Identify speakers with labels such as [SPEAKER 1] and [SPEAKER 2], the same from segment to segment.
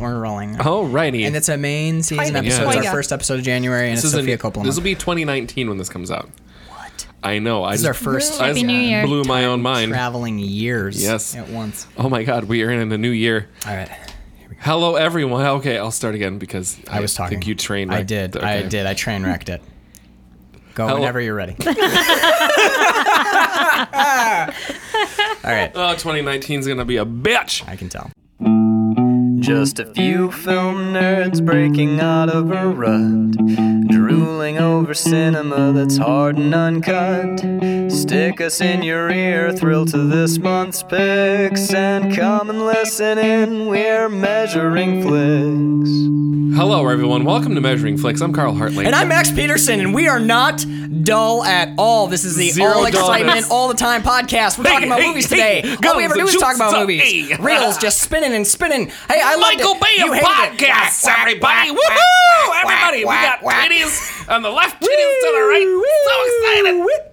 [SPEAKER 1] Oh, Alrighty.
[SPEAKER 2] And it's a main season
[SPEAKER 3] Quite a-
[SPEAKER 2] episode. It's
[SPEAKER 3] yeah.
[SPEAKER 2] our first episode of January, and
[SPEAKER 1] this
[SPEAKER 2] it's
[SPEAKER 1] is
[SPEAKER 2] Sophia
[SPEAKER 1] an-
[SPEAKER 2] Coppola.
[SPEAKER 1] This will be 2019 when this comes out.
[SPEAKER 3] What?
[SPEAKER 1] I know. I
[SPEAKER 2] This is
[SPEAKER 1] just
[SPEAKER 2] our first
[SPEAKER 1] I
[SPEAKER 4] Happy
[SPEAKER 1] just
[SPEAKER 4] New Year.
[SPEAKER 1] blew my own mind.
[SPEAKER 2] traveling years.
[SPEAKER 1] Yes.
[SPEAKER 2] At once.
[SPEAKER 1] Oh my God, we are in a new year.
[SPEAKER 2] All right.
[SPEAKER 1] Hello, everyone. Okay, I'll start again because
[SPEAKER 2] I was talking.
[SPEAKER 1] think you trained.
[SPEAKER 2] I did. I did. I train wrecked it. Go
[SPEAKER 1] Hello-
[SPEAKER 2] whenever you're ready. All right.
[SPEAKER 1] Oh, 2019 is gonna be a bitch.
[SPEAKER 2] I can tell.
[SPEAKER 5] Just a few film nerds breaking out of a rut, drooling over cinema that's hard and uncut. Stick us in your ear, thrill to this month's picks, and come and listen in. We're measuring flicks.
[SPEAKER 1] Hello, everyone. Welcome to Measuring Flicks. I'm Carl Hartley.
[SPEAKER 2] And I'm Max Peterson, and we are not dull at all. This is the
[SPEAKER 1] Zero
[SPEAKER 2] all excitement,
[SPEAKER 1] dullness.
[SPEAKER 2] all the time podcast. We're talking about
[SPEAKER 1] hey,
[SPEAKER 2] movies
[SPEAKER 1] hey,
[SPEAKER 2] today. all
[SPEAKER 1] guns
[SPEAKER 2] we ever do
[SPEAKER 1] and
[SPEAKER 2] is talk
[SPEAKER 1] shoots
[SPEAKER 2] about
[SPEAKER 1] and-
[SPEAKER 2] movies.
[SPEAKER 1] hey.
[SPEAKER 2] Reels just spinning and spinning. Hey, I love
[SPEAKER 1] Michael Bay
[SPEAKER 2] it. You
[SPEAKER 1] of
[SPEAKER 2] hated it.
[SPEAKER 1] podcasts,
[SPEAKER 2] Whack, whack,
[SPEAKER 1] everybody!
[SPEAKER 2] whack, whack,
[SPEAKER 1] Woohoo!
[SPEAKER 2] whack, whack,
[SPEAKER 1] Everybody, we
[SPEAKER 2] whack,
[SPEAKER 1] got
[SPEAKER 2] whack.
[SPEAKER 1] titties on the left, titties to the right. So excited!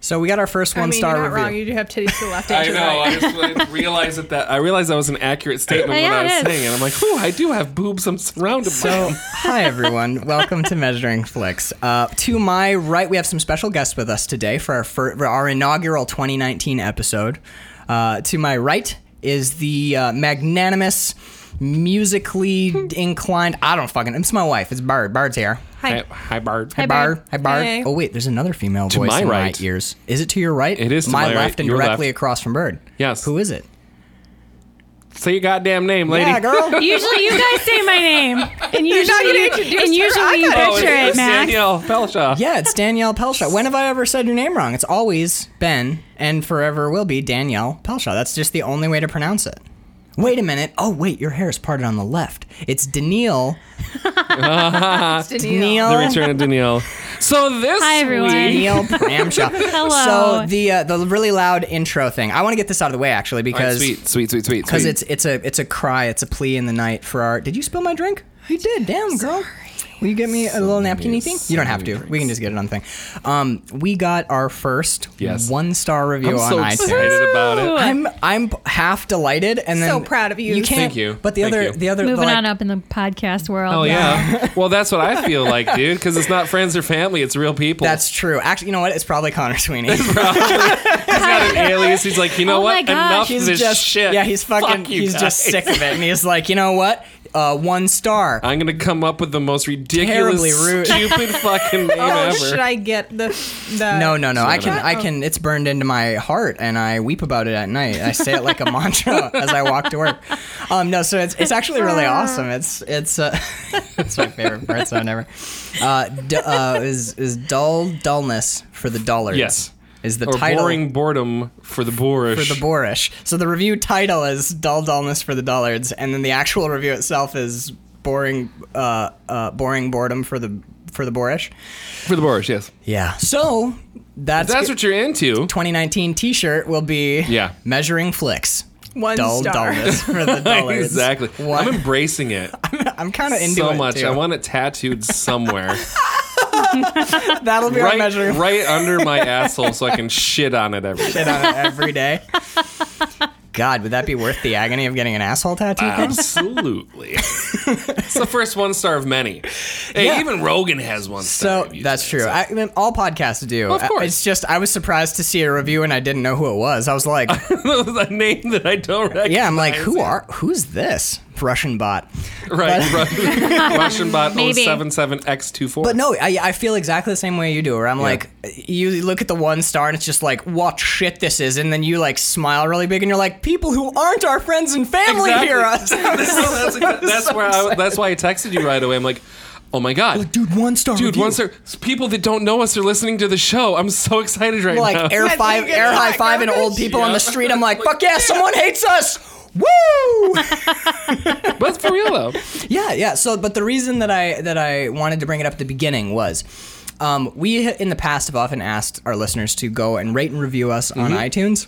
[SPEAKER 2] So we got our first
[SPEAKER 3] I
[SPEAKER 2] one
[SPEAKER 3] mean,
[SPEAKER 2] star
[SPEAKER 3] you're not
[SPEAKER 2] review.
[SPEAKER 3] wrong. You do have titties to the left. and
[SPEAKER 1] I
[SPEAKER 3] to the
[SPEAKER 1] know.
[SPEAKER 3] right.
[SPEAKER 1] I just realized that, that I realized that was an accurate statement when
[SPEAKER 4] Yeah,
[SPEAKER 1] I was
[SPEAKER 4] it is.
[SPEAKER 1] saying it. I'm like, ooh, I do have boobs. I'm surrounded
[SPEAKER 2] So,
[SPEAKER 1] by.
[SPEAKER 2] hi everyone. Welcome to Measuring Flicks. Uh, to my right, we have some special guests with us today for our fir- for our inaugural 2019 episode. Uh, to my right is the uh, magnanimous, musically inclined. I don't fucking. It's my wife. It's Bard. Bard's here.
[SPEAKER 1] Hi, hi, Bard.
[SPEAKER 4] Hi, Bard.
[SPEAKER 2] Bard. Hi, Bard.
[SPEAKER 3] Hey.
[SPEAKER 2] Oh wait, there's another female voice
[SPEAKER 1] my
[SPEAKER 2] in
[SPEAKER 1] right.
[SPEAKER 2] my ears. Is it to your right?
[SPEAKER 1] It is to
[SPEAKER 2] my,
[SPEAKER 1] my right,
[SPEAKER 2] left and
[SPEAKER 1] your
[SPEAKER 2] directly
[SPEAKER 1] left.
[SPEAKER 2] across from Bird.
[SPEAKER 1] Yes.
[SPEAKER 2] Who is it?
[SPEAKER 1] Say your goddamn name, lady.
[SPEAKER 2] Yeah, girl.
[SPEAKER 4] Usually you guys say my name, and usually
[SPEAKER 3] introduce her.
[SPEAKER 4] and
[SPEAKER 3] I
[SPEAKER 4] usually you
[SPEAKER 3] gotta
[SPEAKER 1] Oh, it's,
[SPEAKER 4] butcher it,
[SPEAKER 1] it's
[SPEAKER 4] Max.
[SPEAKER 1] Danielle Felshaw.
[SPEAKER 2] Yeah, it's Danielle Pelshaw. When have I ever said your name wrong? It's always been and forever will be Danielle Pelshaw. That's just the only way to pronounce it. Wait a minute. Oh, wait, your hair is parted on the left. It's Danielle.
[SPEAKER 3] It's Danielle.
[SPEAKER 1] The
[SPEAKER 2] Danielle.
[SPEAKER 1] return of Danielle. So this
[SPEAKER 4] Hi, everyone.
[SPEAKER 1] week-
[SPEAKER 2] Danielle Pramshaw.
[SPEAKER 4] Hello.
[SPEAKER 2] So the uh, the really loud intro thing. I want to get this out of the way actually
[SPEAKER 1] All right,
[SPEAKER 2] because
[SPEAKER 1] sweet, sweet, sweet, sweet.
[SPEAKER 2] because
[SPEAKER 1] sweet.
[SPEAKER 2] it's it's a it's a cry, it's a plea in the night for our. Did you spill my drink? You did. Damn, girl. Will you get me a little napkiny thing? You don't have to. We can just get it on the thing. Um, we got our first
[SPEAKER 1] Yes.
[SPEAKER 2] one star review
[SPEAKER 1] I'm
[SPEAKER 2] on
[SPEAKER 1] so
[SPEAKER 2] iTunes.
[SPEAKER 1] excited about it.
[SPEAKER 2] I'm I'm half delighted and then
[SPEAKER 3] So proud of you.
[SPEAKER 2] You can't.
[SPEAKER 1] Thank you.
[SPEAKER 2] But the
[SPEAKER 1] Thank
[SPEAKER 2] other
[SPEAKER 1] you.
[SPEAKER 2] the other the,
[SPEAKER 4] Moving
[SPEAKER 2] like,
[SPEAKER 4] on up in the podcast world.
[SPEAKER 1] Oh yeah. well, that's what I feel like, dude. Because it's not friends or family; it's real people.
[SPEAKER 2] That's true. Actually, you know what? It's probably Connor Sweeney.
[SPEAKER 1] he's got an alias. He's like, you know
[SPEAKER 4] Oh my
[SPEAKER 1] what?
[SPEAKER 4] gosh.
[SPEAKER 1] Enough of
[SPEAKER 2] he's
[SPEAKER 1] this
[SPEAKER 2] just
[SPEAKER 1] shit.
[SPEAKER 2] Yeah, he's fucking.
[SPEAKER 1] Fuck you
[SPEAKER 2] he's just
[SPEAKER 1] guys.
[SPEAKER 2] sick of it, and he's like, you know what? Uh, one star.
[SPEAKER 1] I'm gonna come up with the most
[SPEAKER 2] Terribly
[SPEAKER 1] ridiculous,
[SPEAKER 2] rude.
[SPEAKER 1] stupid fucking name
[SPEAKER 3] Oh,
[SPEAKER 1] ever.
[SPEAKER 3] should I get the
[SPEAKER 4] Uh,
[SPEAKER 3] the?
[SPEAKER 2] No, no, no. I can,
[SPEAKER 1] Cinnamon.
[SPEAKER 2] I can. It's burned into my heart, and I weep about it at night. I say it like a mantra as I walk to work. Um, no, so it's, it's actually really awesome. It's it's uh, it's my favorite part so never. Uh, d- uh, is is dull dullness for the dullers?
[SPEAKER 1] Yes.
[SPEAKER 2] is the
[SPEAKER 1] or
[SPEAKER 2] title
[SPEAKER 1] boring boredom for the boorish.
[SPEAKER 2] for the boorish. So the review title is dull dullness for the dullards, and then the actual review itself is boring uh, uh, boring boredom for the for the boorish.
[SPEAKER 1] for the boorish, yes.
[SPEAKER 2] Yeah. So that's
[SPEAKER 1] That's what you're into.
[SPEAKER 2] 2019 T-shirt will be
[SPEAKER 1] Yeah.
[SPEAKER 2] measuring flicks.
[SPEAKER 3] One
[SPEAKER 2] Dull
[SPEAKER 3] star.
[SPEAKER 2] dullness for the dollars.
[SPEAKER 1] Exactly.
[SPEAKER 2] What?
[SPEAKER 1] I'm
[SPEAKER 2] I'm,
[SPEAKER 1] embracing it
[SPEAKER 2] kind of into
[SPEAKER 1] so
[SPEAKER 2] it
[SPEAKER 1] much.
[SPEAKER 2] too.
[SPEAKER 1] I want it tattooed somewhere,
[SPEAKER 2] That'll be our
[SPEAKER 1] right,
[SPEAKER 2] measuring flick
[SPEAKER 1] right under my asshole, so I can shit on it every day.
[SPEAKER 2] on it every day. God, would that be worth the agony of getting an asshole tattoo?
[SPEAKER 1] Ah,
[SPEAKER 2] Ken?
[SPEAKER 1] Absolutely. it's the first one star of many. Hey,
[SPEAKER 2] Yeah.
[SPEAKER 1] even Rogan has one star.
[SPEAKER 2] So
[SPEAKER 1] if you
[SPEAKER 2] that's
[SPEAKER 1] say
[SPEAKER 2] true.
[SPEAKER 1] so.
[SPEAKER 2] I, I mean, all podcasts do.
[SPEAKER 1] Of course.
[SPEAKER 2] It's just I was surprised to see a review and I didn't know who it was. I was like,
[SPEAKER 1] That was a name that I don't recognize.
[SPEAKER 2] yeah, I'm like, who are who's this Russian bot?
[SPEAKER 1] Right, right. Russian oh bot
[SPEAKER 4] Maybe.
[SPEAKER 1] 077X24.
[SPEAKER 2] But no, I, I feel exactly the same way you do. Where I'm like, you look at the one star and it's just like, what shit this is, and then you like smile really big and you're like, people who aren't our friends and family
[SPEAKER 1] Exactly.
[SPEAKER 2] hear us.
[SPEAKER 1] So that's, exa- that's where I, that's why I texted you right away. I'm like, oh my god,
[SPEAKER 2] Dude, one star.
[SPEAKER 1] dude,
[SPEAKER 2] review.
[SPEAKER 1] once there people that don't know us are listening to the show. I'm so excited right now.
[SPEAKER 2] Like air
[SPEAKER 3] Yeah,
[SPEAKER 2] five,
[SPEAKER 3] you get
[SPEAKER 2] air
[SPEAKER 3] that
[SPEAKER 2] high five, and old
[SPEAKER 3] garbage.
[SPEAKER 2] people on
[SPEAKER 1] Yeah.
[SPEAKER 2] the street. I'm like, fuck yeah, someone hates us. Woo!
[SPEAKER 1] but for real though,
[SPEAKER 2] Yeah, yeah. So, but the reason that I that I wanted to bring it up at the beginning was, um, we ha- in the past have often asked our listeners to go and rate and review us
[SPEAKER 1] Mm-hmm.
[SPEAKER 2] on iTunes.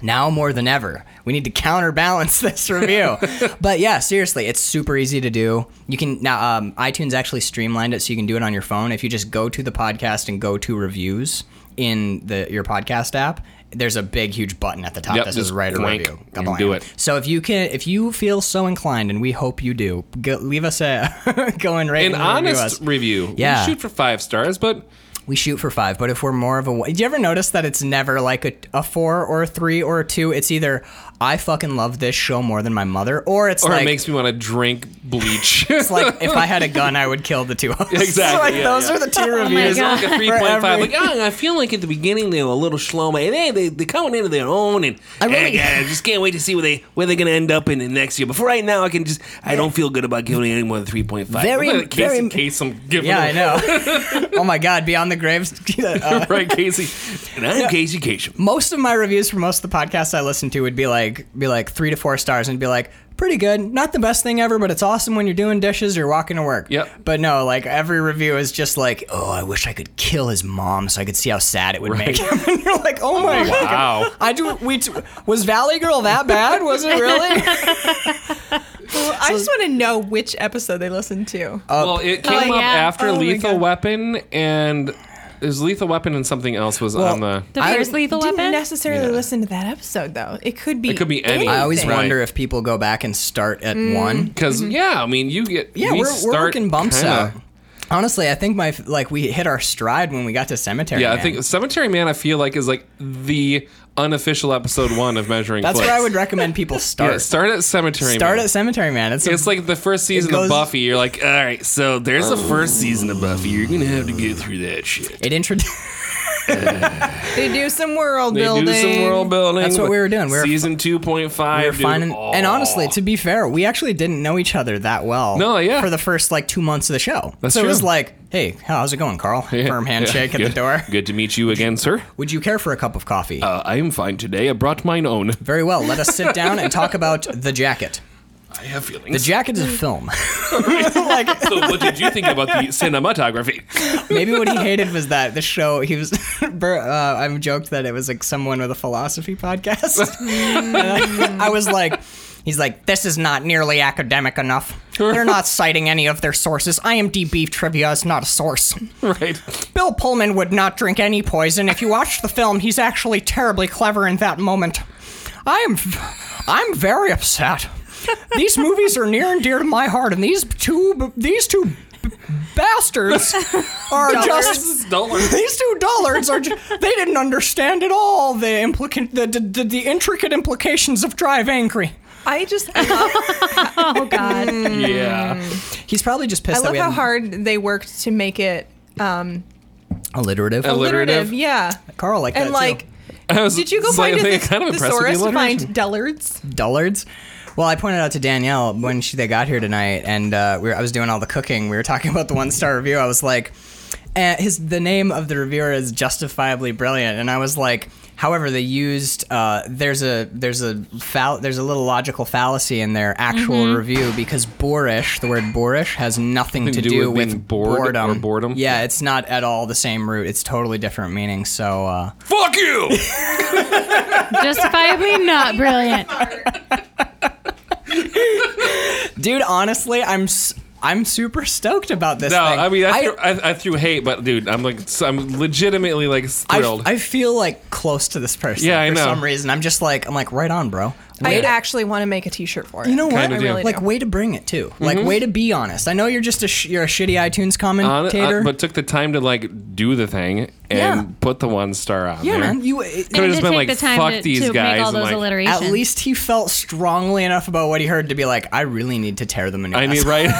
[SPEAKER 2] Now more than ever, we need to counterbalance this review. but yeah, seriously, it's super easy to do. You can now um, iTunes actually streamlined it so you can do it on your phone. If you just go to the podcast and go to reviews in the your podcast app, there's a big, huge button at the top
[SPEAKER 1] Yep,
[SPEAKER 2] that says
[SPEAKER 1] just
[SPEAKER 2] write a
[SPEAKER 1] wank
[SPEAKER 2] review.
[SPEAKER 1] and
[SPEAKER 2] Kablam.
[SPEAKER 1] do it.
[SPEAKER 2] So if you can, if you feel so inclined, and we hope you do, go, leave us a go and rate
[SPEAKER 1] An
[SPEAKER 2] and review us.
[SPEAKER 1] honest review.
[SPEAKER 2] Yeah.
[SPEAKER 1] We shoot for five stars, but
[SPEAKER 2] We shoot for five, but if we're more of a, do you ever notice that it's never like a, a four or a three or a two? It's either I fucking love this show more than my mother, or it's
[SPEAKER 1] or
[SPEAKER 2] like
[SPEAKER 1] it makes me want to drink bleach.
[SPEAKER 2] it's like if I had a gun, I would kill the two. Of us.
[SPEAKER 1] Exactly,
[SPEAKER 2] like,
[SPEAKER 1] yeah,
[SPEAKER 2] those
[SPEAKER 1] yeah.
[SPEAKER 2] are the two
[SPEAKER 6] Oh my
[SPEAKER 2] reviews.
[SPEAKER 6] God.
[SPEAKER 1] like a three point
[SPEAKER 2] For
[SPEAKER 1] five.
[SPEAKER 2] every-
[SPEAKER 1] Like, oh, I feel like at the beginning they were a little slow, but they they they're coming into their own, and I,
[SPEAKER 2] really-
[SPEAKER 1] I, just can't wait to see where they where they're gonna end up in the next year. But for right now, I can just I don't feel good about giving it any more than three point five.
[SPEAKER 2] Very-
[SPEAKER 1] Look at Casey,
[SPEAKER 2] very-
[SPEAKER 1] Casey, I'm giving
[SPEAKER 2] yeah, I
[SPEAKER 1] him-
[SPEAKER 2] know. oh my god, Beyond the Graves. Uh,
[SPEAKER 1] right, Casey, and I'm Casey Kasem.
[SPEAKER 2] most of my reviews for most of the podcasts I listen to would be like be like three to four stars and be like pretty good not the best thing ever but it's awesome when you're doing dishes or walking to work
[SPEAKER 1] Yep.
[SPEAKER 2] but no like every review is just like oh i wish i could kill his mom so i could see how sad it would make him and you're like oh my god
[SPEAKER 1] Wow.
[SPEAKER 2] i do we t- was valley girl that bad was it really
[SPEAKER 4] Well, I just want to know which episode they listened to.
[SPEAKER 1] Well, it came
[SPEAKER 6] Oh,
[SPEAKER 1] up
[SPEAKER 6] yeah.
[SPEAKER 1] after
[SPEAKER 4] Oh, my
[SPEAKER 1] Lethal
[SPEAKER 4] God.
[SPEAKER 1] Weapon, and it was Lethal Weapon, and something else was on the.
[SPEAKER 6] The
[SPEAKER 2] I
[SPEAKER 6] first lethal
[SPEAKER 4] Didn't
[SPEAKER 6] weapon.
[SPEAKER 4] necessarily listen to that episode though. It could be.
[SPEAKER 1] It could be any.
[SPEAKER 2] i always
[SPEAKER 1] Right.
[SPEAKER 2] wonder if people go back and start at one
[SPEAKER 1] Because yeah, I mean, you get
[SPEAKER 2] mm-hmm. yeah
[SPEAKER 1] we
[SPEAKER 2] we are
[SPEAKER 1] start
[SPEAKER 2] we're working bumps
[SPEAKER 1] kinda-
[SPEAKER 2] out honestly i think my f- like we hit our stride when we got to cemetery
[SPEAKER 1] Yeah, I
[SPEAKER 2] Man.
[SPEAKER 1] think Cemetery Man. I feel like is like the unofficial episode one of Measuring.
[SPEAKER 2] that's
[SPEAKER 1] Clicks.
[SPEAKER 2] where i would recommend people start
[SPEAKER 1] Yeah, start at Cemetery.
[SPEAKER 2] Start
[SPEAKER 1] Man.
[SPEAKER 2] at Cemetery Man. It's, a-
[SPEAKER 1] It's like the first season
[SPEAKER 2] goes-
[SPEAKER 1] of Buffy. You're like, all right, so there's the first season of Buffy. You're gonna have to get through that shit.
[SPEAKER 2] it intro-
[SPEAKER 4] They do some world
[SPEAKER 1] They
[SPEAKER 4] building.
[SPEAKER 1] do some world building.
[SPEAKER 2] That's what we were doing. We were-
[SPEAKER 1] season two point five.
[SPEAKER 2] we were finding, and honestly, to be fair, we actually didn't know each other that well.
[SPEAKER 1] No, yeah.
[SPEAKER 2] For the first like two months of the show,
[SPEAKER 1] That's
[SPEAKER 2] so it was
[SPEAKER 1] true.
[SPEAKER 2] like, hey, how's it going, Carl? Firm handshake at the door.
[SPEAKER 1] Good to meet you again, sir.
[SPEAKER 2] Would you care for a cup of coffee?
[SPEAKER 1] Uh, I am fine today. I brought mine own.
[SPEAKER 2] Very well. Let us sit down and talk about the jacket.
[SPEAKER 1] I have feelings.
[SPEAKER 2] The jacket is a film.
[SPEAKER 1] so, what did you think about the cinematography?
[SPEAKER 2] Maybe what he hated was that the show he was. Bur- uh, I'm joked that it was like someone with a philosophy podcast. And I, I was like, he's like, this is not nearly academic enough. They're not citing any of their sources. IMDb trivia is not a source.
[SPEAKER 1] right.
[SPEAKER 2] Bill Pullman would not drink any poison. If you watch the film, he's actually terribly clever in that moment. I am, I'm very upset. These movies are near and dear to my heart, and these two, these two b- bastards are just.
[SPEAKER 1] dollars.
[SPEAKER 2] These two dullards are—they didn't understand at all the, implica- the, the, the the intricate implications of Drive Angry.
[SPEAKER 4] I just I love, Mm,
[SPEAKER 6] Oh God.
[SPEAKER 1] Yeah.
[SPEAKER 2] He's probably just pissed
[SPEAKER 4] I
[SPEAKER 2] that
[SPEAKER 4] love
[SPEAKER 2] we
[SPEAKER 4] how
[SPEAKER 2] had-
[SPEAKER 4] hard they worked to make it um,
[SPEAKER 2] alliterative.
[SPEAKER 1] Alliterative.
[SPEAKER 4] alliterative. Yeah,
[SPEAKER 2] Carl like
[SPEAKER 4] and
[SPEAKER 2] that
[SPEAKER 4] like.
[SPEAKER 2] too.
[SPEAKER 1] I was
[SPEAKER 4] Did you go find
[SPEAKER 1] slightly
[SPEAKER 4] a th-
[SPEAKER 1] kind of impressed with the
[SPEAKER 4] thesaurus to
[SPEAKER 1] alliteration.
[SPEAKER 4] find dullards?
[SPEAKER 2] dullards. Well, I pointed out to Danielle when she, they got here tonight, and uh, we were, I was doing all the cooking. We were talking about the one star review. I was like, eh, his the name of the reviewer is justifiably brilliant, and I was like, however, they used uh, there's a there's a fall, there's a little logical fallacy in their actual
[SPEAKER 1] Mm-hmm.
[SPEAKER 2] review because boorish, the word boorish has nothing to, do, with,
[SPEAKER 1] being bored or
[SPEAKER 2] boredom.
[SPEAKER 1] boredom?
[SPEAKER 2] Yeah, it's not at all the same root. It's totally different meaning. So. Uh,
[SPEAKER 1] Fuck you!
[SPEAKER 6] Justifiably not brilliant.
[SPEAKER 2] Dude, honestly, I'm s- I'm super stoked about this.
[SPEAKER 1] No,
[SPEAKER 2] thing.
[SPEAKER 1] I mean I,
[SPEAKER 2] I-
[SPEAKER 1] threw, I, I threw hate, but dude, I'm like s- I'm legitimately like
[SPEAKER 2] I,
[SPEAKER 1] thrilled.
[SPEAKER 2] I feel like close to this person.
[SPEAKER 1] Yeah, I
[SPEAKER 2] for
[SPEAKER 1] know.
[SPEAKER 2] some reason, I'm just like I'm like right on, bro.
[SPEAKER 4] I actually want to make a T-shirt for it.
[SPEAKER 2] You know what?
[SPEAKER 1] Kinda
[SPEAKER 4] I really
[SPEAKER 1] do. Mm-hmm.
[SPEAKER 2] like
[SPEAKER 4] do.
[SPEAKER 2] way to bring it too. Like way to be honest. I know you're just a sh- you're a shitty iTunes
[SPEAKER 1] On- uh,
[SPEAKER 2] commentator.
[SPEAKER 1] but took the time to like do the thing and
[SPEAKER 2] Yeah.
[SPEAKER 1] put the one star on
[SPEAKER 2] yeah,
[SPEAKER 1] there.
[SPEAKER 2] man, you.
[SPEAKER 1] Could've
[SPEAKER 6] And
[SPEAKER 1] just
[SPEAKER 6] to
[SPEAKER 1] been
[SPEAKER 6] take
[SPEAKER 1] like,
[SPEAKER 6] the time
[SPEAKER 1] fuck
[SPEAKER 6] to,
[SPEAKER 1] these
[SPEAKER 6] to
[SPEAKER 1] guys,
[SPEAKER 6] make all
[SPEAKER 1] and,
[SPEAKER 6] those
[SPEAKER 1] like,
[SPEAKER 6] alliterations.
[SPEAKER 2] at least he felt strongly enough about what he heard to be like, I really need to tear them a new
[SPEAKER 1] I mean,
[SPEAKER 2] asshole.
[SPEAKER 1] right?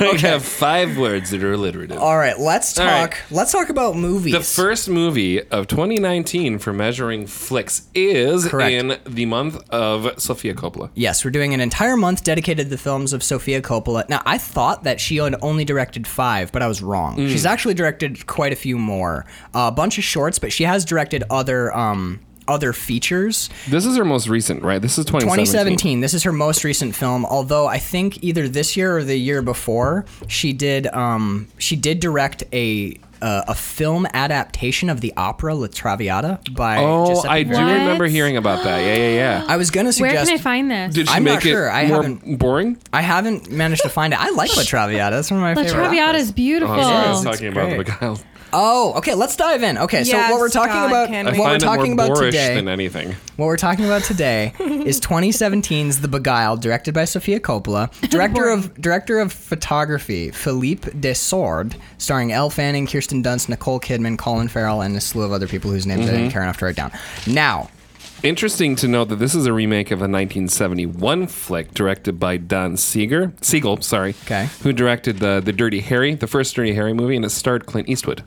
[SPEAKER 1] I have five words that are alliterative.
[SPEAKER 2] All right, let's
[SPEAKER 1] All
[SPEAKER 2] talk.
[SPEAKER 1] right.
[SPEAKER 2] Let's talk about movies.
[SPEAKER 1] the first movie of 2019 for measuring flicks is
[SPEAKER 2] Correct.
[SPEAKER 1] in the month of Sofia Coppola.
[SPEAKER 2] Yes, we're doing an entire month dedicated to the films of Sofia Coppola. Now, I thought that she had only directed five, but I was wrong.
[SPEAKER 1] Mm.
[SPEAKER 2] She's actually directed quite a few more, a bunch of shorts, but she has directed other um, other features.
[SPEAKER 1] This is her most recent, right? This is 2017.
[SPEAKER 2] 2017. This is her most recent film. Although I think either this year or the year before, she did um, she did direct a. Uh, a film adaptation of the opera La Traviata by.
[SPEAKER 1] Oh,
[SPEAKER 2] Giuseppe
[SPEAKER 1] I do
[SPEAKER 2] Verdi.
[SPEAKER 6] What?
[SPEAKER 1] remember hearing about that. Yeah, yeah, yeah.
[SPEAKER 2] I was gonna
[SPEAKER 6] Where
[SPEAKER 2] suggest.
[SPEAKER 6] can I find this?
[SPEAKER 1] Did she
[SPEAKER 2] I'm
[SPEAKER 1] make
[SPEAKER 2] not
[SPEAKER 1] it
[SPEAKER 2] sure. I
[SPEAKER 1] more
[SPEAKER 2] haven't-
[SPEAKER 1] boring?
[SPEAKER 2] I haven't managed to find it. I like La Traviata. That's one of my
[SPEAKER 6] La
[SPEAKER 2] favorite.
[SPEAKER 6] Traviata is beautiful.
[SPEAKER 1] Oh, I was
[SPEAKER 2] It's
[SPEAKER 1] talking about the
[SPEAKER 2] great.
[SPEAKER 1] Mikhail.
[SPEAKER 2] Oh, okay. Let's dive in. Okay,
[SPEAKER 4] Yes,
[SPEAKER 2] so what we're talking
[SPEAKER 4] God,
[SPEAKER 2] about,
[SPEAKER 4] can
[SPEAKER 1] I
[SPEAKER 4] we-
[SPEAKER 2] what
[SPEAKER 1] find
[SPEAKER 2] we're
[SPEAKER 1] it
[SPEAKER 2] talking
[SPEAKER 1] more
[SPEAKER 2] about
[SPEAKER 1] boorish
[SPEAKER 2] today,
[SPEAKER 1] than anything.
[SPEAKER 2] what we're talking about today is 2017's The Beguiled, directed by Sofia Coppola, director of director of photography Philippe Desord, starring Elle Fanning, Kirsten Dunst, Nicole Kidman, Colin Farrell, and a slew of other people whose names
[SPEAKER 1] Mm-hmm.
[SPEAKER 2] I didn't care enough to write down. Now,
[SPEAKER 1] Interesting to note that this is a remake of a 1971 flick directed by Don Seeger, Siegel, sorry,
[SPEAKER 2] Okay.
[SPEAKER 1] who directed the the Dirty Harry, the first Dirty Harry movie, and it starred Clint Eastwood.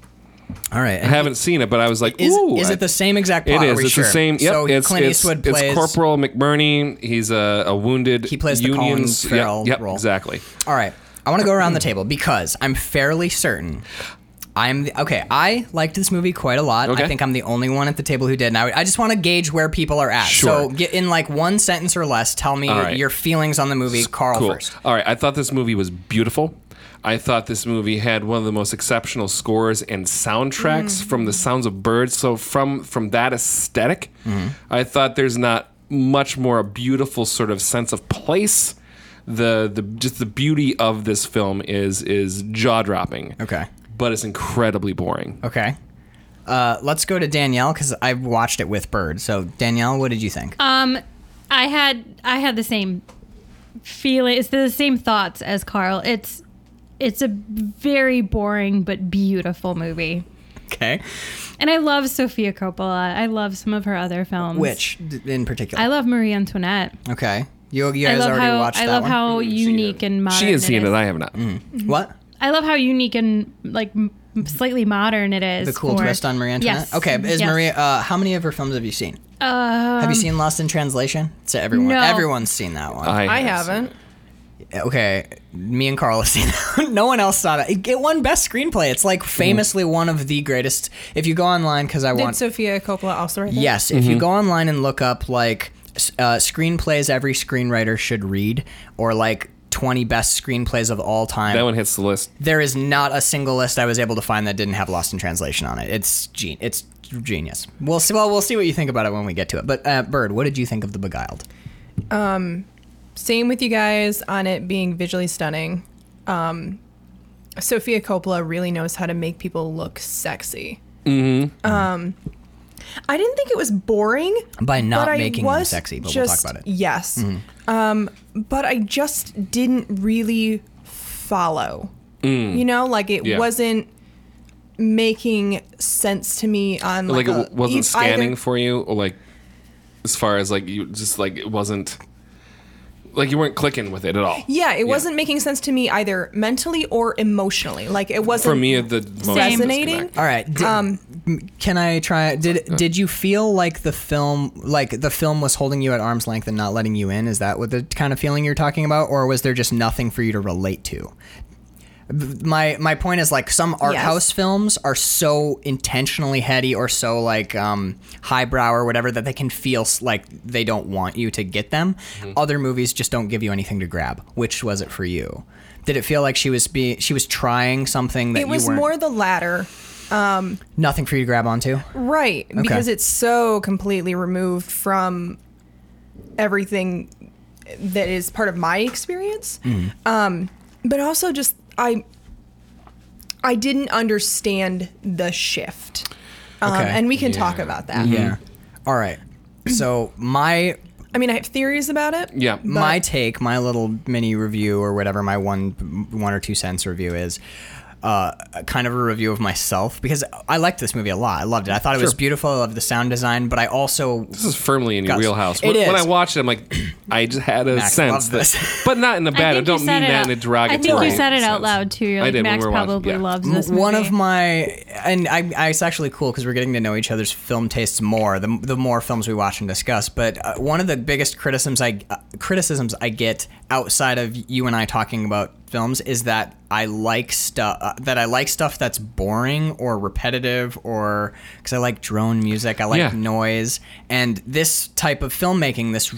[SPEAKER 2] all right,
[SPEAKER 1] I haven't seen it, but I was like,
[SPEAKER 2] is,
[SPEAKER 1] ooh,
[SPEAKER 2] is
[SPEAKER 1] I-
[SPEAKER 2] it the same exact
[SPEAKER 1] It
[SPEAKER 2] plot? Are
[SPEAKER 1] is.
[SPEAKER 2] we
[SPEAKER 1] It's
[SPEAKER 2] sure?
[SPEAKER 1] the same. Yep.
[SPEAKER 2] So
[SPEAKER 1] it's,
[SPEAKER 2] Clint
[SPEAKER 1] it's-
[SPEAKER 2] Eastwood
[SPEAKER 1] it's
[SPEAKER 2] plays
[SPEAKER 1] Corporal McBurney. He's a, a wounded.
[SPEAKER 2] He plays the Colin
[SPEAKER 1] unions. yep,
[SPEAKER 2] Farrell
[SPEAKER 1] yep,
[SPEAKER 2] role.
[SPEAKER 1] Exactly.
[SPEAKER 2] All right. I want to go around the table because I'm fairly certain I'm the, okay. I liked this movie quite a lot. I
[SPEAKER 1] Okay.
[SPEAKER 2] think I'm the only one at the table who did. And I, I just want to gauge where people are at. So
[SPEAKER 1] Sure.
[SPEAKER 2] get in like one sentence or less. Tell me
[SPEAKER 1] All right.
[SPEAKER 2] your feelings on the movie, Carl
[SPEAKER 1] cool.
[SPEAKER 2] first.
[SPEAKER 1] All right. I thought this movie was beautiful. I thought this movie had one of the most exceptional scores and
[SPEAKER 2] Mm.
[SPEAKER 1] soundtracks from the sounds of birds. So from from that esthetic
[SPEAKER 2] Mm-hmm.
[SPEAKER 1] I thought there's not much more a beautiful sort of sense of place. The the just the beauty of this film is is jaw dropping.
[SPEAKER 2] Okay.
[SPEAKER 1] But it's incredibly boring.
[SPEAKER 2] Okay. Uh, let's go to Danielle because I watched it with Bird. So Danielle, what did you think?
[SPEAKER 6] Um, I had I had the same feeling. It's the same thoughts as Carl. It's it's a very boring but beautiful movie.
[SPEAKER 2] okay.
[SPEAKER 6] And I love Sofia Coppola. I love some of her other films.
[SPEAKER 2] Which d- in particular?
[SPEAKER 6] I love Marie Antoinette.
[SPEAKER 2] okay. You, you
[SPEAKER 6] I
[SPEAKER 2] guys
[SPEAKER 6] love
[SPEAKER 2] already
[SPEAKER 6] how
[SPEAKER 2] watched
[SPEAKER 6] I
[SPEAKER 2] that
[SPEAKER 6] love
[SPEAKER 2] one.
[SPEAKER 6] how unique and modern.
[SPEAKER 1] Mm, She has seen
[SPEAKER 6] is.
[SPEAKER 1] it. I have not.
[SPEAKER 2] Mm. what?
[SPEAKER 6] I love how unique and like m- slightly modern it is.
[SPEAKER 2] The cool
[SPEAKER 6] for-
[SPEAKER 2] twist on Marie Antoinette.
[SPEAKER 6] Yes.
[SPEAKER 2] Okay, but is
[SPEAKER 6] Yes.
[SPEAKER 2] Maria? Uh, how many of her films have you seen?
[SPEAKER 6] Uh,
[SPEAKER 2] Have you seen Lost in Translation? To everyone,
[SPEAKER 6] no.
[SPEAKER 2] everyone's seen that one.
[SPEAKER 4] I
[SPEAKER 1] have seen
[SPEAKER 4] haven't.
[SPEAKER 2] okay, me and Carl have seen that. one. no one else saw that. It, it won best screenplay. It's like famously one of the greatest. If you go online, because I
[SPEAKER 4] Did
[SPEAKER 2] want
[SPEAKER 4] Sophia Coppola also write that?
[SPEAKER 2] Yes, if you go online and look up like s- uh, screenplays every screenwriter should read, or like twenty best screenplays of all time,
[SPEAKER 1] That one hits the list.
[SPEAKER 2] there is not a single list I was able to find that didn't have Lost in Translation on it. It's gen- it's genius. We'll see. Well, we'll see what you think about it when we get to it. But uh, Bird, what did you think of The Beguiled?
[SPEAKER 4] Same with you guys on it being visually stunning. Um, Sophia Coppola really knows how to make people look sexy. Mm-hmm. Um, I didn't think it was boring.
[SPEAKER 2] By not
[SPEAKER 4] but I
[SPEAKER 2] making them
[SPEAKER 4] was
[SPEAKER 2] sexy, but we'll talk
[SPEAKER 4] just-
[SPEAKER 2] about it.
[SPEAKER 4] Yes. Um, but I just didn't really follow. You know, like it
[SPEAKER 1] Yeah.
[SPEAKER 4] wasn't making sense to me on
[SPEAKER 1] Like,
[SPEAKER 4] like,
[SPEAKER 1] it
[SPEAKER 6] uh,
[SPEAKER 4] a-
[SPEAKER 1] wasn't
[SPEAKER 4] e- either-
[SPEAKER 1] scanning for you, or like as far as like you just like it wasn't like you weren't clicking with it at all.
[SPEAKER 4] Yeah, it wasn't making sense to me either mentally or emotionally. Like it wasn't
[SPEAKER 1] for me the most
[SPEAKER 4] Fascinating.
[SPEAKER 1] disconnect.
[SPEAKER 2] All right. Did, um, can I try? Did did you feel like the film, like the film was holding you at arm's length and not letting you in? Is that what the kind of feeling you're talking about, or was there just nothing for you to relate to? My my point is like some art
[SPEAKER 4] Yes.
[SPEAKER 2] house films are so intentionally heady or so like um, highbrow or whatever that they can feel s- like they don't want you to get them.
[SPEAKER 4] Mm-hmm.
[SPEAKER 2] Other movies just don't give you anything to grab. Which was it for you? Did it feel like she was being she was trying something that
[SPEAKER 4] It was
[SPEAKER 2] you weren't,
[SPEAKER 4] more the latter.
[SPEAKER 2] nothing for you to grab onto?
[SPEAKER 4] Right. Because it's so completely removed from everything that is part of my experience.
[SPEAKER 2] Mm-hmm.
[SPEAKER 4] Um, but also just I I didn't understand the shift. Um,
[SPEAKER 2] Okay.
[SPEAKER 4] and we can talk about that.
[SPEAKER 2] Yeah. All right. So my
[SPEAKER 4] I mean, I have theories about it.
[SPEAKER 1] Yeah.
[SPEAKER 2] my take, my little mini review or whatever my one one or two cents review is. Uh, kind of a review of myself because I liked this movie a lot. I loved it. I thought it was beautiful. I loved the sound design, but I also
[SPEAKER 1] This is firmly in your
[SPEAKER 2] Gus,
[SPEAKER 1] wheelhouse.
[SPEAKER 2] it
[SPEAKER 1] When, when
[SPEAKER 2] is.
[SPEAKER 1] I watched it, I'm like, I just had a
[SPEAKER 2] Max
[SPEAKER 1] sense
[SPEAKER 2] loves
[SPEAKER 1] that,
[SPEAKER 2] this.
[SPEAKER 1] but not in a bad. I,
[SPEAKER 6] think you
[SPEAKER 1] don't mean
[SPEAKER 6] said it
[SPEAKER 1] that
[SPEAKER 6] out-
[SPEAKER 1] in a derogatory.
[SPEAKER 6] I think you said it out
[SPEAKER 1] sense.
[SPEAKER 6] loud too. You're
[SPEAKER 1] I
[SPEAKER 6] like,
[SPEAKER 1] did when
[SPEAKER 6] Max
[SPEAKER 1] we were watching-
[SPEAKER 6] probably
[SPEAKER 1] yeah.
[SPEAKER 6] loves this.
[SPEAKER 2] one
[SPEAKER 6] movie.
[SPEAKER 2] of my and I, I it's actually cool because we're getting to know each other's film tastes more the, the more films we watch and discuss but uh, one of the biggest criticisms i uh, criticisms i get outside of you and i talking about films is that i like stuff uh, that i like stuff that's boring or repetitive or because i like drone music i like
[SPEAKER 1] Yeah.
[SPEAKER 2] noise and this type of filmmaking this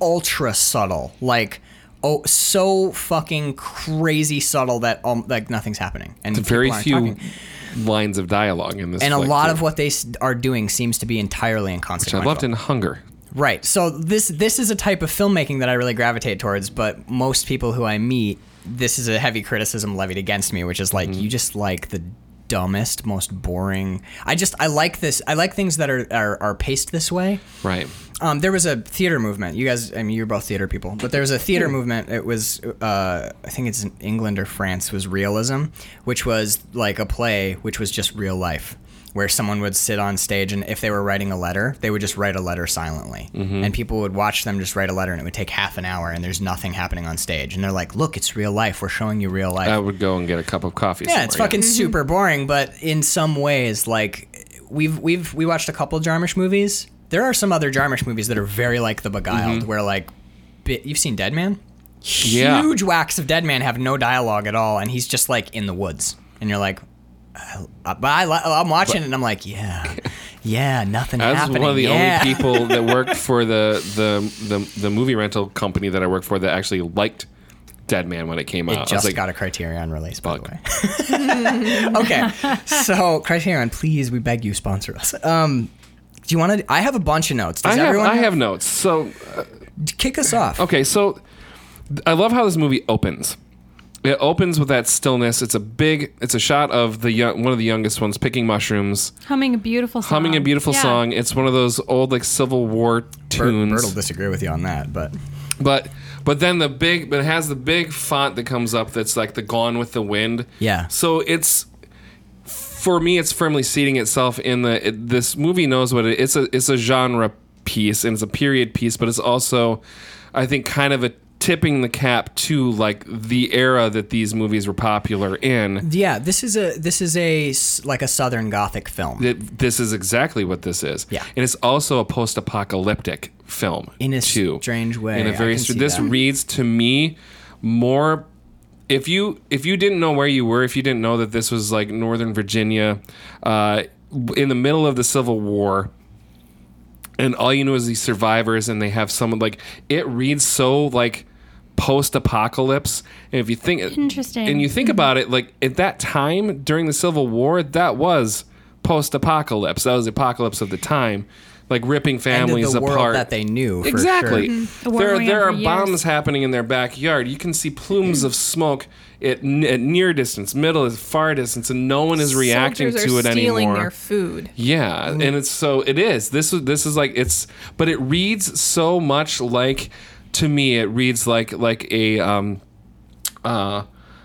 [SPEAKER 2] ultra subtle like Oh, so fucking crazy subtle that um, like nothing's happening, and
[SPEAKER 1] Very
[SPEAKER 2] people aren't
[SPEAKER 1] few
[SPEAKER 2] talking.
[SPEAKER 1] lines of dialogue in this,
[SPEAKER 2] And a
[SPEAKER 1] flick,
[SPEAKER 2] lot
[SPEAKER 1] too,
[SPEAKER 2] of Oh what they s- are doing seems to be entirely
[SPEAKER 1] which I
[SPEAKER 2] inconsequential.
[SPEAKER 1] loved in Hunger.
[SPEAKER 2] Right. So this this is a type of filmmaking that I really gravitate towards, but
[SPEAKER 1] Mm-hmm.
[SPEAKER 2] most people who I meet, this is a heavy criticism levied against me, which is like you just like the dumbest, most boring. I just I like this. I like things that are are, are paced this way.
[SPEAKER 1] Right.
[SPEAKER 2] Um, there was a theater movement. You guys, I mean, you're both theater people, but there was a theater movement. It was, uh, I think it's in England or France, was realism, which was like a play, which was just real life, where someone would sit on stage and if they were writing a letter, they would just write a letter silently, and people would watch them just write a letter, and it would take half an hour, and there's nothing happening on stage, and they're like, "Look, it's real life. We're showing you real life."
[SPEAKER 1] I would go and get a cup of coffee.
[SPEAKER 2] Yeah, it's fucking super boring, but in some ways, like we've we've we watched a couple Jarmusch movies. There are some other Jarmusch movies that are very like The Beguiled, where like bi- you've seen Dead Man.
[SPEAKER 1] Mm-hmm. Yeah.
[SPEAKER 2] Huge whacks of Dead Man have no dialogue at all, and he's just like in the woods, and you're like, uh, but I, li- I'm watching it, and I'm like, yeah, yeah, nothing
[SPEAKER 1] I was
[SPEAKER 2] happening.
[SPEAKER 1] one of the
[SPEAKER 2] yeah.
[SPEAKER 1] only people that worked for the, the the the movie rental company that I worked for that actually liked Dead Man when it came out.
[SPEAKER 2] It
[SPEAKER 1] I was
[SPEAKER 2] just
[SPEAKER 1] like,
[SPEAKER 2] got a Criterion release, by
[SPEAKER 1] Fuck.
[SPEAKER 2] the way. okay, so Criterion, please, we beg you, sponsor us. Um, do you want to? I have a bunch of notes. Does
[SPEAKER 1] I have,
[SPEAKER 2] everyone
[SPEAKER 1] I have notes. So
[SPEAKER 2] kick us off?
[SPEAKER 1] Okay, so th- I love how this movie opens. It opens with that stillness. It's a big. It's a shot of the young, one of the youngest ones picking mushrooms,
[SPEAKER 6] Humming a beautiful song.
[SPEAKER 2] Uh-huh.
[SPEAKER 1] humming a beautiful
[SPEAKER 6] Yeah.
[SPEAKER 1] song. It's one of those old like Civil War
[SPEAKER 2] Bert,
[SPEAKER 1] tunes.
[SPEAKER 2] Bert will disagree with you on that, but
[SPEAKER 1] But but then the big but it has the big font that comes up that's like the Gone with the Wind.
[SPEAKER 2] Yeah.
[SPEAKER 1] So it's for me it's firmly seating itself in the it, this movie knows what it, it's a it's a genre piece and it's a period piece but it's also I think kind of a tipping the cap to like the era that these movies were popular in.
[SPEAKER 2] yeah, this is a this is a s- like a Southern Gothic film.
[SPEAKER 1] That this is exactly what this is.
[SPEAKER 2] Yeah.
[SPEAKER 1] And it's also a post-apocalyptic film
[SPEAKER 2] In a
[SPEAKER 1] too.
[SPEAKER 2] strange way,
[SPEAKER 1] In a
[SPEAKER 2] I
[SPEAKER 1] very
[SPEAKER 2] can
[SPEAKER 1] str-
[SPEAKER 2] see
[SPEAKER 1] this
[SPEAKER 2] that.
[SPEAKER 1] reads to me more if you if you didn't know where you were, if you didn't know that this was like Northern Virginia, uh, in the middle of the Civil War, and all you know is these survivors, and they have someone like it reads so like post-apocalypse. And if you think
[SPEAKER 6] Interesting. Mm-hmm.
[SPEAKER 1] and you think about it, like at that time during the Civil War, that was post-apocalypse. That was the apocalypse of the time, like ripping
[SPEAKER 2] End of
[SPEAKER 1] families
[SPEAKER 2] the world
[SPEAKER 1] apart.
[SPEAKER 2] that they knew for
[SPEAKER 1] Exactly.
[SPEAKER 2] Sure.
[SPEAKER 6] Mm-hmm. The war
[SPEAKER 1] There,
[SPEAKER 6] ran
[SPEAKER 1] there
[SPEAKER 6] for
[SPEAKER 1] are
[SPEAKER 6] years. Mm.
[SPEAKER 1] bombs happening in their backyard. You can see plumes of smoke at, n- at near distance, middle, and far distance, and no one is reacting
[SPEAKER 4] Soldiers
[SPEAKER 1] to
[SPEAKER 4] are
[SPEAKER 1] it
[SPEAKER 4] stealing
[SPEAKER 1] anymore.
[SPEAKER 4] their food.
[SPEAKER 1] yeah,
[SPEAKER 2] Mm.
[SPEAKER 1] and it's so it is. This is this is like it's, but it reads so much like to me. It reads like like a um, uh,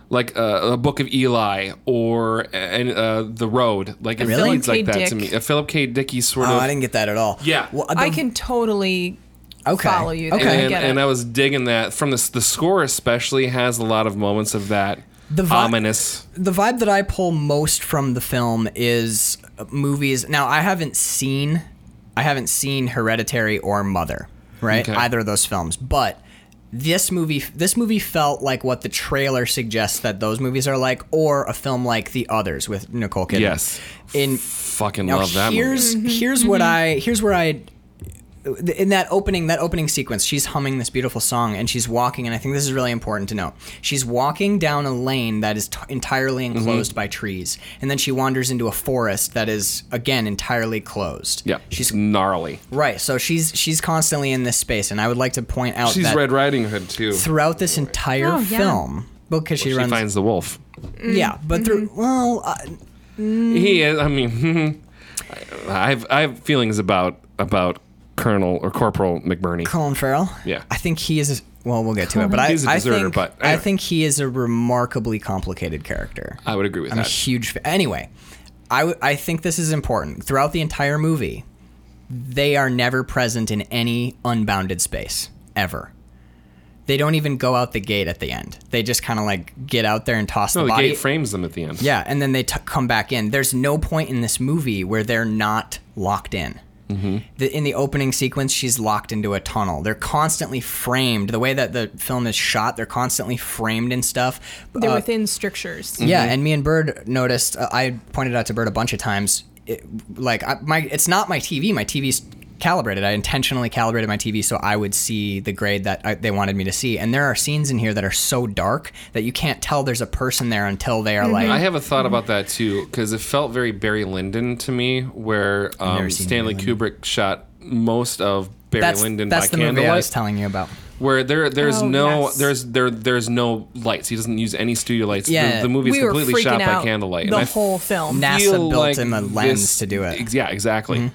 [SPEAKER 1] like a, a book of Eli or and uh, the Road. Like it
[SPEAKER 2] Really?
[SPEAKER 1] reads like
[SPEAKER 4] Philip K.
[SPEAKER 1] that to
[SPEAKER 4] Dick.
[SPEAKER 1] me. A Philip K. Dickey sort
[SPEAKER 2] Oh,
[SPEAKER 1] of.
[SPEAKER 2] I didn't get that at all.
[SPEAKER 1] Yeah.
[SPEAKER 2] Well, the-
[SPEAKER 4] I can totally
[SPEAKER 2] okay.
[SPEAKER 4] follow you there.
[SPEAKER 2] Okay.
[SPEAKER 4] I
[SPEAKER 1] and,
[SPEAKER 4] get
[SPEAKER 1] and
[SPEAKER 4] it.
[SPEAKER 1] I was digging that from this. The score especially has a lot of moments of that
[SPEAKER 2] The vi-
[SPEAKER 1] ominous.
[SPEAKER 2] the vibe that I pull most from the film is movies. Now I haven't seen, I haven't seen Hereditary or Mother, right?
[SPEAKER 1] Okay.
[SPEAKER 2] Either of those films, but this movie, this movie felt like what the trailer suggests that those movies are like, or a film like The Others with Nicole Kidman.
[SPEAKER 1] Yes,
[SPEAKER 2] In
[SPEAKER 1] fucking
[SPEAKER 2] now
[SPEAKER 1] love that. movie.
[SPEAKER 6] Mm-hmm.
[SPEAKER 2] here's here's what I here's where I in that opening that opening sequence she's humming this beautiful song and she's walking and I think this is really important to know. She's walking down a lane that is t- entirely
[SPEAKER 1] Mm-hmm.
[SPEAKER 2] enclosed by trees and then she wanders into a forest that is again entirely closed.
[SPEAKER 1] Yeah,
[SPEAKER 2] She's
[SPEAKER 1] she's gnarly.
[SPEAKER 2] right, so she's she's constantly in this space and I would like to point out
[SPEAKER 1] She's
[SPEAKER 2] that
[SPEAKER 1] Red Riding Hood too.
[SPEAKER 2] throughout this entire
[SPEAKER 6] Oh, yeah. Mm-hmm.
[SPEAKER 2] film because she
[SPEAKER 1] she
[SPEAKER 2] runs
[SPEAKER 1] finds the wolf.
[SPEAKER 2] yeah, but through well uh,
[SPEAKER 1] He is. I mean, I have I have feelings about about Colonel or Corporal McBurney.
[SPEAKER 2] Colin Farrell.
[SPEAKER 1] Yeah.
[SPEAKER 2] I think he is. Well, we'll get to it, but I,
[SPEAKER 1] He's a deserter,
[SPEAKER 2] I think
[SPEAKER 1] but
[SPEAKER 2] I
[SPEAKER 1] anyway.
[SPEAKER 2] think he is a remarkably complicated character.
[SPEAKER 1] I would agree with
[SPEAKER 2] I'm a
[SPEAKER 1] that.
[SPEAKER 2] huge fan. Anyway, I w- I think this is important throughout the entire movie. They are never present in any unbounded space ever. They don't even go out the gate at the end. They just kind of like get out there and toss
[SPEAKER 1] no,
[SPEAKER 2] the
[SPEAKER 1] the
[SPEAKER 2] body.
[SPEAKER 1] gate frames them at the end.
[SPEAKER 2] Yeah, and then they t- come back in. There's no point in this movie where they're not locked in. The, in the opening sequence, she's locked into a tunnel. They're constantly framed. The way that the film is shot, they're constantly framed and stuff.
[SPEAKER 4] They're
[SPEAKER 2] Uh,
[SPEAKER 4] within strictures.
[SPEAKER 1] Mm,
[SPEAKER 2] yeah, and me and Bird noticed. Uh, I pointed out to Bird a bunch of times. It, like I, my, it's not my TV. My TV's calibrated. I intentionally calibrated my TV so I would see the grade that I, they wanted me to see. And there are scenes in here that are so dark that you can't tell there's a person there until they are like.
[SPEAKER 4] Mm-hmm.
[SPEAKER 1] I have a thought about that too because it felt very Barry Lyndon to me, where um,
[SPEAKER 2] seen
[SPEAKER 1] Stanley
[SPEAKER 2] Barry Lyndon.
[SPEAKER 1] Kubrick shot most of Barry
[SPEAKER 2] that's
[SPEAKER 1] Lyndon
[SPEAKER 2] that's
[SPEAKER 1] by
[SPEAKER 2] the movie I
[SPEAKER 1] candlelight.
[SPEAKER 2] was telling you about.
[SPEAKER 1] where there there's
[SPEAKER 4] Oh,
[SPEAKER 1] no
[SPEAKER 4] yes.
[SPEAKER 1] there's there there's no lights. He doesn't use any studio lights.
[SPEAKER 2] Yeah.
[SPEAKER 1] the, the movie is
[SPEAKER 4] we were
[SPEAKER 1] completely
[SPEAKER 4] freaking
[SPEAKER 1] shot
[SPEAKER 4] out
[SPEAKER 1] by candlelight.
[SPEAKER 4] the
[SPEAKER 1] and I
[SPEAKER 4] whole film.
[SPEAKER 2] Nah. NASA
[SPEAKER 1] feel
[SPEAKER 2] built
[SPEAKER 1] like
[SPEAKER 2] him a lens to do it. Mm-hmm.
[SPEAKER 1] ex- Yeah, exactly.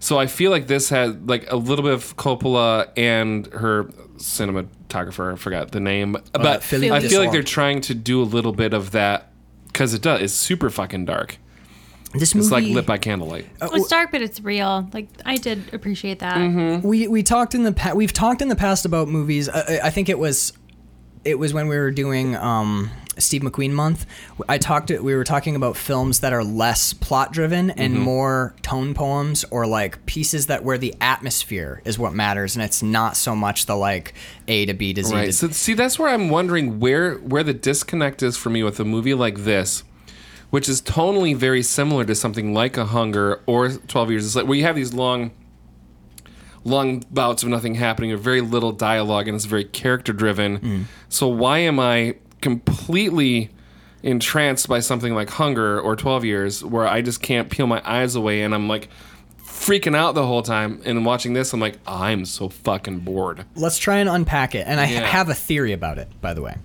[SPEAKER 1] So I feel like this had like a little bit of Coppola and her cinematographer. I forgot the
[SPEAKER 2] Oh,
[SPEAKER 1] name, but
[SPEAKER 2] Philip
[SPEAKER 1] I feel like
[SPEAKER 2] Desor.
[SPEAKER 1] they're trying to do a little bit of that because it does. It's super fucking dark.
[SPEAKER 2] This movie
[SPEAKER 1] It's like lit by candlelight.
[SPEAKER 6] It's dark, but it's real. Like I did appreciate that.
[SPEAKER 2] we we talked in the pa- we've talked in the past about movies. Uh, I, I- I think it was it was when we were doing um, Steve McQueen month. I talked we were talking about films that are less plot driven and
[SPEAKER 1] Mm-hmm.
[SPEAKER 2] more tone poems or like pieces that where the atmosphere is what matters and it's not so much the like A to B to Z.
[SPEAKER 1] Right.
[SPEAKER 2] to-
[SPEAKER 1] So see, that's where I'm wondering where where the disconnect is for me with a movie like this, which is tonally very similar to something like a Hunger or Twelve Years a Slave, where you have these long, long bouts of nothing happening or very little dialogue, and it's very character driven. So why am I completely entranced by something like Hunger or Twelve Years, where I just can't peel my eyes away, and I'm like. Freaking out the whole time, and watching this, I'm like, I'm so fucking bored.
[SPEAKER 2] let's try and unpack it. And I
[SPEAKER 1] Yeah.
[SPEAKER 2] have a theory about it, by the way,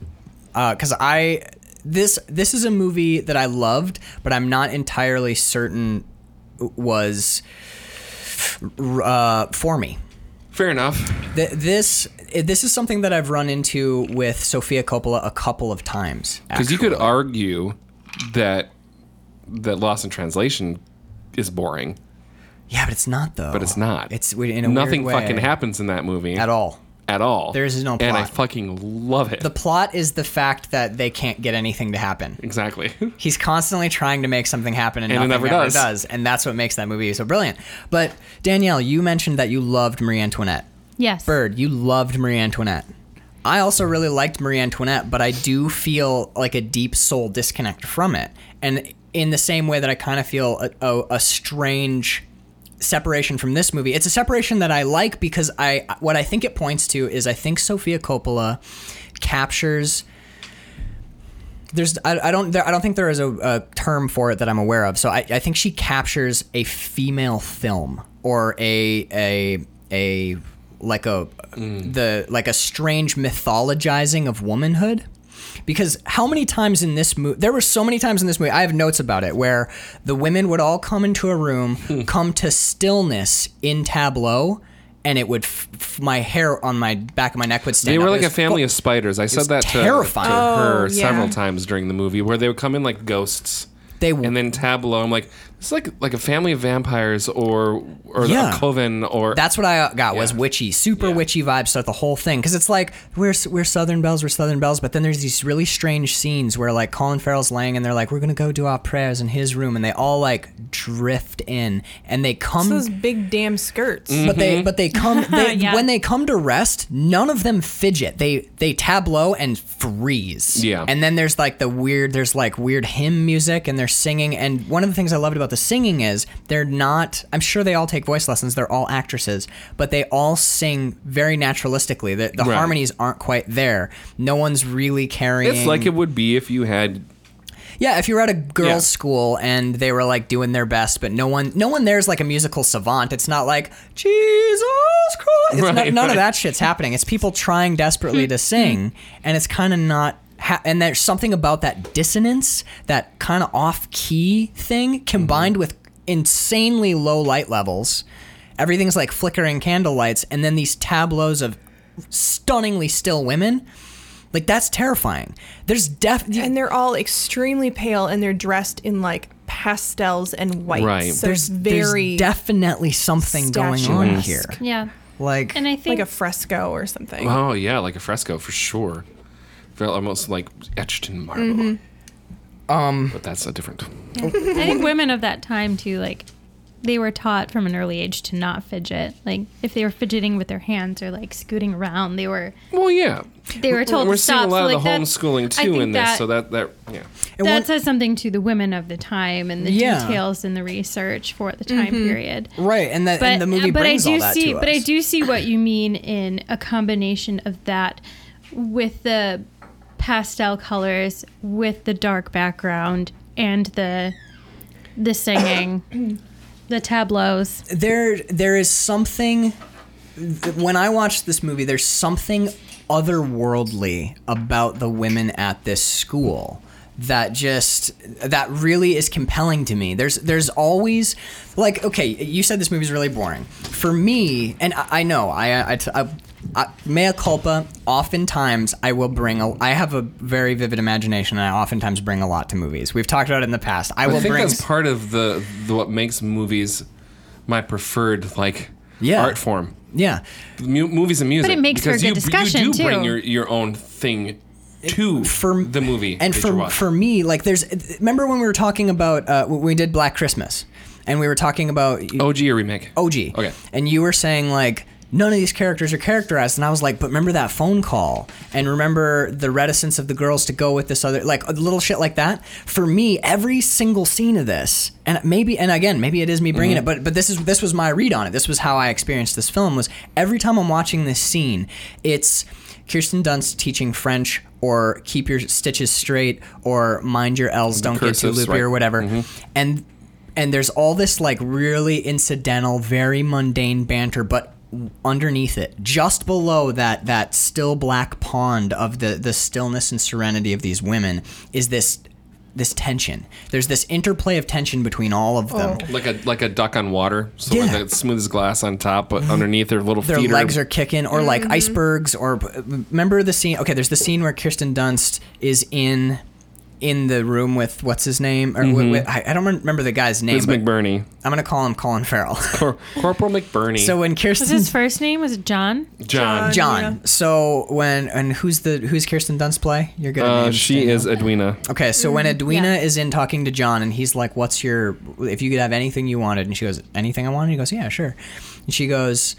[SPEAKER 2] because I this this is a movie that I loved, but I'm not entirely certain was uh, for me.
[SPEAKER 1] Fair enough.
[SPEAKER 2] Th- this this is something that I've run into with Sofia Coppola a couple of times.
[SPEAKER 1] Because you could argue that that Lost in Translation is boring,
[SPEAKER 2] yeah, but it's not though.
[SPEAKER 1] but it's not.
[SPEAKER 2] It's we- in a
[SPEAKER 1] nothing
[SPEAKER 2] weird way,
[SPEAKER 1] fucking happens in that movie
[SPEAKER 2] at all.
[SPEAKER 1] At all.
[SPEAKER 2] There is no
[SPEAKER 1] And I
[SPEAKER 2] plot.
[SPEAKER 1] fucking love it.
[SPEAKER 2] The plot is the fact that they can't get anything to happen.
[SPEAKER 1] exactly.
[SPEAKER 2] He's constantly trying to make something happen and,
[SPEAKER 1] And it
[SPEAKER 2] nothing
[SPEAKER 1] never
[SPEAKER 2] ever
[SPEAKER 1] does.
[SPEAKER 2] does. And that's what makes that movie so brilliant. But Danielle, you mentioned that you loved Marie Antoinette.
[SPEAKER 6] Yes.
[SPEAKER 2] Bird, you loved Marie Antoinette. I also really liked Marie Antoinette, but I do feel like a deep soul disconnect from it. And in the same way that I kind of feel a, a, a strange separation from this movie, it's a separation that I like because I what I think it points to is I think Sofia Coppola captures there's I, I don't there, I don't think there is a, a term for it that I'm aware of. So I, I think she captures a female film or a a a like a
[SPEAKER 1] Mm.
[SPEAKER 2] the like a strange mythologizing of womanhood. Because how many times in this movie, there were so many times in this movie, I have notes about it, where the women would all come into a room,
[SPEAKER 1] Hmm.
[SPEAKER 2] come to stillness in Tableau, and it would, f- f- my hair on my back of my neck would stand
[SPEAKER 1] They were
[SPEAKER 2] up.
[SPEAKER 1] like
[SPEAKER 2] It
[SPEAKER 1] a
[SPEAKER 2] was
[SPEAKER 1] family
[SPEAKER 2] fu-
[SPEAKER 1] of spiders. I said
[SPEAKER 2] It's
[SPEAKER 1] that to,
[SPEAKER 2] terrifying.
[SPEAKER 1] to her
[SPEAKER 4] Oh, yeah.
[SPEAKER 1] several times during the movie, where they would come in like ghosts.
[SPEAKER 2] They w-
[SPEAKER 1] and then Tableau. I'm like, it's like like a family of vampires or or
[SPEAKER 2] Yeah.
[SPEAKER 1] a coven or
[SPEAKER 2] That's what I got was
[SPEAKER 1] Yeah.
[SPEAKER 2] witchy, super witchy vibes throughout the whole thing. Because it's like we're we're Southern Bells, we're Southern Bells, but then there's these really strange scenes where like Colin Farrell's laying and they're like, we're gonna go do our prayers in his room, and they all like drift in and they come.
[SPEAKER 4] It's those big damn skirts.
[SPEAKER 2] but they, but they come they,
[SPEAKER 6] Yeah.
[SPEAKER 2] when they come to rest. None of them fidget. They they tableau and freeze.
[SPEAKER 1] Yeah.
[SPEAKER 2] And then there's like the weird. There's like weird hymn music, and they're singing. And one of the things I loved about the singing is they're not. I'm sure they all take voice lessons. They're all actresses, but they all sing very naturalistically. The, the
[SPEAKER 1] Right.
[SPEAKER 2] harmonies aren't quite there. No one's really carrying.
[SPEAKER 1] it's like it would be if you had
[SPEAKER 2] Yeah, if you were at a girls'
[SPEAKER 1] Yeah.
[SPEAKER 2] school and they were like doing their best, but no one, no one there's like a musical savant. It's not like Jesus Christ. It's
[SPEAKER 1] Right,
[SPEAKER 2] not, none
[SPEAKER 1] right. Hmm.
[SPEAKER 2] of that shit's happening. It's people trying desperately to sing, and it's kind of not. Ha- and there's something about that dissonance, that kind of off-key thing, combined
[SPEAKER 1] Mm-hmm.
[SPEAKER 2] with insanely low light levels. Everything's like flickering candle lights, and then these tableaus of stunningly still women. Like that's terrifying. There's def
[SPEAKER 4] And they're all extremely pale and they're dressed in like pastels and whites.
[SPEAKER 1] Right.
[SPEAKER 4] So it's very
[SPEAKER 2] definitely something going on
[SPEAKER 4] statuesque.
[SPEAKER 2] here.
[SPEAKER 6] Yeah.
[SPEAKER 2] Like
[SPEAKER 6] And I
[SPEAKER 4] like
[SPEAKER 6] think
[SPEAKER 4] a fresco or something.
[SPEAKER 1] Oh yeah, like a fresco for sure. Felt almost like etched in marble.
[SPEAKER 6] Mm-hmm.
[SPEAKER 1] Um, but that's a different.
[SPEAKER 6] I think women of that time too, like they were taught from an early age to not fidget. Like if they were fidgeting with their hands or like scooting around, they were
[SPEAKER 1] Well, yeah.
[SPEAKER 6] they were told
[SPEAKER 1] We're
[SPEAKER 6] to stop.
[SPEAKER 1] seeing a lot
[SPEAKER 6] so,
[SPEAKER 1] of the
[SPEAKER 6] like, that-
[SPEAKER 1] homeschooling
[SPEAKER 6] I
[SPEAKER 1] too
[SPEAKER 6] think
[SPEAKER 1] in this,
[SPEAKER 6] that-
[SPEAKER 1] so that that yeah.
[SPEAKER 2] And one-
[SPEAKER 6] that says something to the women of the time and the
[SPEAKER 2] Yeah.
[SPEAKER 6] details and the research for the time period.
[SPEAKER 2] right, and, the, and the movie
[SPEAKER 6] but
[SPEAKER 2] brings
[SPEAKER 6] I do
[SPEAKER 2] all that
[SPEAKER 6] see,
[SPEAKER 2] to us.
[SPEAKER 6] But I do see what you mean in a combination of that with the pastel colors, with the dark background, and the the singing, the tableaus.
[SPEAKER 2] there there is something when I watched this movie, there's something otherworldly about the women at this school that just that really is compelling to me. There's there's always like okay, you said this movie's really boring. For me, and I, I know I I, t- I, I mea culpa. Oftentimes, I will bring a. I have a very vivid imagination, and I oftentimes bring a lot to movies. We've talked about it in the past. I will
[SPEAKER 1] I think
[SPEAKER 2] bring
[SPEAKER 1] that's part of the, the what makes movies my preferred like
[SPEAKER 2] Yeah.
[SPEAKER 1] art form.
[SPEAKER 2] yeah.
[SPEAKER 1] Mu- movies and music.
[SPEAKER 6] it makes for
[SPEAKER 1] because
[SPEAKER 6] good
[SPEAKER 1] you,
[SPEAKER 6] discussion,
[SPEAKER 1] You do bring
[SPEAKER 6] too.
[SPEAKER 1] your, your own thing to
[SPEAKER 2] for
[SPEAKER 1] the movie
[SPEAKER 2] and
[SPEAKER 1] that
[SPEAKER 2] for
[SPEAKER 1] you watch.
[SPEAKER 2] for me like there's remember when we were talking about uh, when we did black christmas and we were talking about
[SPEAKER 1] OG or remake.
[SPEAKER 2] og
[SPEAKER 1] Okay.
[SPEAKER 2] and you were saying like none of these characters are characterized and i was like but remember that phone call and remember the reticence of the girls to go with this other like little shit like that for me every single scene of this and maybe and again maybe it is me bringing it but but this is this was my read on it this was how i experienced this film was every time i'm watching this scene it's kirsten dunst teaching french or keep your stitches straight or mind your l's don't get too
[SPEAKER 1] cursives,
[SPEAKER 2] loopy
[SPEAKER 1] right.
[SPEAKER 2] or whatever and and there's all this like really incidental, very mundane banter, but underneath it, just below that that still black pond of the the stillness and serenity of these women is this this tension. There's this interplay of tension between all of them.
[SPEAKER 1] Like a like a duck on water. So
[SPEAKER 2] Yeah.
[SPEAKER 1] like that smooth as glass on top, but underneath their little
[SPEAKER 2] their
[SPEAKER 1] feet
[SPEAKER 2] legs are kicking or like icebergs or uh, remember the scene okay there's the scene where kirsten dunst is in in the room with what's his name or wi- wi- I, I don't remember the guy's name
[SPEAKER 1] It's
[SPEAKER 2] but
[SPEAKER 1] McBurney.
[SPEAKER 2] i'm gonna call him colin farrell
[SPEAKER 1] Cor- Corporal McBurney.
[SPEAKER 2] so when kirsten
[SPEAKER 6] Was his first name? Was it John?
[SPEAKER 1] John.
[SPEAKER 2] John.
[SPEAKER 4] Yeah.
[SPEAKER 2] So when and who's the who's Kirsten Dunst play? You're good. at
[SPEAKER 1] Uh,
[SPEAKER 2] names,
[SPEAKER 1] she
[SPEAKER 2] Daniel.
[SPEAKER 1] is Edwina.
[SPEAKER 2] Okay, so when Edwina
[SPEAKER 6] yeah.
[SPEAKER 2] is in talking to John and he's like, "What's your if you could have anything you wanted?" and she goes, "Anything I wanted." He goes, "Yeah, sure." And she goes,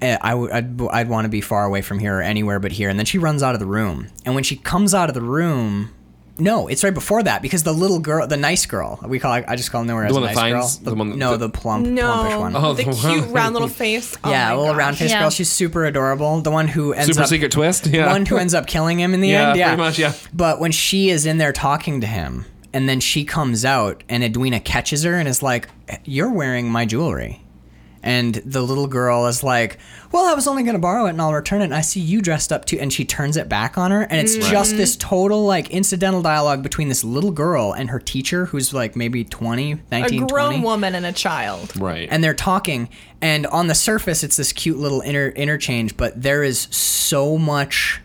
[SPEAKER 2] "Eh, "I would I'd, I'd want to be far away from here or anywhere but here." And then she runs out of the room. And when she comes out of the room. No, it's right before that because the little girl, the nice girl, we call I just call her nowhere as
[SPEAKER 1] one
[SPEAKER 2] a
[SPEAKER 1] that
[SPEAKER 2] nice
[SPEAKER 1] finds-
[SPEAKER 2] girl.
[SPEAKER 1] the one that-
[SPEAKER 2] no, the plump, plumpish
[SPEAKER 4] No,
[SPEAKER 2] one.
[SPEAKER 1] Oh,
[SPEAKER 4] the
[SPEAKER 1] the one-
[SPEAKER 4] cute round little face. Oh
[SPEAKER 2] yeah,
[SPEAKER 4] my
[SPEAKER 2] a little
[SPEAKER 4] gosh.
[SPEAKER 2] round faced
[SPEAKER 6] Yeah.
[SPEAKER 2] girl. She's super adorable. The one who ends
[SPEAKER 1] Super
[SPEAKER 2] up
[SPEAKER 1] secret twist. Yeah.
[SPEAKER 2] one who ends up killing him in the
[SPEAKER 1] Yeah,
[SPEAKER 2] end. Yeah,
[SPEAKER 1] pretty much, yeah.
[SPEAKER 2] But when she is in there talking to him, and then she comes out, and Edwina catches her and is like, "You're wearing my jewelry." And the little girl is like, "Well, I was only going to borrow it, and I'll return it. And I see you dressed up too." And she turns it back on her, and it's
[SPEAKER 1] Mm-hmm.
[SPEAKER 2] just this total like incidental dialogue between this little girl and her teacher, who's like maybe 20, 19,
[SPEAKER 4] A grown
[SPEAKER 2] 20.
[SPEAKER 4] woman and a child.
[SPEAKER 1] right.
[SPEAKER 2] And they're talking, and on the surface, it's this cute little inter- interchange, but there is so much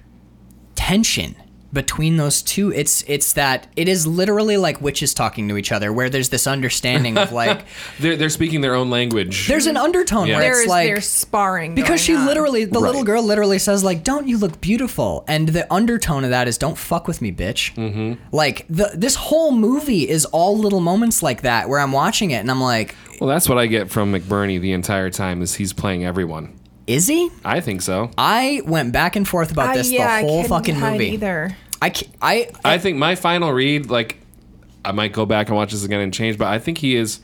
[SPEAKER 2] tension between those two. It's it's that it is literally like witches talking to each other, where there's this understanding of like
[SPEAKER 1] they're they're speaking their own language.
[SPEAKER 2] there's an undertone
[SPEAKER 1] Yeah.
[SPEAKER 2] where
[SPEAKER 4] There's
[SPEAKER 2] it's like
[SPEAKER 4] there's sparring
[SPEAKER 2] because she
[SPEAKER 4] going on.
[SPEAKER 2] literally the little
[SPEAKER 1] Right.
[SPEAKER 2] girl literally says like don't you look beautiful and the undertone of that is don't fuck with me bitch mm-hmm. like the, this whole movie is all little moments like that where i'm watching it and i'm like
[SPEAKER 1] well, that's what I get from McBurney the entire time is he's playing everyone.
[SPEAKER 2] is he
[SPEAKER 1] I think so.
[SPEAKER 2] I went back and forth about
[SPEAKER 4] I-
[SPEAKER 2] this
[SPEAKER 4] yeah, I
[SPEAKER 2] the whole
[SPEAKER 4] couldn't
[SPEAKER 2] fucking
[SPEAKER 4] hide
[SPEAKER 2] movie.
[SPEAKER 4] Either.
[SPEAKER 2] I, ca- I
[SPEAKER 1] I think my final read, like, I might go back and watch this again and change, but I think he is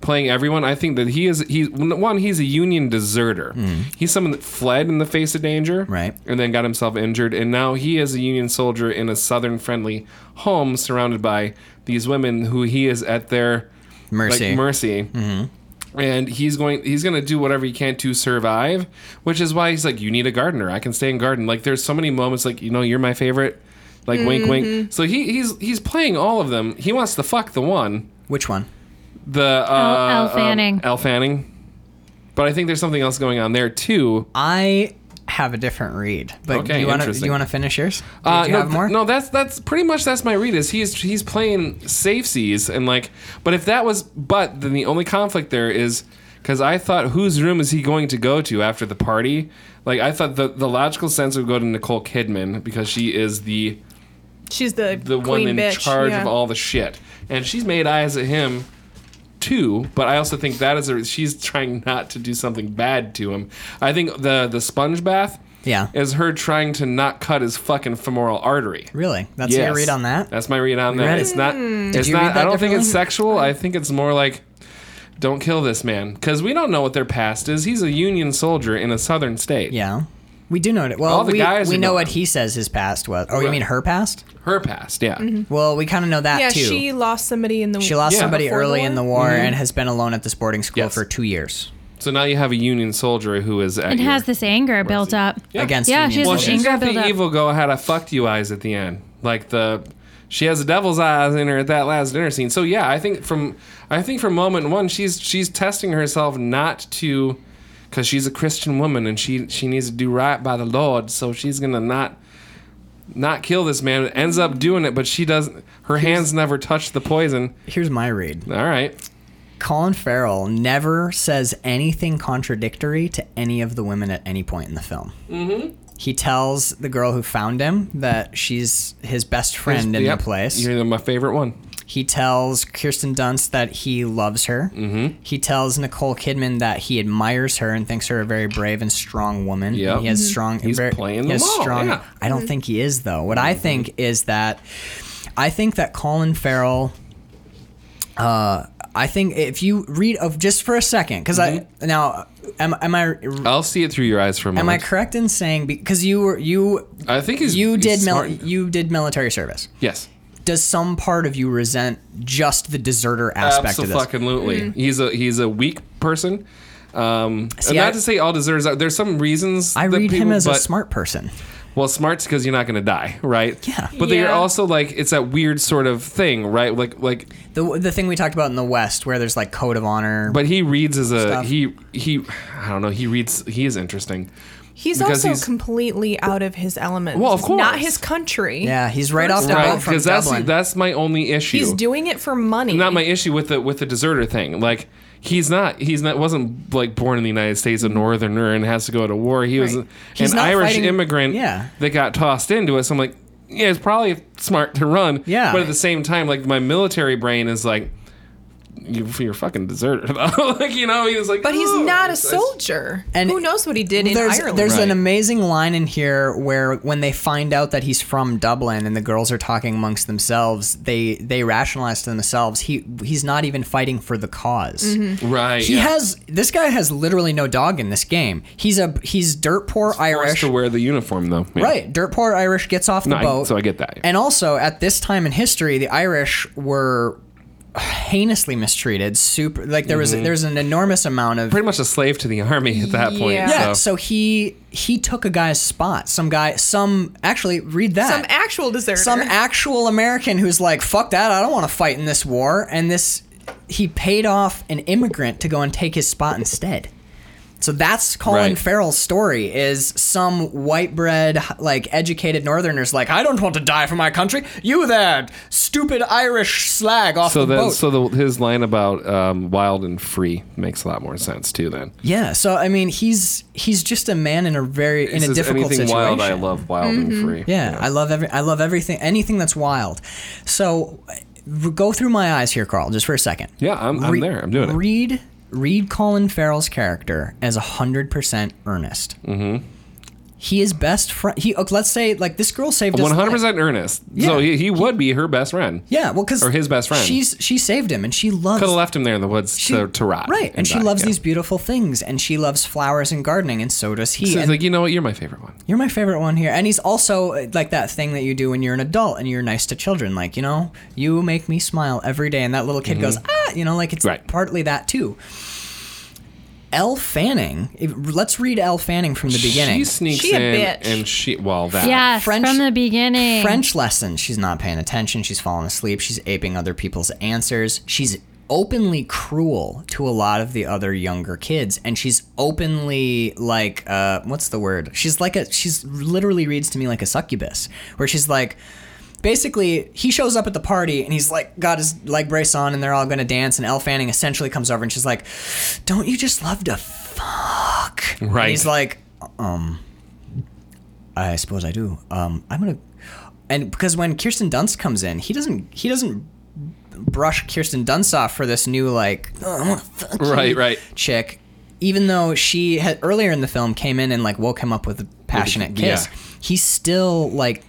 [SPEAKER 1] playing everyone. I think that he is he one he's a Union deserter. He's someone that fled in the face of danger,
[SPEAKER 2] Right.
[SPEAKER 1] and then got himself injured, and now he is a Union soldier in a Southern friendly home, surrounded by these women who he is at their
[SPEAKER 2] Mercy.
[SPEAKER 1] Like, mercy. And he's going. He's going to do whatever he can to survive, which is why he's like, "You need a gardener. I can stay and garden." Like, there's so many moments. Like, you know, you're my favorite. Like, wink, wink. So he, he's he's playing all of them. He wants to fuck the one,
[SPEAKER 2] which one?
[SPEAKER 1] the uh,
[SPEAKER 6] Elle
[SPEAKER 1] um,
[SPEAKER 6] Fanning.
[SPEAKER 1] Elle Fanning. But I think there's something else going on there too.
[SPEAKER 2] I have a different read, but
[SPEAKER 1] Okay,
[SPEAKER 2] do you want to do
[SPEAKER 1] interesting.
[SPEAKER 2] you want to finish yours? Do
[SPEAKER 1] Uh,
[SPEAKER 2] you
[SPEAKER 1] no,
[SPEAKER 2] have more?
[SPEAKER 1] no, that's that's pretty much that's my read is he's he's playing safe seas and like, but if that was but then the only conflict there is because I thought whose room is he going to go to after the party? Like I thought the the logical sense would go to Nicole Kidman because she is the
[SPEAKER 4] She's the
[SPEAKER 1] the
[SPEAKER 4] queen
[SPEAKER 1] one in
[SPEAKER 4] bitch,
[SPEAKER 1] charge
[SPEAKER 4] yeah.
[SPEAKER 1] of all the shit, and she's made eyes at him too. But I also think that is a she's trying not to do something bad to him. I think the the sponge bath.
[SPEAKER 2] Yeah.
[SPEAKER 1] Is her trying to not cut his fucking femoral artery.
[SPEAKER 2] Really? That's your
[SPEAKER 1] Yes.
[SPEAKER 2] read on that?
[SPEAKER 1] That's my read on that.
[SPEAKER 2] read it.
[SPEAKER 1] It's not. It's
[SPEAKER 2] you read
[SPEAKER 1] not.
[SPEAKER 2] that
[SPEAKER 1] I don't think it's
[SPEAKER 2] differently?
[SPEAKER 1] sexual. I think it's more like, don't kill this man, because we don't know what their past is. He's a Union soldier in a Southern state.
[SPEAKER 2] yeah. We do know it. Well,
[SPEAKER 1] All the
[SPEAKER 2] we,
[SPEAKER 1] guys
[SPEAKER 2] we
[SPEAKER 1] are
[SPEAKER 2] know what
[SPEAKER 1] gone.
[SPEAKER 2] he says his past was. Oh, you mean her past?
[SPEAKER 1] Her past. Yeah.
[SPEAKER 2] Well, we kind of know that
[SPEAKER 4] yeah,
[SPEAKER 2] too.
[SPEAKER 4] she lost somebody in the
[SPEAKER 2] She lost
[SPEAKER 1] Yeah. Mm-hmm.
[SPEAKER 2] somebody
[SPEAKER 4] Before the
[SPEAKER 2] early
[SPEAKER 4] war?
[SPEAKER 2] in the war and has been alone at this boarding school
[SPEAKER 1] Yes.
[SPEAKER 2] for two years.
[SPEAKER 1] So now you have a Union soldier who is at
[SPEAKER 6] and
[SPEAKER 1] your-
[SPEAKER 6] has this anger built up
[SPEAKER 2] Against
[SPEAKER 6] Yeah,
[SPEAKER 2] Union
[SPEAKER 6] she has
[SPEAKER 1] well,
[SPEAKER 6] this
[SPEAKER 1] she's
[SPEAKER 6] anger
[SPEAKER 1] got
[SPEAKER 6] built
[SPEAKER 1] the
[SPEAKER 6] up.
[SPEAKER 1] evil go had a fucked you eyes at the end. Like the she has the devil's eyes in her at that last dinner scene. So yeah, I think from I think from moment one she's she's testing herself not to because she's a Christian woman and she she needs to do right by the Lord, so she's gonna not not kill this man. Ends up doing it, but she doesn't her hands never touch the poison.
[SPEAKER 2] Here's my read.
[SPEAKER 1] All right.
[SPEAKER 2] Colin Farrell never says anything contradictory to any of the women at any point in the film. Mm-hmm. He tells the girl who found him that she's his best friend in
[SPEAKER 1] Yep.
[SPEAKER 2] the place.
[SPEAKER 1] You're my favorite one.
[SPEAKER 2] He tells Kirsten Dunst that he loves her. Mm-hmm. He tells Nicole Kidman that he admires her and thinks her a very brave and strong woman.
[SPEAKER 1] Yep.
[SPEAKER 2] He has strong.
[SPEAKER 1] He's
[SPEAKER 2] very-
[SPEAKER 1] playing
[SPEAKER 2] he has
[SPEAKER 1] them all,
[SPEAKER 2] strong.
[SPEAKER 1] yeah. Mm-hmm.
[SPEAKER 2] I don't think he is though. What I think is that I think that Colin Farrell. Uh, I think if you read of just for a second, because
[SPEAKER 1] Mm-hmm.
[SPEAKER 2] I now am, am I
[SPEAKER 1] I'll see it through your eyes for a
[SPEAKER 2] am I
[SPEAKER 1] moment.
[SPEAKER 2] correct in saying because you were you
[SPEAKER 1] I think he's
[SPEAKER 2] you
[SPEAKER 1] he's
[SPEAKER 2] did mil-
[SPEAKER 1] smart.
[SPEAKER 2] you did military service
[SPEAKER 1] yes.
[SPEAKER 2] does some part of you resent just the deserter aspect of this?
[SPEAKER 1] Absolutely.
[SPEAKER 4] Mm.
[SPEAKER 1] He's a he's a weak person. Um,
[SPEAKER 2] See,
[SPEAKER 1] and not
[SPEAKER 2] I-
[SPEAKER 1] to say all deserves. There's some reasons.
[SPEAKER 2] I
[SPEAKER 1] that
[SPEAKER 2] read him
[SPEAKER 1] people-
[SPEAKER 2] as a
[SPEAKER 1] but-
[SPEAKER 2] smart person.
[SPEAKER 1] Well, smart's because you're not going to die, right?
[SPEAKER 2] Yeah.
[SPEAKER 1] But they're
[SPEAKER 4] Yeah.
[SPEAKER 1] also like it's that weird sort of thing, right? Like like.
[SPEAKER 2] The the thing we talked about in the West, where there's like code of honor.
[SPEAKER 1] But he reads as a
[SPEAKER 2] Stuff.
[SPEAKER 1] he he. I don't know. He reads. He is interesting.
[SPEAKER 4] He's
[SPEAKER 1] Because
[SPEAKER 4] also
[SPEAKER 1] he's-
[SPEAKER 4] completely out of his element.
[SPEAKER 1] Well, of
[SPEAKER 4] It's Not
[SPEAKER 1] course.
[SPEAKER 4] his country.
[SPEAKER 2] yeah, he's right off the
[SPEAKER 1] Right,
[SPEAKER 2] boat from
[SPEAKER 1] because that's
[SPEAKER 2] Dublin.
[SPEAKER 1] that's my only issue.
[SPEAKER 4] He's doing it for money.
[SPEAKER 1] not my issue with the with the deserter thing. Like he's not he's not wasn't like born in the United States a northerner and has to go to war. He was
[SPEAKER 4] Right.
[SPEAKER 2] He's
[SPEAKER 1] an
[SPEAKER 2] not
[SPEAKER 1] Irish
[SPEAKER 2] fighting-
[SPEAKER 1] immigrant
[SPEAKER 2] yeah.
[SPEAKER 1] that got tossed into it. So I'm like, yeah, it's probably smart to run.
[SPEAKER 2] Yeah.
[SPEAKER 1] But at the same time, like my military brain is like you, you're a fucking deserter though. like you know, he was like
[SPEAKER 4] but he's
[SPEAKER 1] "Oh,
[SPEAKER 4] not a
[SPEAKER 1] it's-
[SPEAKER 4] soldier.
[SPEAKER 2] And-
[SPEAKER 4] who knows what he did in
[SPEAKER 2] there's
[SPEAKER 4] Ireland?
[SPEAKER 2] there's an
[SPEAKER 1] Right.
[SPEAKER 2] amazing line in here where when they find out that he's from Dublin and the girls are talking amongst themselves, they they rationalize to themselves he he's not even fighting for the because
[SPEAKER 4] Mm-hmm.
[SPEAKER 1] Right.
[SPEAKER 2] He
[SPEAKER 1] yeah.
[SPEAKER 2] has this guy has literally no dog in this game. He's a he's dirt poor
[SPEAKER 1] Forced
[SPEAKER 2] Irish.
[SPEAKER 1] to wear the uniform though. Yeah.
[SPEAKER 2] Right, dirt poor Irish gets off the
[SPEAKER 1] No, I-
[SPEAKER 2] boat.
[SPEAKER 1] so I get that.
[SPEAKER 2] And also, at this time in history, the Irish were heinously mistreated. Super, like there was there's an enormous amount of
[SPEAKER 1] Mm-hmm. Pretty much a slave to the army at that point.
[SPEAKER 4] Yeah.
[SPEAKER 2] yeah.
[SPEAKER 1] so.
[SPEAKER 2] So he he took a guy's spot. Some guy, some actually read that
[SPEAKER 4] some actual deserter.
[SPEAKER 2] some actual American who's like, fuck that, I don't want to fight in this war. And this, he paid off an immigrant to go and take his spot instead. So that's Colin
[SPEAKER 1] Right.
[SPEAKER 2] Farrell's story is some white bread, like educated northerners like, I don't want to die for my country. You there, stupid Irish slag off
[SPEAKER 1] So
[SPEAKER 2] the
[SPEAKER 1] then,
[SPEAKER 2] boat.
[SPEAKER 1] so the, his line about um, wild and free makes a lot more sense too. Then
[SPEAKER 2] yeah, so I mean, he's he's just a man in a very, in
[SPEAKER 1] He
[SPEAKER 2] a
[SPEAKER 1] says,
[SPEAKER 2] difficult
[SPEAKER 1] anything
[SPEAKER 2] situation. Mm-hmm.
[SPEAKER 1] wild, I love wild and free.
[SPEAKER 2] Yeah, I love every I love everything anything that's wild. So r- go through my eyes here, Carl, just for a second.
[SPEAKER 1] Yeah, I'm- I'm there. I'm doing it.
[SPEAKER 2] Read read Colin Farrell's character as hundred percent earnest. Mm-hmm. He is best friend. He okay, let's say like this girl saved his
[SPEAKER 1] One hundred
[SPEAKER 2] life.
[SPEAKER 1] percent earnest. So
[SPEAKER 2] Yeah.
[SPEAKER 1] he, he would be her best friend.
[SPEAKER 2] Yeah, well, because
[SPEAKER 1] Or his best friend.
[SPEAKER 2] She's she saved him, and she loves
[SPEAKER 1] Could have left him there in the woods
[SPEAKER 2] she-
[SPEAKER 1] to, to rot.
[SPEAKER 2] Right, and, she
[SPEAKER 1] die,
[SPEAKER 2] loves
[SPEAKER 1] yeah.
[SPEAKER 2] these beautiful things, and she loves flowers and gardening, and so does he.
[SPEAKER 1] So it's
[SPEAKER 2] and
[SPEAKER 1] like you know what? You're my favorite one.
[SPEAKER 2] You're my favorite one here. And he's also uh, like that thing that you do when you're an adult and you're nice to children. Like, you know, you make me smile every day. And that little kid goes, ah, you know, like it's
[SPEAKER 1] Right.
[SPEAKER 2] partly that too. Elle Fanning, if- let's read Elle Fanning from the beginning.
[SPEAKER 1] She sneaks
[SPEAKER 4] She a
[SPEAKER 1] in
[SPEAKER 4] bitch.
[SPEAKER 1] and she well that
[SPEAKER 6] Yes,
[SPEAKER 2] French-
[SPEAKER 6] from the beginning.
[SPEAKER 2] French lesson. She's not paying attention. She's falling asleep. She's aping other people's answers. She's openly cruel to a lot of the other younger kids, and she's openly like, uh, what's the word? She's like a. She's literally reads to me like a succubus, where she's like. Basically, he shows up at the party and he's like got his leg brace on, and they're all gonna dance. And Elle Fanning essentially comes over and she's like, "Don't you just love to fuck?"
[SPEAKER 1] Right.
[SPEAKER 2] And he's like, "Um, I suppose I do. Um, I'm gonna, and because when Kirsten Dunst comes in, he doesn't he doesn't brush Kirsten Dunst off for this new like "Oh, I wanna fuck you,"
[SPEAKER 1] Right, right.
[SPEAKER 2] chick, even though she had earlier in the film came in and like woke him up with a passionate
[SPEAKER 1] yeah.
[SPEAKER 2] kiss. He's still like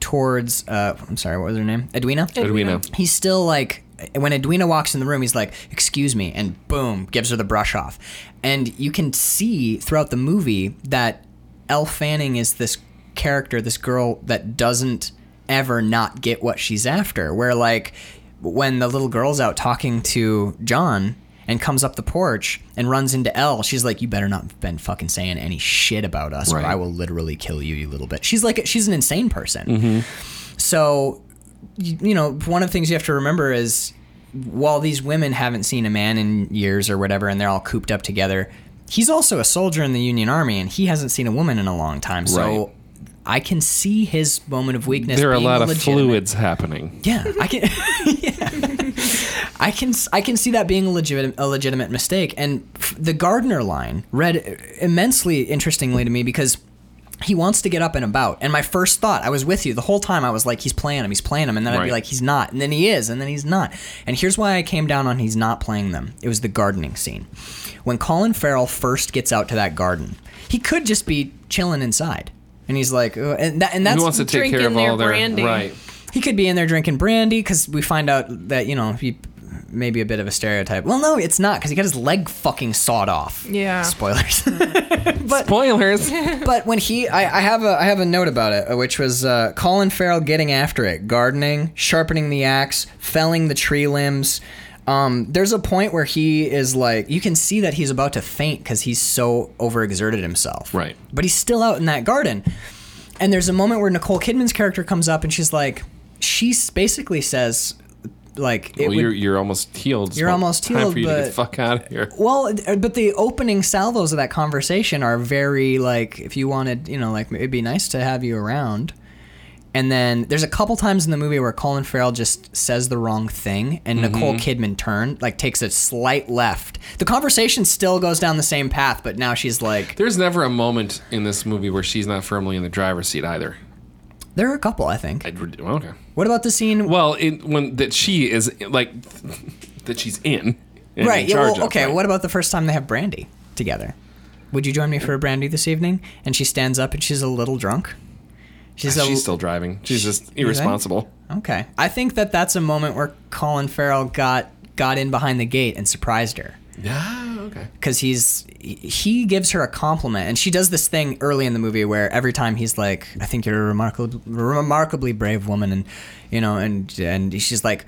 [SPEAKER 2] towards. Uh, I'm sorry, what was her name? Edwina.
[SPEAKER 1] Edwina.
[SPEAKER 2] He's still like when Edwina walks in the room, he's like, "Excuse me," and boom, gives her the brush off. And you can see throughout the movie that Elle Fanning is this character, this girl that doesn't ever not get what she's after. Where like when the little girl's out talking to John. and comes up the porch and runs into Elle. She's like, "You better not have been fucking saying any shit about us,
[SPEAKER 1] Right.
[SPEAKER 2] or I will literally kill you, you little bit." She's like, she's an insane person. So, you, you know, one of the things you have to remember is while these women haven't seen a man in years or whatever, and they're all cooped up together, he's also a soldier in the Union Army, and he hasn't seen a woman in a long time. So.
[SPEAKER 1] Right.
[SPEAKER 2] I can see his moment of weakness.
[SPEAKER 1] There are a
[SPEAKER 2] being
[SPEAKER 1] lot of
[SPEAKER 2] legitimate-
[SPEAKER 1] fluids happening.
[SPEAKER 2] yeah, I can. yeah. I can. I can see that being a legitimate, a legitimate mistake. And f- the Gardner line read immensely interestingly to me because he wants to get up and about. And my first thought, I was with you the whole time. I was like, he's playing him. He's playing him. And then I'd be
[SPEAKER 1] Right.
[SPEAKER 2] like, he's not. And then he is. And then he's not. And here's why I came down on he's not playing them. It was the gardening scene. When Colin Farrell first gets out to that garden, he could just be chilling inside. And he's like, uh, and, that, and that's
[SPEAKER 1] Who wants to take care
[SPEAKER 7] drinking
[SPEAKER 1] of all
[SPEAKER 7] their
[SPEAKER 1] their
[SPEAKER 7] brandy.
[SPEAKER 1] right?
[SPEAKER 2] he could be in there drinking brandy because we find out that you know he may be a bit of a stereotype. Well, no, it's not because he got his leg fucking sawed off.
[SPEAKER 4] Yeah.
[SPEAKER 2] Spoilers.
[SPEAKER 1] Spoilers.
[SPEAKER 2] but when he, I, I have a, I have a note about it, uh, which was uh, Colin Farrell getting after it, gardening, sharpening the axe, felling the tree limbs. Um, there's a point where he is like, you can see that he's about to faint because he's so overexerted himself.
[SPEAKER 1] Right.
[SPEAKER 2] But he's still out in that garden. And there's a moment where Nicole Kidman's character comes up and she's like, she s- basically says, like, it
[SPEAKER 1] well,
[SPEAKER 2] would-
[SPEAKER 1] you're you're almost healed. It's
[SPEAKER 2] You're
[SPEAKER 1] about
[SPEAKER 2] almost
[SPEAKER 1] time
[SPEAKER 2] healed,
[SPEAKER 1] for you to get the
[SPEAKER 2] but-
[SPEAKER 1] fuck out of here.
[SPEAKER 2] well, uh, but the opening salvos of that conversation are very like, if you wanted, you know, like it'd be nice to have you around. And then there's a couple times in the movie where Colin Farrell just says the wrong thing, and Nicole
[SPEAKER 1] Mm-hmm.
[SPEAKER 2] Kidman turn like takes a slight left. The conversation still goes down the same path, but now she's like,
[SPEAKER 1] There's never a moment in this movie where she's not firmly in the driver's seat either.
[SPEAKER 2] there are a couple, I think.
[SPEAKER 1] I'd, re- okay.
[SPEAKER 2] What about the scene?
[SPEAKER 1] Well, it, when that she is like that she's in. and
[SPEAKER 2] right.
[SPEAKER 1] in
[SPEAKER 2] Yeah.
[SPEAKER 1] charge
[SPEAKER 2] Well,
[SPEAKER 1] of,
[SPEAKER 2] okay.
[SPEAKER 1] right?
[SPEAKER 2] What about the first time they have brandy together? Would you join me for a brandy this evening? And she stands up, and she's a little drunk. She's a,
[SPEAKER 1] she's still driving. She's just
[SPEAKER 2] think?
[SPEAKER 1] irresponsible.
[SPEAKER 2] Okay. I think that that's a moment where Colin Farrell got got in behind the gate and surprised her
[SPEAKER 1] Yeah. Okay.
[SPEAKER 2] because he's he gives her a compliment and she does this thing early in the movie where every time he's like i think you're a remarkably remarkably brave woman and you know and and she's like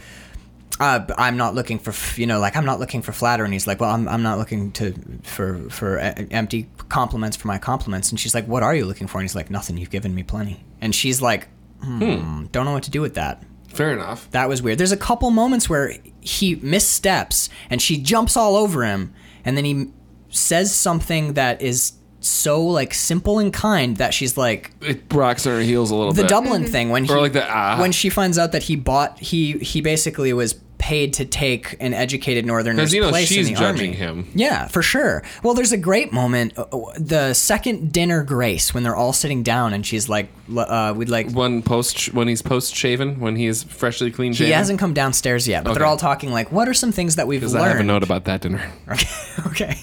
[SPEAKER 2] uh, b- I'm not looking for, f- you know, like I'm not looking for flattery. And he's like, well, I'm, I'm not looking to for for uh, empty compliments for my compliments. And she's like, what are you looking for? And he's like, nothing. You've given me plenty. And she's like, hmm. don't know what to do with that.
[SPEAKER 1] Fair enough.
[SPEAKER 2] That was weird. There's a couple moments where he missteps and she jumps all over him, and then he says something that is so like simple and kind that she's like
[SPEAKER 1] It rocks on her heels a little
[SPEAKER 2] the
[SPEAKER 1] bit.
[SPEAKER 2] Dublin thing when he,
[SPEAKER 1] Or like the, ah.
[SPEAKER 2] when she finds out that he bought he he basically was paid to take an educated northerner's
[SPEAKER 1] Because you know
[SPEAKER 2] place
[SPEAKER 1] she's
[SPEAKER 2] in the
[SPEAKER 1] judging
[SPEAKER 2] army.
[SPEAKER 1] him.
[SPEAKER 2] Yeah, for sure. Well, there's a great moment, uh, uh, the second dinner grace when they're all sitting down and she's like, l- uh, "We'd like
[SPEAKER 1] When post when he's post shaven, when he is freshly clean shaven.
[SPEAKER 2] He hasn't come downstairs yet, but they're
[SPEAKER 1] Okay.
[SPEAKER 2] all talking like, "What are some things that we've
[SPEAKER 1] Because I have a
[SPEAKER 2] learned?"
[SPEAKER 1] note about that dinner.
[SPEAKER 2] okay.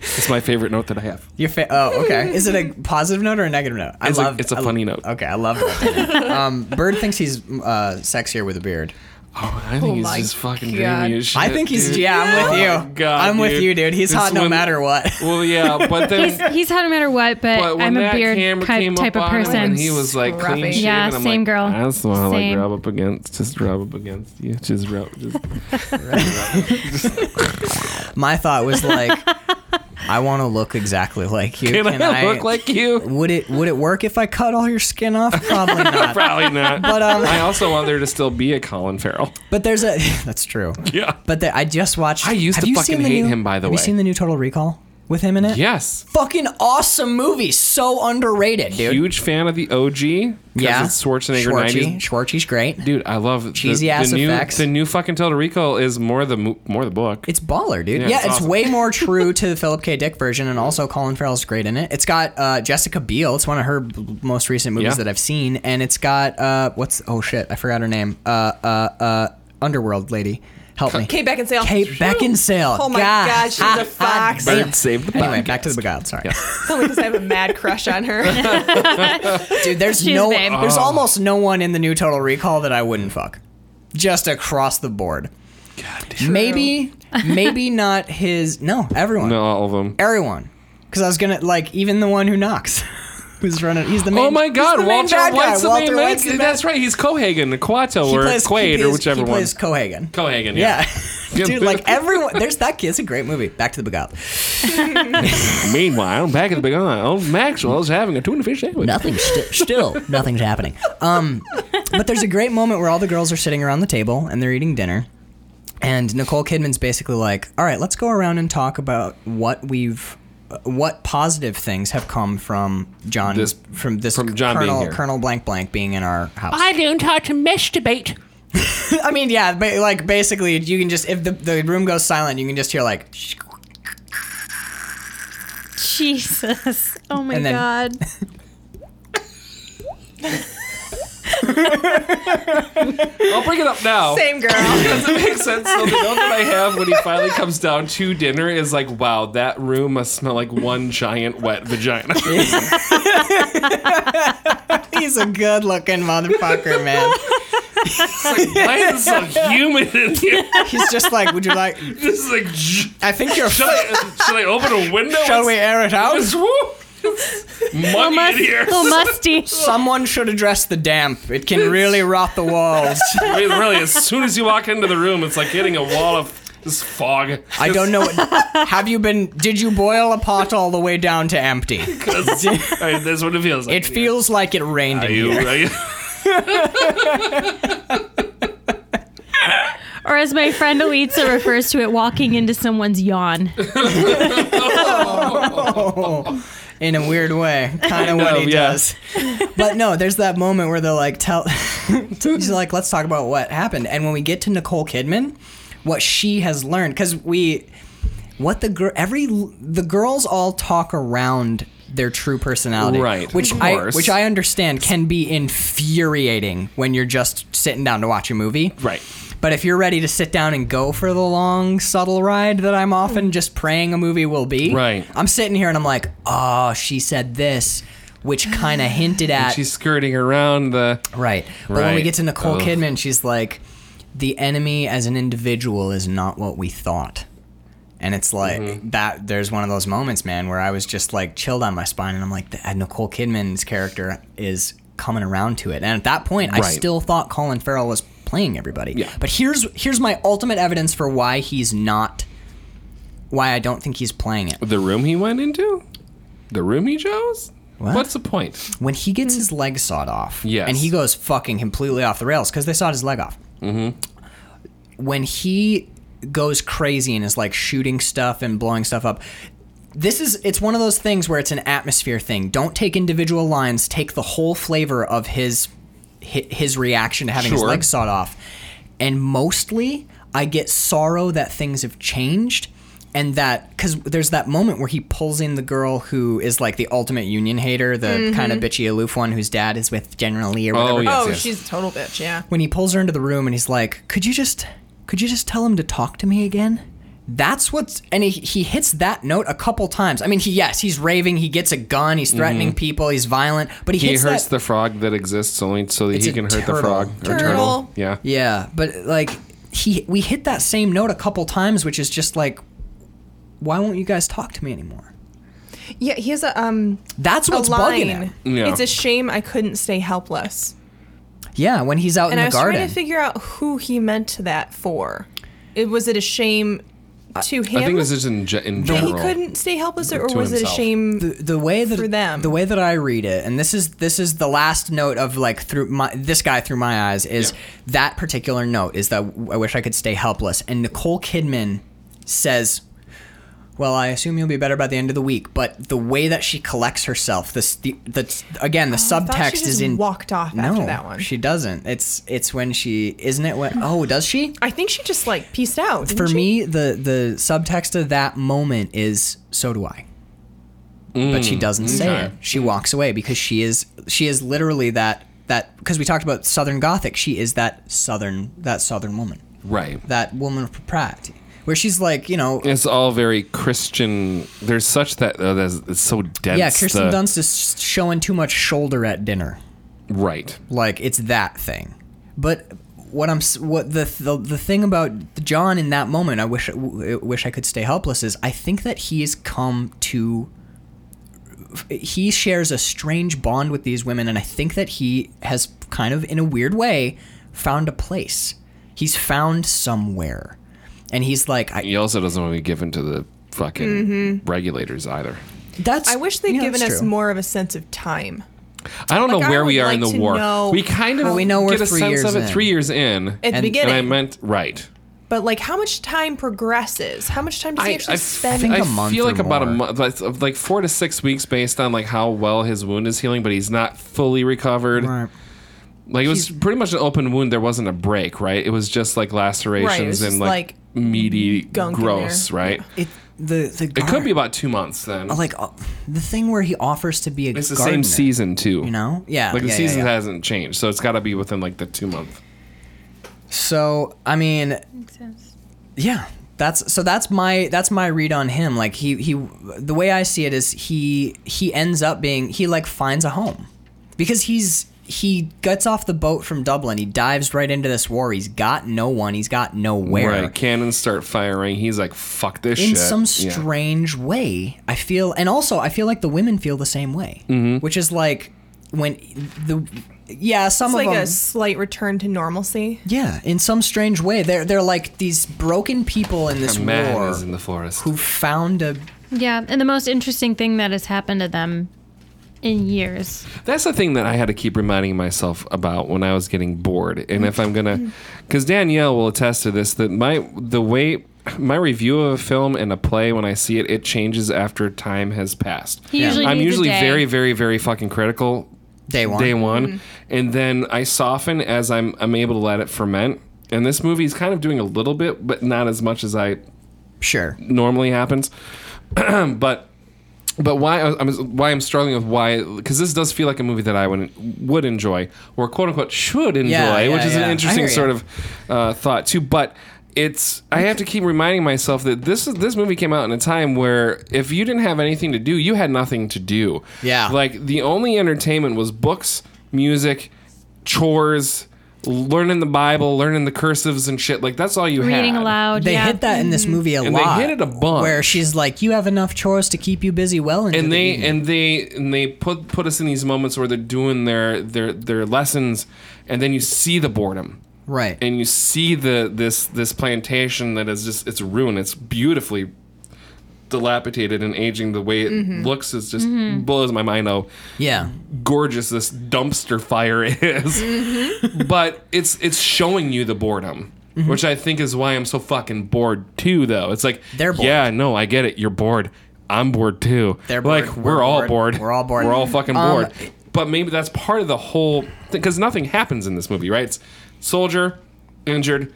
[SPEAKER 1] It's my favorite note that I have.
[SPEAKER 2] Your fa- oh, okay. Is it a positive note or a negative note? I
[SPEAKER 1] It's a-
[SPEAKER 2] love.
[SPEAKER 1] it's a
[SPEAKER 2] I-
[SPEAKER 1] funny note.
[SPEAKER 2] Okay, I love that. um, Bird thinks he's uh, sexier with a beard.
[SPEAKER 1] Oh, I think he's
[SPEAKER 4] my
[SPEAKER 1] just fucking
[SPEAKER 4] God.
[SPEAKER 1] dreamy as shit.
[SPEAKER 2] I think he's.
[SPEAKER 1] Uh, dude. Oh
[SPEAKER 2] Yeah, I'm with you.
[SPEAKER 1] God,
[SPEAKER 2] I'm with
[SPEAKER 1] dude.
[SPEAKER 2] you, dude. He's
[SPEAKER 1] This
[SPEAKER 2] hot no
[SPEAKER 1] one-
[SPEAKER 2] matter what.
[SPEAKER 1] Well, yeah, but
[SPEAKER 6] He's,
[SPEAKER 1] then.
[SPEAKER 6] he's hot no matter what, but,
[SPEAKER 1] But when
[SPEAKER 6] I'm a
[SPEAKER 1] that
[SPEAKER 6] beard
[SPEAKER 1] camera
[SPEAKER 6] type,
[SPEAKER 1] came
[SPEAKER 6] type
[SPEAKER 1] up
[SPEAKER 6] of
[SPEAKER 1] on him
[SPEAKER 6] person.
[SPEAKER 1] and he was like
[SPEAKER 4] Rubbing.
[SPEAKER 1] clean shaven,
[SPEAKER 6] Yeah,
[SPEAKER 1] I'm
[SPEAKER 6] same
[SPEAKER 1] like,
[SPEAKER 6] girl.
[SPEAKER 1] I just want to like
[SPEAKER 6] Same.
[SPEAKER 1] rub up against, just rub up against you, just rub, just
[SPEAKER 2] My thought was like, I want to look exactly like you.
[SPEAKER 1] Can I look like you?
[SPEAKER 2] Would it Would it work if I cut all your skin off? Probably not.
[SPEAKER 1] Probably not.
[SPEAKER 2] But, um-
[SPEAKER 1] I also want there to still be a Colin Farrell.
[SPEAKER 2] But there's a that's true.
[SPEAKER 1] Yeah.
[SPEAKER 2] But the, I just watched.
[SPEAKER 1] I used
[SPEAKER 2] have
[SPEAKER 1] to
[SPEAKER 2] you
[SPEAKER 1] fucking
[SPEAKER 2] seen the
[SPEAKER 1] hate
[SPEAKER 2] new-
[SPEAKER 1] him, by the
[SPEAKER 2] have
[SPEAKER 1] way.
[SPEAKER 2] you seen the new Total Recall with him in it?
[SPEAKER 1] Yes.
[SPEAKER 2] Fucking awesome movie. So underrated, dude.
[SPEAKER 1] Huge fan of the OG. 'cause
[SPEAKER 2] yeah.
[SPEAKER 1] It's Schwarzenegger
[SPEAKER 2] Schwarchy.
[SPEAKER 1] 90s.
[SPEAKER 2] Schwarchy's great.
[SPEAKER 1] Dude, I love
[SPEAKER 2] Cheesy
[SPEAKER 1] the,
[SPEAKER 2] ass
[SPEAKER 1] the new,
[SPEAKER 2] effects.
[SPEAKER 1] The new fucking Total Recall is more the mo- more the book.
[SPEAKER 2] It's baller, dude.
[SPEAKER 1] Yeah,
[SPEAKER 2] Yeah,
[SPEAKER 1] it's
[SPEAKER 2] it's,
[SPEAKER 1] awesome.
[SPEAKER 2] way more true to the Philip K. Dick version, and also Colin Farrell's great in it. It's got uh, Jessica Biel. It's one of her b- most recent movies
[SPEAKER 1] Yeah.
[SPEAKER 2] that I've seen, and it's got uh, what's oh shit, I forgot her name. Uh, uh, uh, Underworld lady, help me.
[SPEAKER 4] Kate Beckinsale.
[SPEAKER 2] Kate Beckinsale.
[SPEAKER 4] Oh my
[SPEAKER 2] God,
[SPEAKER 4] God, she's a fox.
[SPEAKER 1] Bird
[SPEAKER 2] damn.
[SPEAKER 1] saved the
[SPEAKER 2] Anyway,
[SPEAKER 1] podcast.
[SPEAKER 2] back to the beguiled. Sorry,
[SPEAKER 4] It's only because I have a mad crush on her.
[SPEAKER 2] dude. There's
[SPEAKER 6] She's
[SPEAKER 2] no,
[SPEAKER 6] a babe.
[SPEAKER 1] Oh.
[SPEAKER 2] there's almost no one in the new Total Recall that I wouldn't fuck. Just across the board. Maybe, maybe not his. No, everyone.
[SPEAKER 1] no, all of them.
[SPEAKER 2] everyone. Because I was gonna like even the one who knocks, who's running. He's the main.
[SPEAKER 1] Oh my
[SPEAKER 2] he's
[SPEAKER 1] God,
[SPEAKER 2] the main
[SPEAKER 1] Walter
[SPEAKER 2] bad guy.
[SPEAKER 1] White's the main
[SPEAKER 2] Walter White's
[SPEAKER 1] man.
[SPEAKER 2] the bad-
[SPEAKER 1] That's right. He's Cohagen, the Quato
[SPEAKER 2] He
[SPEAKER 1] or
[SPEAKER 2] plays- he
[SPEAKER 1] Quaid or
[SPEAKER 2] plays-
[SPEAKER 1] whichever
[SPEAKER 2] he
[SPEAKER 1] one.
[SPEAKER 2] plays Cohagen.
[SPEAKER 1] Cohagen, yeah.
[SPEAKER 2] Yeah. Dude, like everyone, there's that kid. It's a great movie. Back to the Beguiled.
[SPEAKER 1] Meanwhile, back at the big island, old Maxwell's having a tuna fish sandwich.
[SPEAKER 2] Nothing. St- still, nothing's happening. Um, but there's a great moment where all the girls are sitting around the table and they're eating dinner, and Nicole Kidman's basically like, "All right, let's go around and talk about what we've." uh, What positive things have come from John?
[SPEAKER 1] This-
[SPEAKER 2] from this
[SPEAKER 1] from John being
[SPEAKER 2] Colonel,
[SPEAKER 1] here.
[SPEAKER 2] Colonel Blank Blank being in our house.
[SPEAKER 7] I learned how to masturbate.
[SPEAKER 2] I mean, yeah, but like basically, you can just if the, the room goes silent, you can just hear like, "Shh,"
[SPEAKER 6] Jesus. Oh my
[SPEAKER 2] And then-
[SPEAKER 6] god.
[SPEAKER 1] I'll bring it up now.
[SPEAKER 4] Same girl.
[SPEAKER 1] Does it make sense? So the note that I have when he finally comes down to dinner is like, wow, that room must smell like one giant wet vagina.
[SPEAKER 2] "He's a good looking motherfucker, man."
[SPEAKER 1] Why is it so humid in here?
[SPEAKER 2] He's just like, "Would you like?"
[SPEAKER 1] This is like, sh-
[SPEAKER 2] I think you're.
[SPEAKER 1] should I, should I open a window?
[SPEAKER 2] Shall we air it out?
[SPEAKER 1] It's, woo, it's muddy in here.
[SPEAKER 6] So musty.
[SPEAKER 2] Someone should address the damp. It can really rot the walls.
[SPEAKER 1] I mean, really, as soon as you walk into the room, it's like hitting a wall of this fog.
[SPEAKER 2] I don't know. What, have you been? Did you boil a pot all the way down to empty?
[SPEAKER 1] That's, I mean, that's what it feels like.
[SPEAKER 2] It feels like it rained.
[SPEAKER 1] Are
[SPEAKER 2] in
[SPEAKER 1] you,
[SPEAKER 2] here.
[SPEAKER 1] are you,
[SPEAKER 6] Or as my friend Elitza refers to it, walking into someone's yawn.
[SPEAKER 2] in a weird way, kind of
[SPEAKER 1] Kind
[SPEAKER 2] what
[SPEAKER 1] of,
[SPEAKER 2] he
[SPEAKER 1] yeah.
[SPEAKER 2] does. But no, there's that moment where they're like, tell, she's like, let's talk about what happened. And when we get to Nicole Kidman, what she has learned, because we, what the girl, every the girls all talk around their true personality,
[SPEAKER 1] Right,
[SPEAKER 2] Which
[SPEAKER 1] of
[SPEAKER 2] I,
[SPEAKER 1] course.
[SPEAKER 2] which I understand can be infuriating when you're just sitting down to watch a movie,
[SPEAKER 1] Right.
[SPEAKER 2] But if you're ready to sit down and go for the long, subtle ride that I'm often just praying a movie will be,
[SPEAKER 1] Right.
[SPEAKER 2] I'm sitting here and I'm like, oh, she said this, which kind of hinted at.
[SPEAKER 1] she's skirting around the.
[SPEAKER 2] right. But when we
[SPEAKER 1] Right.
[SPEAKER 2] get to Nicole
[SPEAKER 1] Ugh.
[SPEAKER 2] Kidman, she's like, the enemy as an individual is not what we thought. And it's like
[SPEAKER 1] Mm-hmm.
[SPEAKER 2] that. There's one of those moments, man, where I was just like chilled on my spine, and I'm like, "Th- Nicole Kidman's character is coming around to it. And at that point, I
[SPEAKER 1] Right.
[SPEAKER 2] still thought Colin Farrell was playing everybody.
[SPEAKER 1] Yeah.
[SPEAKER 2] But here's here's my ultimate evidence for why he's not, why I don't think he's playing it.
[SPEAKER 1] The room he went into? The room he chose?
[SPEAKER 2] What?
[SPEAKER 1] What's the point?
[SPEAKER 2] when he gets his leg sawed off,
[SPEAKER 1] Hmm. Yes.
[SPEAKER 2] and he goes fucking completely off the rails because they sawed his leg off. Mm-hmm. When he goes crazy and is like shooting stuff and blowing stuff up, this is it's one of those things where it's an atmosphere thing. Don't take individual lines, take the whole flavor of his hi- his reaction to having his
[SPEAKER 1] Sure.
[SPEAKER 2] leg sawed off. And mostly, I get sorrow that things have changed. And that, because there's that moment where he pulls in the girl who is like the ultimate union hater, the kind of bitchy, aloof one whose dad is with General Lee or
[SPEAKER 1] Oh,
[SPEAKER 2] whatever.
[SPEAKER 1] yeah.
[SPEAKER 4] Oh,
[SPEAKER 1] yes.
[SPEAKER 4] she's a total bitch. Yeah.
[SPEAKER 2] When he pulls her into the room and he's like, "Could you just, could you just tell him to talk to me again?" That's what's, and he, he hits that note a couple times. I mean, he yes, he's raving, he gets a gun, he's threatening people, he's violent, but he,
[SPEAKER 1] Mm-hmm. He
[SPEAKER 2] hits
[SPEAKER 1] hurts
[SPEAKER 2] that,
[SPEAKER 1] the frog that exists only so that
[SPEAKER 2] It's
[SPEAKER 1] he
[SPEAKER 2] a
[SPEAKER 1] can hurt
[SPEAKER 2] turtle.
[SPEAKER 1] the frog. Or
[SPEAKER 4] Turtle.
[SPEAKER 1] turtle. Yeah.
[SPEAKER 2] Yeah, but like he we hit that same note a couple times, which is just like, why won't you guys talk to me anymore?
[SPEAKER 4] Yeah. He has a um
[SPEAKER 2] That's
[SPEAKER 4] a
[SPEAKER 2] what's bugging
[SPEAKER 4] line.
[SPEAKER 2] him.
[SPEAKER 1] Yeah.
[SPEAKER 4] It's a shame I couldn't stay helpless.
[SPEAKER 2] Yeah, when he's out in
[SPEAKER 4] And I
[SPEAKER 2] the
[SPEAKER 4] was
[SPEAKER 2] garden.
[SPEAKER 4] trying to figure out who he meant that for. It was it a shame to him
[SPEAKER 1] I think this is in, ge- in
[SPEAKER 4] that
[SPEAKER 1] general.
[SPEAKER 4] he couldn't stay helpless, or, or
[SPEAKER 1] to
[SPEAKER 4] was it a
[SPEAKER 1] himself.
[SPEAKER 4] shame?
[SPEAKER 2] the, the way that
[SPEAKER 4] For them.
[SPEAKER 2] the way that I read it, and this is this is the last note of like through my this guy through my eyes is that particular note is that I wish I could stay helpless. And Nicole Kidman says, "Well, I assume you'll be better by the end of the week." But the way that she collects herself, this the, the again the
[SPEAKER 4] Oh, thought she
[SPEAKER 2] subtext is
[SPEAKER 4] just
[SPEAKER 2] in
[SPEAKER 4] walked off
[SPEAKER 2] no,
[SPEAKER 4] after that one.
[SPEAKER 2] She doesn't. It's it's when she isn't it when oh does she
[SPEAKER 4] I think she just like pieced out. didn't
[SPEAKER 2] for
[SPEAKER 4] she?
[SPEAKER 2] me the the subtext of that moment is so do i but she doesn't say
[SPEAKER 1] Mm, okay.
[SPEAKER 2] it she walks away because she is she is literally that that because we talked about southern gothic she is that southern that southern woman
[SPEAKER 1] Right.
[SPEAKER 2] that woman of propriety where she's like you know
[SPEAKER 1] It's all very Christian. There's such that uh, that's, it's so dense.
[SPEAKER 2] yeah kirsten
[SPEAKER 1] the-
[SPEAKER 2] dunst is showing too much shoulder at dinner
[SPEAKER 1] Right.
[SPEAKER 2] like it's that thing but what i'm s- what the the, the thing about john in that moment i wish w- wish i could stay helpless is i think that he's come to he shares a strange bond with these women and i think that he has kind of in a weird way found a place he's found somewhere and he's like, I,
[SPEAKER 1] He also doesn't want to be given to the fucking
[SPEAKER 2] Mm-hmm.
[SPEAKER 1] regulators either.
[SPEAKER 2] "That's."
[SPEAKER 4] I wish they'd
[SPEAKER 2] yeah,
[SPEAKER 4] given
[SPEAKER 2] that's
[SPEAKER 4] us
[SPEAKER 2] true.
[SPEAKER 4] more of a sense of time.
[SPEAKER 1] I don't
[SPEAKER 4] Like,
[SPEAKER 1] know
[SPEAKER 4] I
[SPEAKER 1] where
[SPEAKER 4] would
[SPEAKER 1] we are
[SPEAKER 4] like
[SPEAKER 1] in the
[SPEAKER 4] to
[SPEAKER 1] war.
[SPEAKER 4] know-
[SPEAKER 1] We kind of
[SPEAKER 2] Well, we know we're
[SPEAKER 1] get a
[SPEAKER 2] three
[SPEAKER 1] sense
[SPEAKER 2] years
[SPEAKER 1] of it
[SPEAKER 2] in.
[SPEAKER 1] three years in.
[SPEAKER 4] At the
[SPEAKER 2] And-
[SPEAKER 1] and
[SPEAKER 4] beginning.
[SPEAKER 1] I meant right.
[SPEAKER 4] but like how much time progresses? How much time does he actually spend?
[SPEAKER 2] think
[SPEAKER 1] I
[SPEAKER 2] a month
[SPEAKER 1] feel
[SPEAKER 2] or
[SPEAKER 1] like about a
[SPEAKER 2] more.
[SPEAKER 1] month, like, of, like four to six weeks, based on like how well his wound is healing, but he's not fully recovered.
[SPEAKER 2] Right.
[SPEAKER 1] Like it was pretty much an open wound. There wasn't a break, right? It was just like lacerations
[SPEAKER 4] Right, it was
[SPEAKER 1] and
[SPEAKER 4] just,
[SPEAKER 1] like, meaty,
[SPEAKER 4] gunk in
[SPEAKER 1] gross, right?
[SPEAKER 2] It the the
[SPEAKER 1] It could be
[SPEAKER 2] gar-
[SPEAKER 1] about two months then.
[SPEAKER 2] like uh, the thing where he offers to be a
[SPEAKER 1] it's the
[SPEAKER 2] gardener,
[SPEAKER 1] same season too.
[SPEAKER 2] You know? Yeah.
[SPEAKER 1] like the
[SPEAKER 2] yeah, yeah,
[SPEAKER 1] season
[SPEAKER 2] yeah.
[SPEAKER 1] hasn't changed, so it's got to be within like the two month.
[SPEAKER 2] So I mean,
[SPEAKER 6] Makes sense.
[SPEAKER 2] yeah that's so that's my that's my read on him like he he the way i see it is he he ends up being he like finds a home because he's he gets off the boat from dublin he dives right into this war he's got no one he's got nowhere
[SPEAKER 1] Right, cannons start firing. He's like, "Fuck this
[SPEAKER 2] in
[SPEAKER 1] shit."
[SPEAKER 2] some
[SPEAKER 1] Yeah.
[SPEAKER 2] strange way i feel and also i feel like the women feel the same way
[SPEAKER 1] Mm-hmm.
[SPEAKER 2] which is like when the yeah some
[SPEAKER 4] It's
[SPEAKER 2] of
[SPEAKER 4] like
[SPEAKER 2] them
[SPEAKER 4] a slight return to normalcy.
[SPEAKER 2] yeah in some strange way they're they're like these broken people in this
[SPEAKER 1] A man
[SPEAKER 2] war
[SPEAKER 1] is in the forest.
[SPEAKER 2] who found a
[SPEAKER 6] Yeah, and the most interesting thing that has happened to them in years.
[SPEAKER 1] That's the thing that I had to keep reminding myself about when I was getting bored. And if I'm
[SPEAKER 2] Mm.
[SPEAKER 1] gonna, because Danielle will attest to this, that my the way my review of a film and a play when I see it, it changes after time has passed.
[SPEAKER 6] He usually
[SPEAKER 1] I'm
[SPEAKER 6] needs a
[SPEAKER 1] usually
[SPEAKER 6] day. Mm-hmm.
[SPEAKER 1] very, very, very fucking critical
[SPEAKER 2] Day one.
[SPEAKER 1] day one, and then I soften as I'm I'm able to let it ferment. And this movie is kind of doing a little bit, but not as much as I
[SPEAKER 2] Sure.
[SPEAKER 1] normally happens. but but why I was- why I'm struggling with why because this does feel like a movie that I would would enjoy or quote unquote should enjoy,
[SPEAKER 2] yeah,
[SPEAKER 1] which is
[SPEAKER 2] yeah. I
[SPEAKER 1] an interesting
[SPEAKER 2] hear ya.
[SPEAKER 1] sort of uh, thought too. But it's I have to keep reminding myself that this is this movie came out in a time where if you didn't have anything to do, you had nothing to do.
[SPEAKER 2] Yeah.
[SPEAKER 1] like the only entertainment was books, music, chores. Learning the Bible, learning the cursives and shit like that's all you had.
[SPEAKER 6] Reading aloud.
[SPEAKER 2] They
[SPEAKER 6] Oh, yeah.
[SPEAKER 2] hit that in this movie a
[SPEAKER 1] And they
[SPEAKER 2] lot.
[SPEAKER 1] hit it a bunch.
[SPEAKER 2] Where she's like, "You have enough chores to keep you busy well into
[SPEAKER 1] and
[SPEAKER 2] the e-"
[SPEAKER 1] they
[SPEAKER 2] evening."
[SPEAKER 1] and they and they put put us in these moments where they're doing their their their lessons and then you see the boredom
[SPEAKER 2] right.
[SPEAKER 1] and you see the this this plantation that is just it's ruined it's beautifully dilapidated and aging the way it looks is just blows my mind how
[SPEAKER 2] yeah,
[SPEAKER 1] gorgeous this dumpster fire is but it's it's showing you the boredom which i think is why i'm so fucking bored too though it's like
[SPEAKER 2] They're bored.
[SPEAKER 1] yeah no i get it you're bored i'm bored too
[SPEAKER 2] They're
[SPEAKER 1] like
[SPEAKER 2] bored.
[SPEAKER 1] we're,
[SPEAKER 2] We're
[SPEAKER 1] all
[SPEAKER 2] bored.
[SPEAKER 1] bored.
[SPEAKER 2] We're all bored. Um,
[SPEAKER 1] we're all fucking bored but maybe that's part of the whole because nothing happens in this movie right it's soldier injured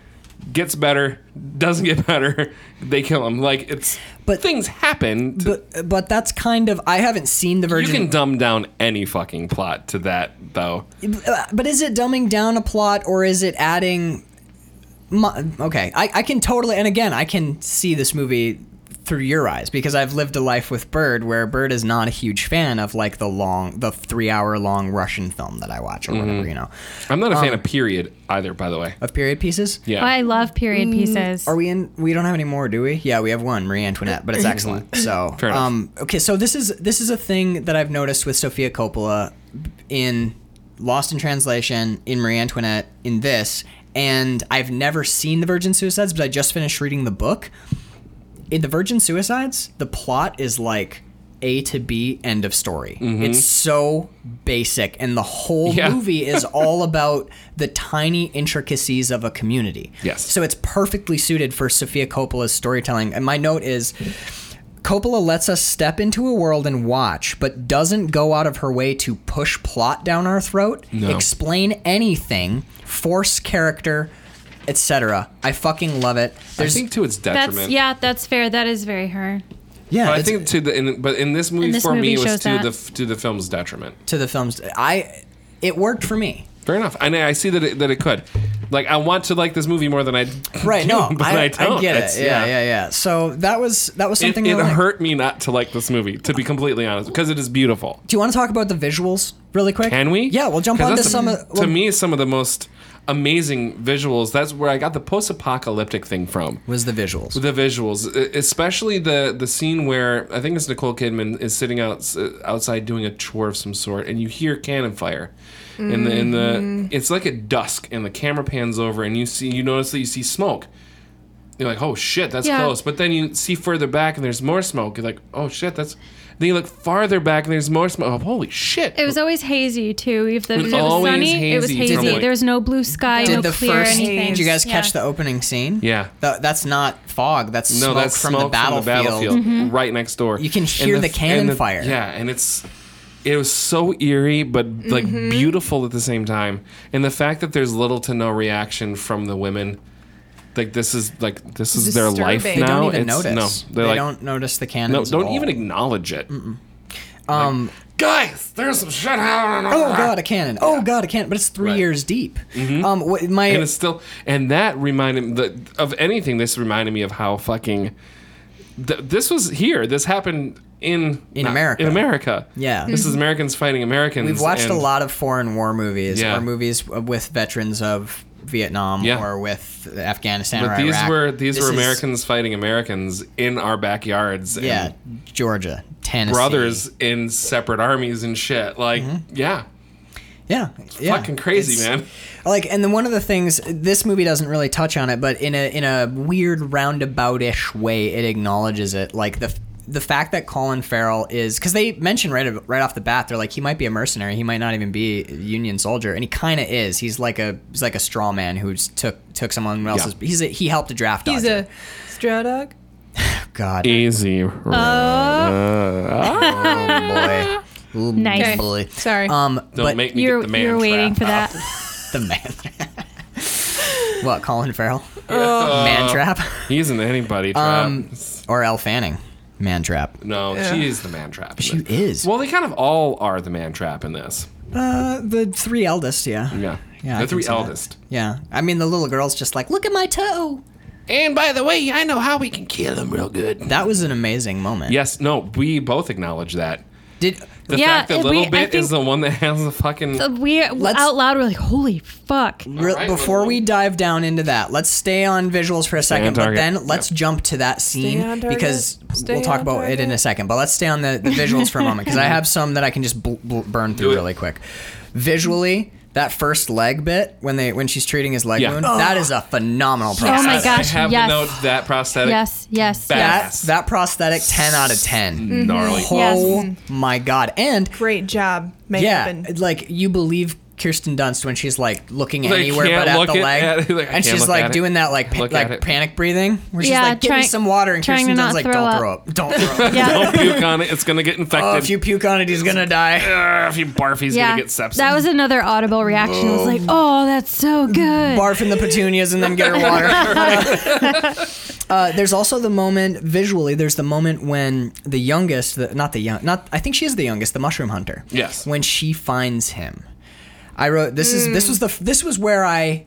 [SPEAKER 1] gets better doesn't get better they kill him like it's
[SPEAKER 2] But-
[SPEAKER 1] things happen to
[SPEAKER 2] but but that's kind of I haven't seen the
[SPEAKER 1] you
[SPEAKER 2] Virgin.
[SPEAKER 1] can dumb down any fucking plot to that though
[SPEAKER 2] but is it dumbing down a plot or is it adding? Mo- okay, I, I can totally and again I can see this movie through your eyes because I've lived a life with Bird where Bird is not a huge fan of like the long the three hour long Russian film that I watch or whatever you know
[SPEAKER 1] I'm not a fan of period either, by the way.
[SPEAKER 2] of period pieces.
[SPEAKER 1] Yeah.
[SPEAKER 6] Um, I love period pieces.
[SPEAKER 2] Are we in? We don't have any more, do we? Yeah, we have one, Marie Antoinette, but it's excellent. So,
[SPEAKER 1] Mm-hmm. Fair enough.
[SPEAKER 2] um, okay, so this is this is a thing that I've noticed with Sofia Coppola in Lost in Translation, in Marie Antoinette, in this, and I've never seen The Virgin Suicides, but I just finished reading the book. In The Virgin Suicides, the plot is like. A to B end of story. It's so basic, and the whole
[SPEAKER 1] Mm-hmm. Yeah.
[SPEAKER 2] movie is all about the tiny intricacies of a community.
[SPEAKER 1] Yes.
[SPEAKER 2] So it's perfectly suited for Sofia Coppola's storytelling. And my note is Coppola lets us step into a world and watch, but doesn't go out of her way to push plot down our throat, explain anything, force character, etc. I fucking love it.
[SPEAKER 1] I
[SPEAKER 2] There's
[SPEAKER 1] think to its detriment.
[SPEAKER 6] That's yeah, that's fair. That is very hard.
[SPEAKER 2] yeah,
[SPEAKER 1] But I
[SPEAKER 2] it's-
[SPEAKER 1] think to the in, but in this movie
[SPEAKER 6] this
[SPEAKER 1] for me
[SPEAKER 6] movie
[SPEAKER 1] it was
[SPEAKER 6] shows
[SPEAKER 1] to
[SPEAKER 6] that.
[SPEAKER 1] the f- to the film's detriment.
[SPEAKER 2] to the films I it worked for me.
[SPEAKER 1] Fair enough. And I see that it, that it could. Like I want to like this movie more than I
[SPEAKER 2] Right, no,
[SPEAKER 1] But
[SPEAKER 2] I,
[SPEAKER 1] I
[SPEAKER 2] I,
[SPEAKER 1] don't.
[SPEAKER 2] get
[SPEAKER 1] It's-
[SPEAKER 2] it. Yeah, yeah,
[SPEAKER 1] yeah.
[SPEAKER 2] yeah, So that was that was
[SPEAKER 1] it,
[SPEAKER 2] something
[SPEAKER 1] it
[SPEAKER 2] I liked.
[SPEAKER 1] hurt me not to like this movie to be completely honest because it is beautiful.
[SPEAKER 2] Do you want to talk about the visuals really quick?
[SPEAKER 1] Can we?
[SPEAKER 2] Yeah, we'll jump
[SPEAKER 1] 'Cause
[SPEAKER 2] onto
[SPEAKER 1] that's the-
[SPEAKER 2] some. of, well,
[SPEAKER 1] to me, some of the most amazing visuals. That's where I got the post-apocalyptic thing from.
[SPEAKER 2] was the visuals.
[SPEAKER 1] the visuals, e- especially the the scene where I think it's Nicole Kidman is sitting out outside doing a chore of some sort, and you hear cannon fire, and the and
[SPEAKER 6] Mm-hmm.
[SPEAKER 1] the it's like at dusk, and the camera pans over, and you see you notice that you see smoke, You're like, oh shit, that's
[SPEAKER 6] Yeah.
[SPEAKER 1] close. But then you see further back and there's more smoke. You're like, oh shit, that's. Then you look farther back and there's more smoke. Oh, holy shit!
[SPEAKER 6] It was always hazy too. If the,
[SPEAKER 1] It was
[SPEAKER 6] if it was
[SPEAKER 1] always
[SPEAKER 6] sunny, it was
[SPEAKER 1] hazy,
[SPEAKER 6] hazy.
[SPEAKER 1] totally.
[SPEAKER 6] There was no blue sky, no
[SPEAKER 2] Did the
[SPEAKER 6] clear
[SPEAKER 2] first?
[SPEAKER 6] anything.
[SPEAKER 2] Did you guys
[SPEAKER 6] Yeah.
[SPEAKER 2] catch the opening scene?
[SPEAKER 1] Yeah.
[SPEAKER 2] Th- that's not fog. That's
[SPEAKER 1] no,
[SPEAKER 2] smoke,
[SPEAKER 1] that's
[SPEAKER 2] from,
[SPEAKER 1] smoke
[SPEAKER 2] the
[SPEAKER 6] Mm-hmm.
[SPEAKER 2] battlefield. Mm-hmm.
[SPEAKER 1] right next door.
[SPEAKER 2] You can
[SPEAKER 1] And
[SPEAKER 2] hear the
[SPEAKER 1] f-
[SPEAKER 2] cannon
[SPEAKER 1] and
[SPEAKER 2] fire.
[SPEAKER 1] Yeah, and it's it was so eerie but like
[SPEAKER 2] Mm-hmm.
[SPEAKER 1] beautiful at the same time. And the fact that there's little to no reaction from the women, like this is like this is their life
[SPEAKER 4] Disturbing.
[SPEAKER 1] now.
[SPEAKER 4] They
[SPEAKER 2] They don't even
[SPEAKER 1] It's-
[SPEAKER 2] notice.
[SPEAKER 1] No, they're
[SPEAKER 2] they
[SPEAKER 1] like
[SPEAKER 2] don't notice the
[SPEAKER 1] no,
[SPEAKER 2] cannons. at
[SPEAKER 1] don't
[SPEAKER 2] all.
[SPEAKER 1] even acknowledge it.
[SPEAKER 2] Um,
[SPEAKER 1] Guys, there's some shit happening.
[SPEAKER 2] oh god, a cannon. Oh god, a cannon. But it's three
[SPEAKER 1] Ah. Right. Mm-hmm.
[SPEAKER 2] years deep. Um, what, my
[SPEAKER 1] and it's still and that reminded me the, of anything this reminded me of how fucking th- this was here this happened in
[SPEAKER 2] In
[SPEAKER 1] not-
[SPEAKER 2] America.
[SPEAKER 1] in america
[SPEAKER 2] Yeah. Mm-hmm.
[SPEAKER 1] this is americans fighting americans
[SPEAKER 2] We've watched a
[SPEAKER 1] and-
[SPEAKER 2] lot of foreign war movies
[SPEAKER 1] Yeah.
[SPEAKER 2] or movies with veterans of Vietnam
[SPEAKER 1] Yeah.
[SPEAKER 2] or with Afghanistan or
[SPEAKER 1] but these
[SPEAKER 2] Iraq.
[SPEAKER 1] were these
[SPEAKER 2] This
[SPEAKER 1] were
[SPEAKER 2] is-
[SPEAKER 1] americans fighting americans in our backyards and
[SPEAKER 2] Yeah, Georgia, Tennessee.
[SPEAKER 1] brothers in separate armies and shit like
[SPEAKER 2] Mm-hmm.
[SPEAKER 1] yeah
[SPEAKER 2] Yeah, yeah.
[SPEAKER 1] fucking crazy
[SPEAKER 2] It's-
[SPEAKER 1] man
[SPEAKER 2] Like, and then one of the things this movie doesn't really touch on it, but in a in a weird roundaboutish way, it acknowledges it. Like the f- the fact that Colin Farrell is because they mentioned right ab- right off the bat, they're like he might be a mercenary, he might not even be a Union soldier, and he kind of is. He's like a he's like a straw man who's took took someone else's. He's a, he helped a draft.
[SPEAKER 4] He's
[SPEAKER 2] dodger.
[SPEAKER 4] a straw dog.
[SPEAKER 2] God.
[SPEAKER 1] easy
[SPEAKER 6] Uh,
[SPEAKER 2] boy. Ooh,
[SPEAKER 6] Nice.
[SPEAKER 2] boy.
[SPEAKER 4] Sorry.
[SPEAKER 2] Um,
[SPEAKER 1] don't
[SPEAKER 2] but
[SPEAKER 1] make me
[SPEAKER 6] You're,
[SPEAKER 1] get the man
[SPEAKER 6] you're waiting for
[SPEAKER 1] trap.
[SPEAKER 6] that.
[SPEAKER 2] the man. what, Colin Farrell?
[SPEAKER 1] Uh,
[SPEAKER 2] Man trap
[SPEAKER 1] he isn't anybody trap.
[SPEAKER 2] Um, or Elle Fanning? Man trap.
[SPEAKER 1] no she is the man trap
[SPEAKER 2] She is.
[SPEAKER 1] well they kind of all are the man trap in this
[SPEAKER 2] Uh, the three eldest, yeah.
[SPEAKER 1] Yeah.
[SPEAKER 2] Yeah, I
[SPEAKER 1] The
[SPEAKER 2] can
[SPEAKER 1] three
[SPEAKER 2] see that.
[SPEAKER 1] eldest.
[SPEAKER 2] Yeah. I mean, the little girl's just like, look at my toe.
[SPEAKER 7] And by the way, I know how we can kill him real good.
[SPEAKER 2] That was an amazing moment.
[SPEAKER 1] Yes, no, we both acknowledge that.
[SPEAKER 2] Did
[SPEAKER 1] The
[SPEAKER 6] Yeah,
[SPEAKER 1] fact that
[SPEAKER 6] we-
[SPEAKER 1] little
[SPEAKER 6] I
[SPEAKER 1] bit
[SPEAKER 6] think-
[SPEAKER 1] is the one that has the fucking
[SPEAKER 6] Uh, We
[SPEAKER 2] Let's-
[SPEAKER 6] out loud were like, "Holy fuck!"
[SPEAKER 2] Re-
[SPEAKER 1] right,
[SPEAKER 2] before
[SPEAKER 1] well-
[SPEAKER 2] we dive down into that, let's stay on visuals for a second, but
[SPEAKER 1] target.
[SPEAKER 2] then let's jump to that
[SPEAKER 4] on
[SPEAKER 2] scene
[SPEAKER 4] target.
[SPEAKER 2] because
[SPEAKER 4] Stay
[SPEAKER 2] we'll talk
[SPEAKER 4] on
[SPEAKER 2] about it in a
[SPEAKER 4] target.
[SPEAKER 2] second. But let's stay on the, the visuals for a moment because I have some that I can just bl- bl- burn through
[SPEAKER 1] it.
[SPEAKER 2] really quick. Visually, that first leg bit when they when she's treating his leg
[SPEAKER 1] Yeah.
[SPEAKER 2] wound, that is a phenomenal process.
[SPEAKER 6] Oh my
[SPEAKER 1] I-
[SPEAKER 6] gosh,
[SPEAKER 1] I have
[SPEAKER 6] yes.
[SPEAKER 1] the note that prosthetic
[SPEAKER 6] Yes, yes,
[SPEAKER 1] Back.
[SPEAKER 6] yes.
[SPEAKER 2] That, that prosthetic, ten out of ten.
[SPEAKER 1] Mm-hmm. gnarly.
[SPEAKER 6] Yes. Mm-hmm.
[SPEAKER 2] Oh my god! And
[SPEAKER 4] Great job, makeup
[SPEAKER 2] yeah,
[SPEAKER 4] and
[SPEAKER 2] like you believe Kirsten Dunst when she's like looking
[SPEAKER 1] Like,
[SPEAKER 2] anywhere
[SPEAKER 1] can't
[SPEAKER 2] but at
[SPEAKER 1] look
[SPEAKER 2] the
[SPEAKER 1] it-
[SPEAKER 2] leg,
[SPEAKER 1] at it, like, I
[SPEAKER 2] and
[SPEAKER 1] can't
[SPEAKER 2] she's
[SPEAKER 1] look at
[SPEAKER 2] like
[SPEAKER 1] it.
[SPEAKER 2] doing that like pa-
[SPEAKER 1] Look at
[SPEAKER 2] like
[SPEAKER 1] it.
[SPEAKER 2] panic breathing, where she's
[SPEAKER 6] Yeah,
[SPEAKER 2] like, "Give me
[SPEAKER 6] trying-
[SPEAKER 2] some water," and
[SPEAKER 6] trying
[SPEAKER 2] Kirsten
[SPEAKER 6] to
[SPEAKER 2] Dunst's like,
[SPEAKER 6] not throw
[SPEAKER 2] "Don't
[SPEAKER 6] up."
[SPEAKER 2] throw up, don't throw up."
[SPEAKER 6] Yeah.
[SPEAKER 1] Don't puke on it. It's gonna get infected.
[SPEAKER 2] Oh, if you puke on it, he's gonna die.
[SPEAKER 1] Ugh, if you barf, he's
[SPEAKER 6] yeah,
[SPEAKER 1] gonna get sepsis.
[SPEAKER 6] that was another audible reaction. It was like, "Oh, that's so good."
[SPEAKER 2] Barf in the petunias and then get her water. uh, there's also the moment visually. There's the moment when the youngest, the, not the young, not I think she is the youngest, the mushroom hunter.
[SPEAKER 1] Yes.
[SPEAKER 2] When she finds him, I wrote this is this was the this was where I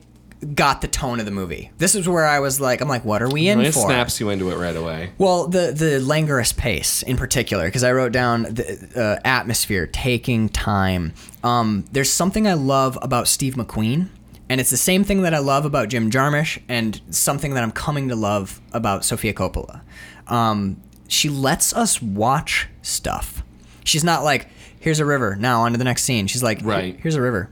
[SPEAKER 2] got the tone of the movie. This is where I was like, I'm like, what are we in
[SPEAKER 1] it
[SPEAKER 2] for?
[SPEAKER 1] snaps you into it right away.
[SPEAKER 2] Well, the the languorous pace in particular, because I wrote down the uh, atmosphere, taking time. Um, there's something I love about Steve McQueen, and it's the same thing that I love about Jim Jarmusch, and something that I'm coming to love about Sofia Coppola. Um, she lets us watch stuff. She's not like, "Here's a river. Now on to the next scene." She's like,
[SPEAKER 1] Right.
[SPEAKER 2] here's a river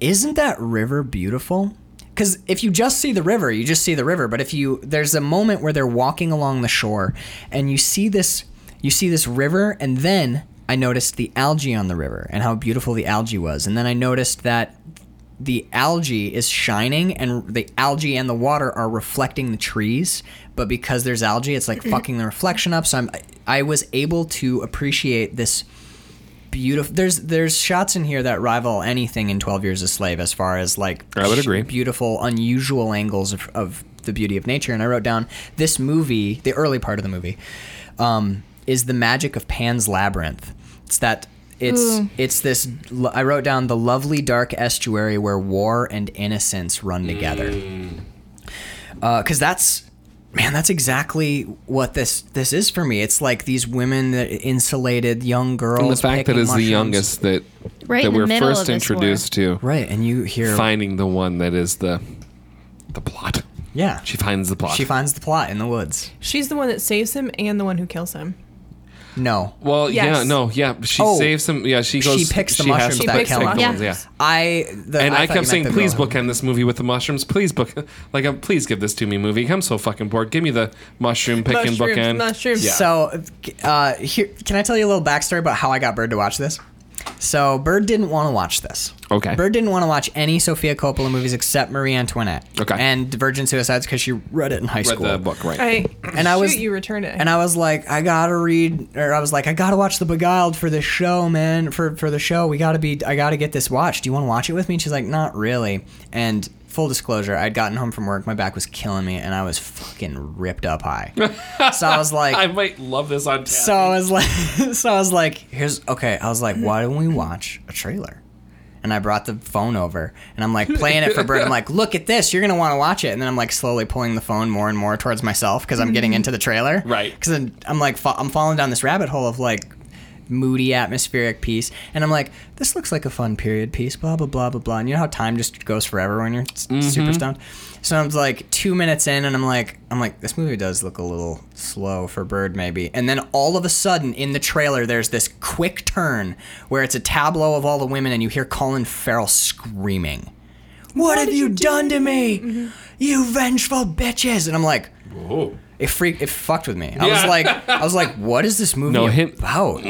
[SPEAKER 2] isn't that river beautiful? Because if you just see the river, you just see the river. But if you there's a moment where they're walking along the shore, and you see this, you see this river, and then I noticed the algae on the river and how beautiful the algae was, and then I noticed that the algae is shining, and the algae and the water are reflecting the trees. But because there's algae, it's like fucking the reflection up. So I'm, I was able to appreciate this beautiful. There's there's shots in here that rival anything in Twelve Years a Slave as far as like
[SPEAKER 1] I would
[SPEAKER 2] sh-
[SPEAKER 1] agree.
[SPEAKER 2] beautiful, unusual angles of, of the beauty of nature. And I wrote down this movie, the early part of the movie, um, is the magic of Pan's Labyrinth. It's that. It's it's this. lo- I wrote down the lovely dark estuary where war and innocence run together because that's man that's exactly what this this is for me it's like these women that insulated young girls
[SPEAKER 1] And the fact that
[SPEAKER 2] picking
[SPEAKER 1] it's the
[SPEAKER 2] mushrooms.
[SPEAKER 1] youngest that
[SPEAKER 6] Right
[SPEAKER 1] that
[SPEAKER 6] in the
[SPEAKER 1] we're
[SPEAKER 6] middle of
[SPEAKER 1] first
[SPEAKER 6] this war.
[SPEAKER 1] introduced to,
[SPEAKER 2] right and you hear
[SPEAKER 1] finding the one that is the the plot.
[SPEAKER 2] yeah
[SPEAKER 1] She finds the plot.
[SPEAKER 2] she finds the plot in the woods
[SPEAKER 4] she's the one that saves him and the one who kills him.
[SPEAKER 2] No.
[SPEAKER 1] Well,
[SPEAKER 4] Yes.
[SPEAKER 1] yeah, no, yeah. She
[SPEAKER 2] Oh.
[SPEAKER 1] saves him. Yeah, she
[SPEAKER 2] She
[SPEAKER 1] goes.
[SPEAKER 2] picks the
[SPEAKER 1] has
[SPEAKER 2] mushrooms
[SPEAKER 1] to
[SPEAKER 2] that
[SPEAKER 1] pick
[SPEAKER 2] kill
[SPEAKER 1] the
[SPEAKER 2] him.
[SPEAKER 1] ones, Yeah.
[SPEAKER 2] I the,
[SPEAKER 1] And I,
[SPEAKER 2] thought you
[SPEAKER 1] kept saying,
[SPEAKER 2] meant the
[SPEAKER 1] please
[SPEAKER 2] girl.
[SPEAKER 1] bookend this movie with the mushrooms. Please book, like, um, please give this to me movie. I'm so fucking bored. Give me the mushroom picking
[SPEAKER 4] Mushrooms,
[SPEAKER 1] bookend.
[SPEAKER 4] mushrooms.
[SPEAKER 1] Yeah.
[SPEAKER 2] So, uh, here, can I tell you a little backstory about how I got Bird to watch this? So, Bird didn't want to watch this.
[SPEAKER 1] Okay.
[SPEAKER 2] Bird didn't want to watch any Sofia Coppola movies except Marie Antoinette.
[SPEAKER 1] Okay.
[SPEAKER 2] And Divergent Suicides because she read it in high
[SPEAKER 1] Read
[SPEAKER 2] school.
[SPEAKER 1] the book, right?
[SPEAKER 4] I
[SPEAKER 2] And I was-
[SPEAKER 4] shoot, you returned it.
[SPEAKER 2] And I was like, I gotta read, or I was like, I gotta watch The Beguiled for this show, man. For for the show, we gotta be, I gotta get this watched. Do you want to watch it with me? And she's like, not really. And full disclosure, I'd gotten home from work, my back was killing me, and I was fucking ripped up high. so I was like,
[SPEAKER 1] I might love this on. tap.
[SPEAKER 2] so I was like, so I was like, here's okay. I was like, why don't we watch a trailer? And I brought the phone over, and I'm like playing it for Bird. I'm like, look at this. You're gonna want to watch it. And then I'm like slowly pulling the phone more and more towards myself because I'm getting into the trailer.
[SPEAKER 1] Right.
[SPEAKER 2] Because I'm, I'm like, fa- I'm falling down this rabbit hole of like moody atmospheric piece and i'm like this looks like a fun period piece blah blah blah blah blah and you know how time just goes forever when you're s- super stoned so i'm like two minutes in and i'm like i'm like this movie does look a little slow for bird maybe and then all of a sudden in the trailer there's this quick turn where it's a tableau of all the women and you hear colin farrell screaming what, have you Mm-hmm. done to me you vengeful bitches and i'm like it freaked. It fucked with me. I was
[SPEAKER 1] Yeah.
[SPEAKER 2] like, I was like, what is this movie
[SPEAKER 1] No hint.
[SPEAKER 2] about?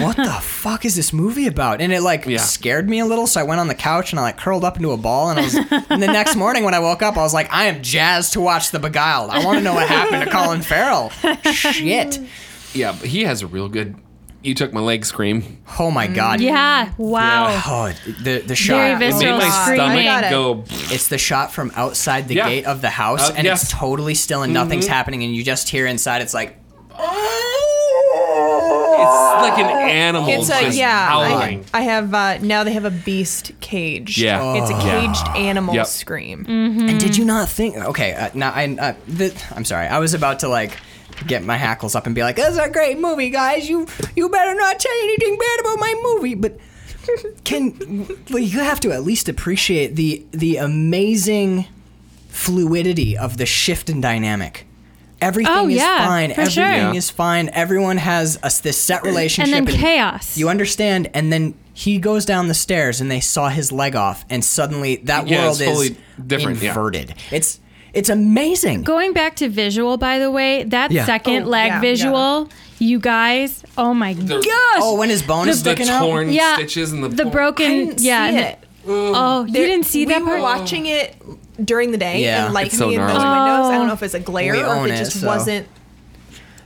[SPEAKER 2] what the fuck is this movie about? And it like
[SPEAKER 1] Yeah.
[SPEAKER 2] scared me a little, so I went on the couch and I like curled up into a ball. And I was. and the next morning when I woke up, I was like, I am jazzed to watch The Beguiled. I want to know what happened to Colin Farrell. Shit.
[SPEAKER 1] Yeah, but he has a real good. You took my leg scream.
[SPEAKER 2] Oh my god.
[SPEAKER 6] Yeah. Wow.
[SPEAKER 2] Oh, the the
[SPEAKER 6] Very
[SPEAKER 2] shot.
[SPEAKER 1] Made
[SPEAKER 6] visceral
[SPEAKER 1] my
[SPEAKER 6] screaming.
[SPEAKER 1] stomach go.
[SPEAKER 2] It's the shot from outside the
[SPEAKER 1] Yeah.
[SPEAKER 2] gate of the house,
[SPEAKER 1] Uh,
[SPEAKER 2] and
[SPEAKER 1] yes. Mm-hmm.
[SPEAKER 2] it's totally still and nothing's happening, and you just hear inside. It's like.
[SPEAKER 1] It's like an animal.
[SPEAKER 4] It's a
[SPEAKER 1] just
[SPEAKER 4] yeah. I,
[SPEAKER 1] Howling.
[SPEAKER 4] I have uh, now they have a beast cage.
[SPEAKER 1] Yeah. Oh.
[SPEAKER 4] it's a caged animal
[SPEAKER 1] Yep.
[SPEAKER 4] scream.
[SPEAKER 2] And did you
[SPEAKER 6] Mm.
[SPEAKER 2] not think? Okay, uh, now I, uh, th- I'm sorry. I was about to like get my hackles up and be like, "This is a great movie, guys. You you better not say anything bad about my movie." But can well, you have to at least appreciate the the amazing fluidity of the shift in dynamic. Everything
[SPEAKER 6] Oh,
[SPEAKER 2] is
[SPEAKER 6] yeah,
[SPEAKER 2] fine.
[SPEAKER 6] for
[SPEAKER 2] Everything
[SPEAKER 6] sure. Yeah.
[SPEAKER 2] is fine. Everyone has a, this set
[SPEAKER 6] And
[SPEAKER 2] relationship.
[SPEAKER 6] then chaos.
[SPEAKER 2] You understand? And then he goes down the stairs, and they saw his leg off, and suddenly that
[SPEAKER 1] Yeah,
[SPEAKER 2] world
[SPEAKER 1] it's totally
[SPEAKER 2] is
[SPEAKER 1] different, yeah.
[SPEAKER 2] inverted. It's it's amazing.
[SPEAKER 6] Going back to visual, by the way, that
[SPEAKER 2] Yeah.
[SPEAKER 6] second
[SPEAKER 4] Oh,
[SPEAKER 6] lag
[SPEAKER 4] yeah,
[SPEAKER 6] visual, you guys, oh my gosh.
[SPEAKER 2] oh, when his bone is
[SPEAKER 1] the
[SPEAKER 2] sticking out.
[SPEAKER 1] torn
[SPEAKER 6] yeah,
[SPEAKER 1] stitches and the
[SPEAKER 6] the
[SPEAKER 1] por-
[SPEAKER 6] broken,
[SPEAKER 4] I didn't
[SPEAKER 6] yeah.
[SPEAKER 4] see
[SPEAKER 6] n-
[SPEAKER 4] it.
[SPEAKER 6] Oh, you
[SPEAKER 4] There-
[SPEAKER 6] didn't see that
[SPEAKER 4] We were
[SPEAKER 6] part.
[SPEAKER 4] watching it during the day
[SPEAKER 2] Oh. Yeah.
[SPEAKER 4] and light
[SPEAKER 1] It's
[SPEAKER 4] hitting
[SPEAKER 1] so
[SPEAKER 4] in those windows.
[SPEAKER 1] gnarly.
[SPEAKER 4] I don't
[SPEAKER 6] Oh.
[SPEAKER 4] know if it's a glare
[SPEAKER 2] We
[SPEAKER 4] or
[SPEAKER 2] own
[SPEAKER 4] if it
[SPEAKER 2] it,
[SPEAKER 4] just
[SPEAKER 2] so
[SPEAKER 4] wasn't.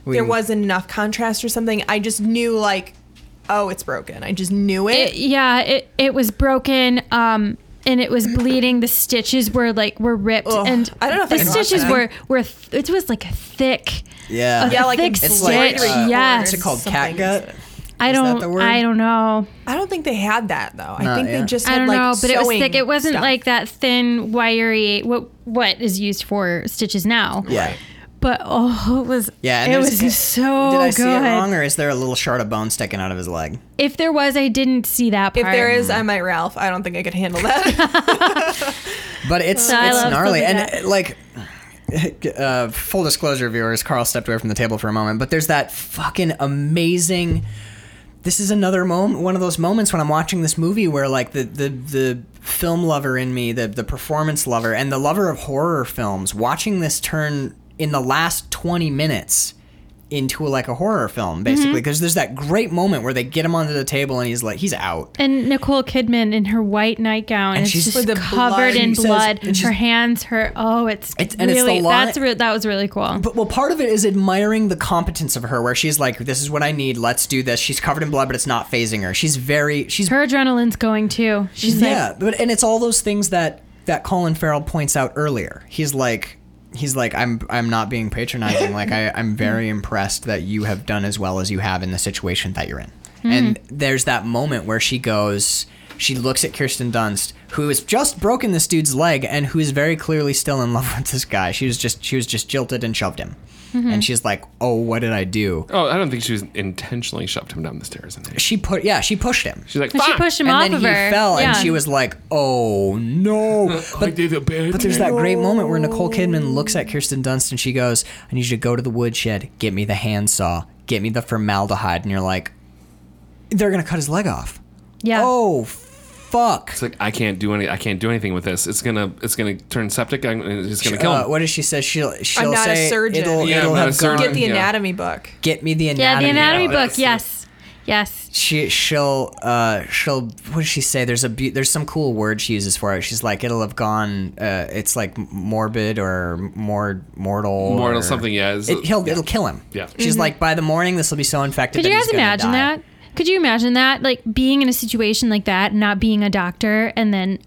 [SPEAKER 2] We-
[SPEAKER 4] there wasn't enough contrast or something. I just knew like, oh, it's broken. I just knew it.
[SPEAKER 6] It- yeah, it it was broken. Um. And it was bleeding. The stitches were like were ripped,
[SPEAKER 4] Ugh,
[SPEAKER 6] and
[SPEAKER 4] I don't know if I
[SPEAKER 6] the
[SPEAKER 4] can watch
[SPEAKER 6] stitches
[SPEAKER 4] that.
[SPEAKER 6] were were th- it was like a thick,
[SPEAKER 2] Yeah.
[SPEAKER 6] a
[SPEAKER 4] Yeah, like a
[SPEAKER 6] thick
[SPEAKER 4] it's
[SPEAKER 6] stitch.
[SPEAKER 2] like, uh,
[SPEAKER 6] yes,
[SPEAKER 2] What's it called?
[SPEAKER 4] Something.
[SPEAKER 2] Catgut.
[SPEAKER 6] I
[SPEAKER 2] Is that
[SPEAKER 6] don't.
[SPEAKER 2] the word?
[SPEAKER 6] I don't know.
[SPEAKER 4] I don't think they had that though. I
[SPEAKER 2] Not
[SPEAKER 4] think they
[SPEAKER 2] yet.
[SPEAKER 4] just
[SPEAKER 6] I
[SPEAKER 4] had
[SPEAKER 6] don't
[SPEAKER 4] like
[SPEAKER 6] know, but it was
[SPEAKER 4] sewing
[SPEAKER 6] thick. It wasn't
[SPEAKER 4] stuff.
[SPEAKER 6] like that thin, wiry. What what is used for stitches now?
[SPEAKER 2] Yeah.
[SPEAKER 6] But oh, it was.
[SPEAKER 2] Yeah. and
[SPEAKER 6] it was
[SPEAKER 2] there's-
[SPEAKER 6] so
[SPEAKER 2] Did I
[SPEAKER 6] good.
[SPEAKER 2] see it wrong, or is there a little shard of bone sticking out of his leg?
[SPEAKER 6] if there was, I didn't see that
[SPEAKER 4] If
[SPEAKER 6] part.
[SPEAKER 4] there is, I might Ralph. I don't think I could handle that.
[SPEAKER 2] But it's
[SPEAKER 6] I
[SPEAKER 2] it's
[SPEAKER 6] love
[SPEAKER 2] gnarly,
[SPEAKER 6] something
[SPEAKER 2] and
[SPEAKER 6] that-
[SPEAKER 2] uh, like. Uh, full disclosure, viewers. Carl stepped away from the table for a moment, but there's that fucking amazing. This is another moment, one of those moments when I'm watching this movie where like the the the film lover in me, the the performance lover, and the lover of horror films, watching this turn in the last 20 minutes into like a horror film, basically,
[SPEAKER 6] Mm-hmm.
[SPEAKER 2] because there's that great moment where they get him onto the table and he's like, he's out.
[SPEAKER 6] and Nicole Kidman in her white nightgown
[SPEAKER 2] And
[SPEAKER 6] is
[SPEAKER 2] she's-
[SPEAKER 6] just
[SPEAKER 4] With the
[SPEAKER 6] covered
[SPEAKER 4] blood.
[SPEAKER 6] in
[SPEAKER 2] She says-
[SPEAKER 6] blood.
[SPEAKER 2] and she's-
[SPEAKER 6] her hands, her oh, it's,
[SPEAKER 2] It's- and
[SPEAKER 6] really
[SPEAKER 2] it's the line-
[SPEAKER 6] that's re- that was really cool.
[SPEAKER 2] But well, part of it is admiring the competence of her, where she's like, "This is what I need. Let's do this." She's covered in blood, but it's not phasing her. She's very, she's
[SPEAKER 6] her adrenaline's going too. She's
[SPEAKER 2] yeah,
[SPEAKER 6] like,
[SPEAKER 2] but and it's all those things that that Colin Farrell points out earlier. He's like, he's like, I'm I'm not being patronizing. like I I'm very impressed that you have done as well as you have in the situation that you're in.
[SPEAKER 6] Hmm.
[SPEAKER 2] And there's that moment where she goes. She looks at Kirsten Dunst, who has just broken this dude's leg and who is very clearly still in love with this guy. She was just she was just jilted and shoved him,
[SPEAKER 6] Mm-hmm.
[SPEAKER 2] and she's like, "Oh, what did I do?"
[SPEAKER 1] Oh, I don't think she was intentionally shoved him down the stairs. And
[SPEAKER 2] She put yeah, she pushed him.
[SPEAKER 1] she's like,
[SPEAKER 6] and
[SPEAKER 1] Fuck!
[SPEAKER 6] she pushed him
[SPEAKER 2] and
[SPEAKER 6] off
[SPEAKER 2] then
[SPEAKER 6] of
[SPEAKER 2] he
[SPEAKER 6] her.
[SPEAKER 2] fell,
[SPEAKER 6] yeah.
[SPEAKER 2] and she was like, "Oh no!" But
[SPEAKER 7] did a bad
[SPEAKER 2] But there's that great moment where Nicole Kidman looks at Kirsten Dunst and she goes, I need you to go to the woodshed, get me the handsaw, get me the formaldehyde, and you're like, they're gonna cut his leg off.
[SPEAKER 6] Yeah.
[SPEAKER 2] Oh, fuck.
[SPEAKER 1] It's like I can't do any. I can't do anything with this. It's gonna. It's gonna turn septic. I'm, it's gonna kill
[SPEAKER 2] Uh,
[SPEAKER 1] him.
[SPEAKER 2] what does she say? She'll she'll
[SPEAKER 4] not a
[SPEAKER 2] say
[SPEAKER 4] surgeon.
[SPEAKER 2] it'll,
[SPEAKER 1] Yeah, I'm
[SPEAKER 2] it'll
[SPEAKER 1] not
[SPEAKER 2] have
[SPEAKER 1] a surgeon.
[SPEAKER 2] gone-
[SPEAKER 4] Get the
[SPEAKER 1] Yeah.
[SPEAKER 4] anatomy book.
[SPEAKER 2] Get me the
[SPEAKER 6] yeah,
[SPEAKER 2] anatomy.
[SPEAKER 6] the anatomy
[SPEAKER 1] Anatomy.
[SPEAKER 6] book. Yes. Yes.
[SPEAKER 2] She she'll uh she'll what does she say? There's a be- there's some cool word she uses for it. She's like it'll have gone. Uh, it's like morbid or more mortal.
[SPEAKER 1] Mortal
[SPEAKER 2] or-
[SPEAKER 1] something, yeah, it's-
[SPEAKER 2] It, he'll it'll kill him.
[SPEAKER 1] Yeah.
[SPEAKER 2] She's like by the morning this will be so infected.
[SPEAKER 6] Mm-hmm. Could you
[SPEAKER 2] that
[SPEAKER 6] guys
[SPEAKER 2] he's gonna
[SPEAKER 6] imagine
[SPEAKER 2] die."
[SPEAKER 6] that? Could you imagine that? Like being in a situation like that, not being a doctor, and then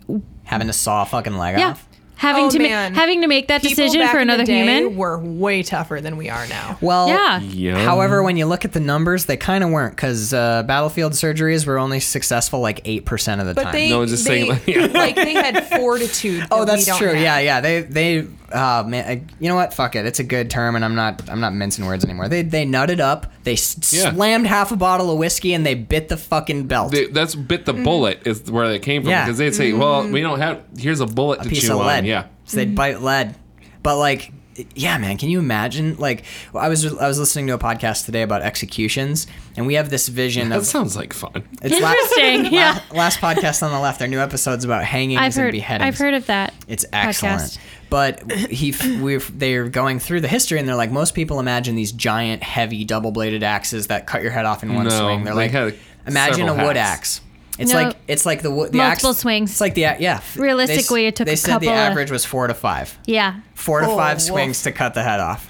[SPEAKER 2] Having to saw a fucking leg
[SPEAKER 6] yeah,
[SPEAKER 2] off.
[SPEAKER 6] having
[SPEAKER 4] Oh,
[SPEAKER 6] to ma-
[SPEAKER 4] man.
[SPEAKER 6] having to make that
[SPEAKER 4] People
[SPEAKER 6] decision
[SPEAKER 4] back
[SPEAKER 6] for
[SPEAKER 4] in the
[SPEAKER 6] another
[SPEAKER 4] day
[SPEAKER 6] human.
[SPEAKER 4] were way tougher than we are now.
[SPEAKER 2] Well,
[SPEAKER 6] Yeah.
[SPEAKER 1] Yeah.
[SPEAKER 2] However, when you look at the numbers, they kind of weren't because uh, battlefield surgeries were only successful like eight percent of the
[SPEAKER 4] But
[SPEAKER 2] time.
[SPEAKER 4] they,
[SPEAKER 1] No one's just
[SPEAKER 4] they
[SPEAKER 1] saying- yeah.
[SPEAKER 4] like they had fortitude. that
[SPEAKER 2] Oh,
[SPEAKER 4] we
[SPEAKER 2] that's
[SPEAKER 4] don't
[SPEAKER 2] true.
[SPEAKER 4] have.
[SPEAKER 2] Yeah, yeah. They they uh man, I, you know what? Fuck it. It's a good term and I'm not I'm not mincing words anymore. They they nutted up. They s-
[SPEAKER 1] Yeah.
[SPEAKER 2] slammed half a bottle of whiskey and they bit the fucking belt.
[SPEAKER 1] They- that's bit the bullet is where they came from
[SPEAKER 2] Mm-hmm. Yeah. Mm-hmm.
[SPEAKER 1] because they'd say, "Well, we don't have. Here's a bullet to
[SPEAKER 2] piece
[SPEAKER 1] chew
[SPEAKER 2] of
[SPEAKER 1] on."
[SPEAKER 2] lead.
[SPEAKER 1] Yeah.
[SPEAKER 2] So
[SPEAKER 6] Mm-hmm.
[SPEAKER 2] they'd bite lead. But like, yeah, man, can you imagine? Like, I was I was listening to a podcast today about executions, and we have this vision
[SPEAKER 1] That
[SPEAKER 2] of
[SPEAKER 1] sounds like fun.
[SPEAKER 2] it's la-
[SPEAKER 6] Interesting. yeah.
[SPEAKER 2] last podcast on the left. Our new episode's about hangings
[SPEAKER 6] I've
[SPEAKER 2] and
[SPEAKER 6] heard.
[SPEAKER 2] beheadings.
[SPEAKER 6] I've heard of that.
[SPEAKER 2] It's excellent. But he, we, they're going through the history, and they're like, most people imagine these giant, heavy, double-bladed axes that cut your head off in one
[SPEAKER 1] No,
[SPEAKER 2] swing. They're
[SPEAKER 1] they
[SPEAKER 2] like,
[SPEAKER 1] had
[SPEAKER 2] imagine a
[SPEAKER 1] several
[SPEAKER 2] wood
[SPEAKER 1] hacks.
[SPEAKER 2] axe. It's
[SPEAKER 6] No.
[SPEAKER 2] like it's like the wo- the
[SPEAKER 6] Multiple
[SPEAKER 2] axe,
[SPEAKER 6] swings.
[SPEAKER 2] It's like the a- yeah. They s-
[SPEAKER 6] Realistically, it took
[SPEAKER 2] They
[SPEAKER 6] a
[SPEAKER 2] said the
[SPEAKER 6] couple of-
[SPEAKER 2] average was four to five,
[SPEAKER 6] Yeah.
[SPEAKER 2] four to
[SPEAKER 4] Oh,
[SPEAKER 2] five
[SPEAKER 4] woof.
[SPEAKER 2] swings to cut the head off.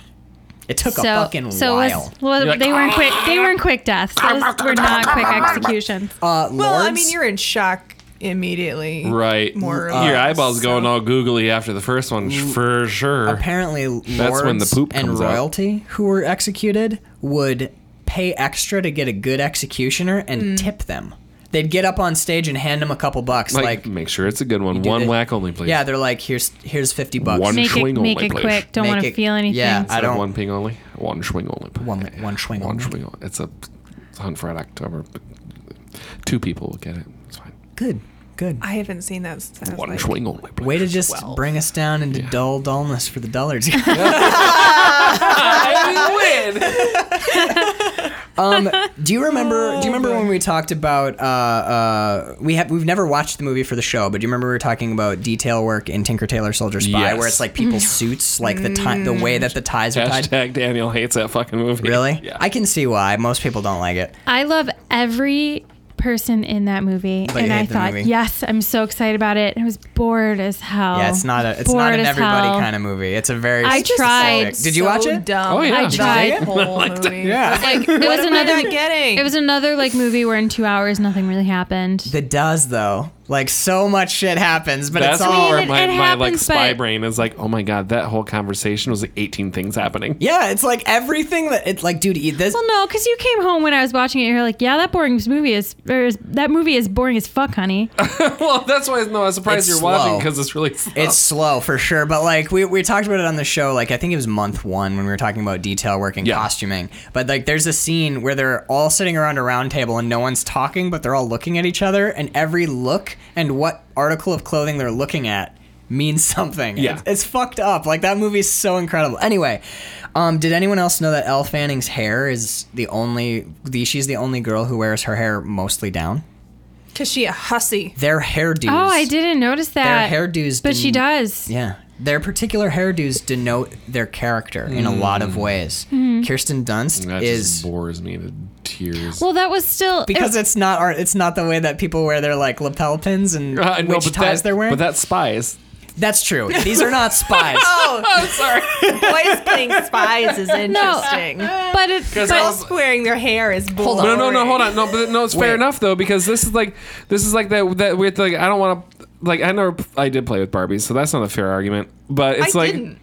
[SPEAKER 2] It took
[SPEAKER 6] So,
[SPEAKER 2] a fucking
[SPEAKER 6] so it
[SPEAKER 2] while.
[SPEAKER 6] was, well, they weren't quick. They weren't quick deaths. Those were not quick executions.
[SPEAKER 2] uh,
[SPEAKER 4] Well, I
[SPEAKER 2] lords-
[SPEAKER 4] mean, you're in shock immediately.
[SPEAKER 1] Right.
[SPEAKER 4] More.
[SPEAKER 1] Your eyeballs going all googly after the first one for sure.
[SPEAKER 2] Mm. apparently lords
[SPEAKER 1] when the poop
[SPEAKER 2] and
[SPEAKER 1] comes out.
[SPEAKER 2] royalty who were executed would pay extra to get a good executioner and
[SPEAKER 6] Hmm.
[SPEAKER 2] tip them. They'd get up on stage and hand them a couple bucks,
[SPEAKER 1] Like,
[SPEAKER 2] like,
[SPEAKER 1] make sure it's a good one. One
[SPEAKER 2] it-
[SPEAKER 1] whack only, please.
[SPEAKER 2] yeah, they're like, here's here's fifty bucks.
[SPEAKER 1] One
[SPEAKER 6] Make it.
[SPEAKER 1] swing
[SPEAKER 6] Make
[SPEAKER 1] only,
[SPEAKER 6] it
[SPEAKER 1] please.
[SPEAKER 6] quick. Don't
[SPEAKER 2] Make
[SPEAKER 6] want to
[SPEAKER 2] it-
[SPEAKER 6] feel anything.
[SPEAKER 2] yeah, I
[SPEAKER 1] Instead of
[SPEAKER 2] don't-
[SPEAKER 1] One ping only. One swing only. please.
[SPEAKER 2] One one swing.
[SPEAKER 1] One
[SPEAKER 2] only.
[SPEAKER 1] swing only. It's a it's on Friday, October. but Two people will get it. It's fine.
[SPEAKER 2] Good, good.
[SPEAKER 4] I haven't seen that since I was
[SPEAKER 1] One
[SPEAKER 4] like,
[SPEAKER 1] swing only. Please.
[SPEAKER 2] Way to just
[SPEAKER 4] Twelve.
[SPEAKER 2] bring us down into dull dullness for the dullards. um, do you remember?
[SPEAKER 6] Oh,
[SPEAKER 2] Do you remember when we talked about? Uh, uh, we have we've never watched the movie for the show, but do you remember we were talking about detail work in Tinker Tailor Soldier Spy,
[SPEAKER 1] Yes.
[SPEAKER 2] where it's like
[SPEAKER 6] Mm.
[SPEAKER 2] people's suits, like the tie, the way that the ties are tied.
[SPEAKER 1] Hashtag Daniel hates that fucking movie.
[SPEAKER 2] Really?
[SPEAKER 1] Yeah.
[SPEAKER 2] I can see why most people don't like it.
[SPEAKER 6] I love every person in that movie,
[SPEAKER 2] But you
[SPEAKER 6] and
[SPEAKER 2] hate
[SPEAKER 6] I
[SPEAKER 2] the
[SPEAKER 6] thought,
[SPEAKER 2] movie.
[SPEAKER 6] yes, I'm so excited about it. I was bored as hell.
[SPEAKER 2] Yeah, it's not a it's
[SPEAKER 6] Oh, Bored
[SPEAKER 2] not an
[SPEAKER 6] as
[SPEAKER 2] everybody
[SPEAKER 6] hell.
[SPEAKER 2] kind of movie. It's a very
[SPEAKER 6] I
[SPEAKER 2] specific-
[SPEAKER 6] tried
[SPEAKER 2] Did you watch
[SPEAKER 4] so
[SPEAKER 2] it?
[SPEAKER 4] Dumb.
[SPEAKER 1] Oh, yeah.
[SPEAKER 4] I
[SPEAKER 1] Did you
[SPEAKER 4] tried
[SPEAKER 6] like
[SPEAKER 4] the whole movie.
[SPEAKER 2] Yeah.
[SPEAKER 4] Like,
[SPEAKER 6] It was another.
[SPEAKER 4] not getting.
[SPEAKER 6] It was another like movie where in two hours nothing really happened.
[SPEAKER 2] That does though. Like so much shit happens, but
[SPEAKER 1] That's
[SPEAKER 2] it's all
[SPEAKER 1] where
[SPEAKER 6] it-
[SPEAKER 1] my,
[SPEAKER 6] it
[SPEAKER 1] my like
[SPEAKER 6] happens,
[SPEAKER 1] spy
[SPEAKER 6] but-
[SPEAKER 1] brain is like, oh my god, that whole conversation was like 18 things happening.
[SPEAKER 2] Yeah, it's like everything that it's like, dude, eat this.
[SPEAKER 6] Well, no, because you came home when I was watching it. You're like, yeah, that boring movie is, or is that movie is boring as fuck, honey. Oh,
[SPEAKER 1] well, that's why no, I was surprised
[SPEAKER 2] It's
[SPEAKER 1] you're watching
[SPEAKER 2] slow.
[SPEAKER 1] because it's really slow.
[SPEAKER 2] It's slow for sure, but like we, we talked about it on the show. Like I think it was month one when we were talking about detail work and
[SPEAKER 1] Yeah.
[SPEAKER 2] costuming. But like there's a scene where they're all sitting around a round table and no one's talking, but they're all looking at each other, and every look and what article of clothing they're looking at means something.
[SPEAKER 1] Yeah.
[SPEAKER 2] It's, it's fucked up. Like that movie's so incredible. Anyway, um, did anyone else know that Elle Fanning's hair is the only the she's the only girl who wears her hair mostly down?
[SPEAKER 4] Cause she a hussy.
[SPEAKER 2] Their hairdos.
[SPEAKER 6] Oh, I didn't notice that.
[SPEAKER 2] Their hairdos.
[SPEAKER 6] but she
[SPEAKER 2] didn't-
[SPEAKER 6] does.
[SPEAKER 2] yeah. Their particular hairdos denote their character in a lot of ways. Kirsten Dunst
[SPEAKER 1] Mm. that
[SPEAKER 2] is
[SPEAKER 1] just bores me to tears.
[SPEAKER 6] Well, that was still
[SPEAKER 2] because
[SPEAKER 6] it,
[SPEAKER 2] it's not art. It's not the way that people wear their like lapel pins and
[SPEAKER 1] Uh, no,
[SPEAKER 2] which ties
[SPEAKER 1] but that,
[SPEAKER 2] they're wearing.
[SPEAKER 1] But that spy is
[SPEAKER 2] That's true. These are not spies.
[SPEAKER 4] Oh, sorry. Boys playing spies is interesting.
[SPEAKER 6] but it, but,
[SPEAKER 4] Girls wearing their hair is boring.
[SPEAKER 2] Hold on.
[SPEAKER 1] No, no, no, hold on. No, but no, it's fair enough though because this is like this is like that that with like I don't want to like I never I did play with Barbies, so that's not a fair argument. But
[SPEAKER 4] I
[SPEAKER 1] it's like
[SPEAKER 4] didn't.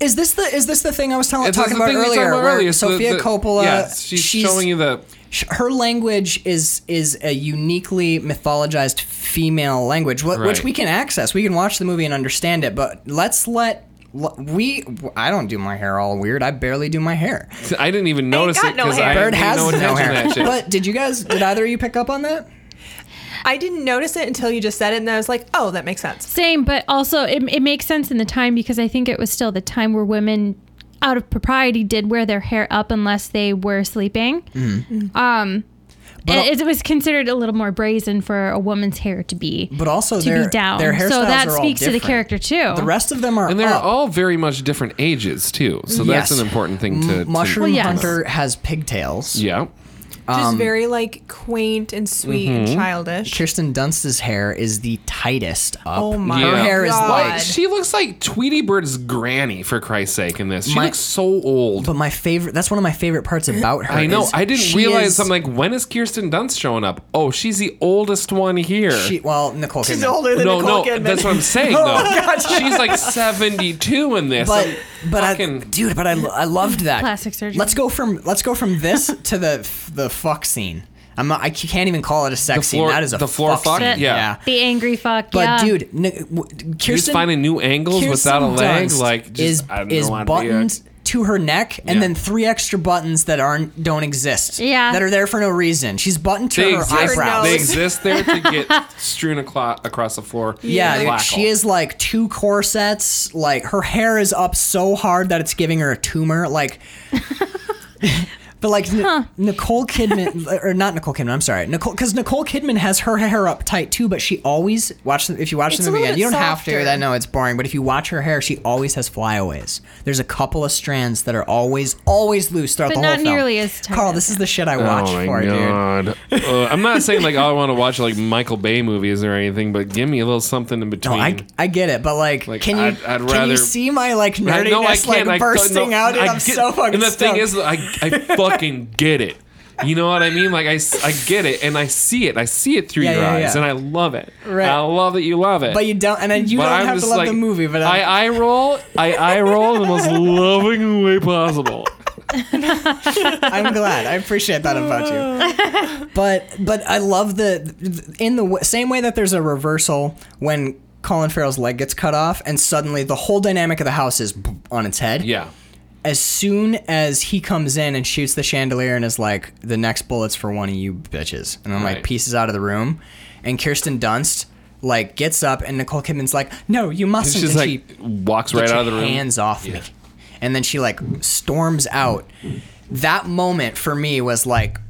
[SPEAKER 2] is this the is this the thing I was telling
[SPEAKER 1] it's
[SPEAKER 2] talking
[SPEAKER 1] the
[SPEAKER 2] about
[SPEAKER 1] thing we
[SPEAKER 2] earlier?
[SPEAKER 1] talked about
[SPEAKER 2] where
[SPEAKER 1] earlier, so the-
[SPEAKER 2] Sophia
[SPEAKER 1] the-
[SPEAKER 2] Coppola.
[SPEAKER 1] Yeah, she's, showing you the
[SPEAKER 2] sh- her language is is a uniquely mythologized female language, wh- which
[SPEAKER 1] Right.
[SPEAKER 2] we can access. We can watch the movie and understand it. But let's let l- we. I don't do my hair all weird. I barely do my hair.
[SPEAKER 1] I didn't even notice
[SPEAKER 4] got
[SPEAKER 1] it
[SPEAKER 4] no
[SPEAKER 1] because
[SPEAKER 4] hair.
[SPEAKER 1] I
[SPEAKER 2] Bird
[SPEAKER 1] paid
[SPEAKER 2] has
[SPEAKER 1] no
[SPEAKER 2] no
[SPEAKER 1] attention to
[SPEAKER 2] hair.
[SPEAKER 1] that shit.
[SPEAKER 2] But did you guys? Did either of you pick up on that?
[SPEAKER 4] I didn't notice it until you just said it, and I was like, oh, that makes sense.
[SPEAKER 6] same. But also, it, it makes sense in the time because I think it was still the time where women out of propriety did wear their hair up unless they were sleeping. Um,
[SPEAKER 2] Mm-hmm. But-
[SPEAKER 6] it, it was considered a little more brazen for a woman's hair to be,
[SPEAKER 2] But also
[SPEAKER 6] to
[SPEAKER 2] their,
[SPEAKER 6] be down.
[SPEAKER 2] their hairstyles
[SPEAKER 6] so that
[SPEAKER 2] are all
[SPEAKER 6] speaks to the
[SPEAKER 2] different.
[SPEAKER 6] character too.
[SPEAKER 2] The rest of them are
[SPEAKER 1] And they're
[SPEAKER 2] up.
[SPEAKER 1] all very much different ages too, so
[SPEAKER 2] Oh. Yes.
[SPEAKER 1] that's an important thing to. to-
[SPEAKER 2] Mushroom
[SPEAKER 6] yes.
[SPEAKER 2] Hunter has pigtails.
[SPEAKER 1] yeah, Um,
[SPEAKER 4] Just very like quaint and sweet
[SPEAKER 1] mm-hmm.
[SPEAKER 4] and childish.
[SPEAKER 2] Kirsten Dunst's hair is the tightest up.
[SPEAKER 4] Oh my
[SPEAKER 1] Yeah.
[SPEAKER 2] Her hair is
[SPEAKER 4] God.
[SPEAKER 1] like she looks like Tweety Bird's granny for Christ's sake in this. She
[SPEAKER 2] My-
[SPEAKER 1] looks so old.
[SPEAKER 2] But my favorite, that's one of my favorite parts about her.
[SPEAKER 1] I know.
[SPEAKER 2] is
[SPEAKER 1] I didn't
[SPEAKER 2] she
[SPEAKER 1] realize.
[SPEAKER 2] is-
[SPEAKER 1] I'm like, when is Kirsten Dunst showing up? Oh, she's the oldest one here.
[SPEAKER 2] She, well, Nicole
[SPEAKER 4] She's
[SPEAKER 2] Kidman.
[SPEAKER 4] older than
[SPEAKER 1] no,
[SPEAKER 4] Nicole
[SPEAKER 1] no,
[SPEAKER 4] Kidman.
[SPEAKER 1] that's what I'm saying
[SPEAKER 2] Oh,
[SPEAKER 1] though.
[SPEAKER 2] gotcha.
[SPEAKER 1] She's like 72 in this.
[SPEAKER 2] But
[SPEAKER 1] I'm
[SPEAKER 2] but I,
[SPEAKER 1] fucking-
[SPEAKER 2] dude, but I, lo- I loved that
[SPEAKER 6] Plastic surgery.
[SPEAKER 2] Let's go from let's go from this to the f- the fuck scene. I'm not, I can't even call it a sex
[SPEAKER 1] floor-
[SPEAKER 2] scene. That is a
[SPEAKER 1] the floor fuck?
[SPEAKER 2] scene.
[SPEAKER 1] Yeah.
[SPEAKER 6] the angry fuck.
[SPEAKER 2] But
[SPEAKER 6] yeah.
[SPEAKER 2] dude, Ni- w-
[SPEAKER 1] She's
[SPEAKER 2] Kirsten
[SPEAKER 1] finding new angles
[SPEAKER 2] Kirsten
[SPEAKER 1] without a leg.
[SPEAKER 2] Dunst
[SPEAKER 1] Like just,
[SPEAKER 2] is
[SPEAKER 1] I don't
[SPEAKER 2] is
[SPEAKER 1] know how to be a-
[SPEAKER 2] buttoned to her neck, and
[SPEAKER 1] Yeah.
[SPEAKER 2] then three extra buttons that aren't don't exist.
[SPEAKER 6] Yeah.
[SPEAKER 2] that are there for no reason. She's buttoned to
[SPEAKER 1] They
[SPEAKER 2] her
[SPEAKER 1] exist.
[SPEAKER 2] eyebrows.
[SPEAKER 1] They
[SPEAKER 4] nose.
[SPEAKER 1] exist there to get strewn aclo- across the floor.
[SPEAKER 2] yeah,
[SPEAKER 1] Blackle.
[SPEAKER 2] she is like two corsets. Like her hair is up so hard that it's giving her a tumor. Like, but like Ni- Nicole Kidman, or not Nicole Kidman. I'm sorry, Nicole, because Nicole Kidman has her hair up tight too. But she always watch the, if you watch
[SPEAKER 4] It's
[SPEAKER 2] the
[SPEAKER 4] a
[SPEAKER 2] movie again,
[SPEAKER 4] little bit
[SPEAKER 2] you don't have to.
[SPEAKER 4] softer.
[SPEAKER 2] I know it's boring, but if you watch her hair, she always has flyaways. There's a couple of strands that are always always loose throughout
[SPEAKER 6] But
[SPEAKER 2] the whole
[SPEAKER 6] not
[SPEAKER 2] film.
[SPEAKER 6] nearly as tight
[SPEAKER 2] Carl,
[SPEAKER 6] as
[SPEAKER 2] this is the shit I
[SPEAKER 1] Oh
[SPEAKER 2] watch for, dude.
[SPEAKER 1] god! Uh, I'm not saying like all I want to watch are, like Michael Bay movies or anything, but give me a little something in between.
[SPEAKER 2] No, I, I get it, but like,
[SPEAKER 1] Like,
[SPEAKER 2] can you
[SPEAKER 1] I'd- I'd
[SPEAKER 2] can you
[SPEAKER 1] rather-
[SPEAKER 2] see my like
[SPEAKER 1] I-
[SPEAKER 2] nerdiness
[SPEAKER 1] no, I
[SPEAKER 2] like
[SPEAKER 1] can't. I,
[SPEAKER 2] bursting
[SPEAKER 1] no,
[SPEAKER 2] out? And
[SPEAKER 1] I
[SPEAKER 2] I am
[SPEAKER 1] get-
[SPEAKER 2] so fucking.
[SPEAKER 1] And the thing
[SPEAKER 2] stoked.
[SPEAKER 1] is, I I fucking get it. You know what I mean? Like I, s- I get it, and I see it. I see it through
[SPEAKER 2] Yeah,
[SPEAKER 1] your
[SPEAKER 2] yeah,
[SPEAKER 1] eyes,
[SPEAKER 2] yeah.
[SPEAKER 1] and I love it.
[SPEAKER 2] Right.
[SPEAKER 1] I love that you love it.
[SPEAKER 2] but you don't, and then you
[SPEAKER 1] But
[SPEAKER 2] don't
[SPEAKER 1] I'm
[SPEAKER 2] have to
[SPEAKER 1] just
[SPEAKER 2] love
[SPEAKER 1] like-
[SPEAKER 2] the movie. But
[SPEAKER 1] I
[SPEAKER 2] I'm,
[SPEAKER 1] eye roll. I eye roll in the most loving way possible.
[SPEAKER 2] I'm glad. I appreciate that about you. But but I love the in the w- same way that there's a reversal when Colin Farrell's leg gets cut off, and suddenly the whole dynamic of the house is on its head.
[SPEAKER 1] Yeah.
[SPEAKER 2] as soon as he comes in and shoots the chandelier and is like, the next bullet's for one of you bitches. And I'm like,
[SPEAKER 1] Right.
[SPEAKER 2] pieces out of the room. And Kirsten Dunst, like, gets up and Nicole Kidman's like, no, you mustn't.
[SPEAKER 1] She's
[SPEAKER 2] and
[SPEAKER 1] like
[SPEAKER 2] she
[SPEAKER 1] walks
[SPEAKER 2] "Get
[SPEAKER 1] right
[SPEAKER 2] your
[SPEAKER 1] out of the room.
[SPEAKER 2] hands off me. And then she, like, storms out. That moment for me was like,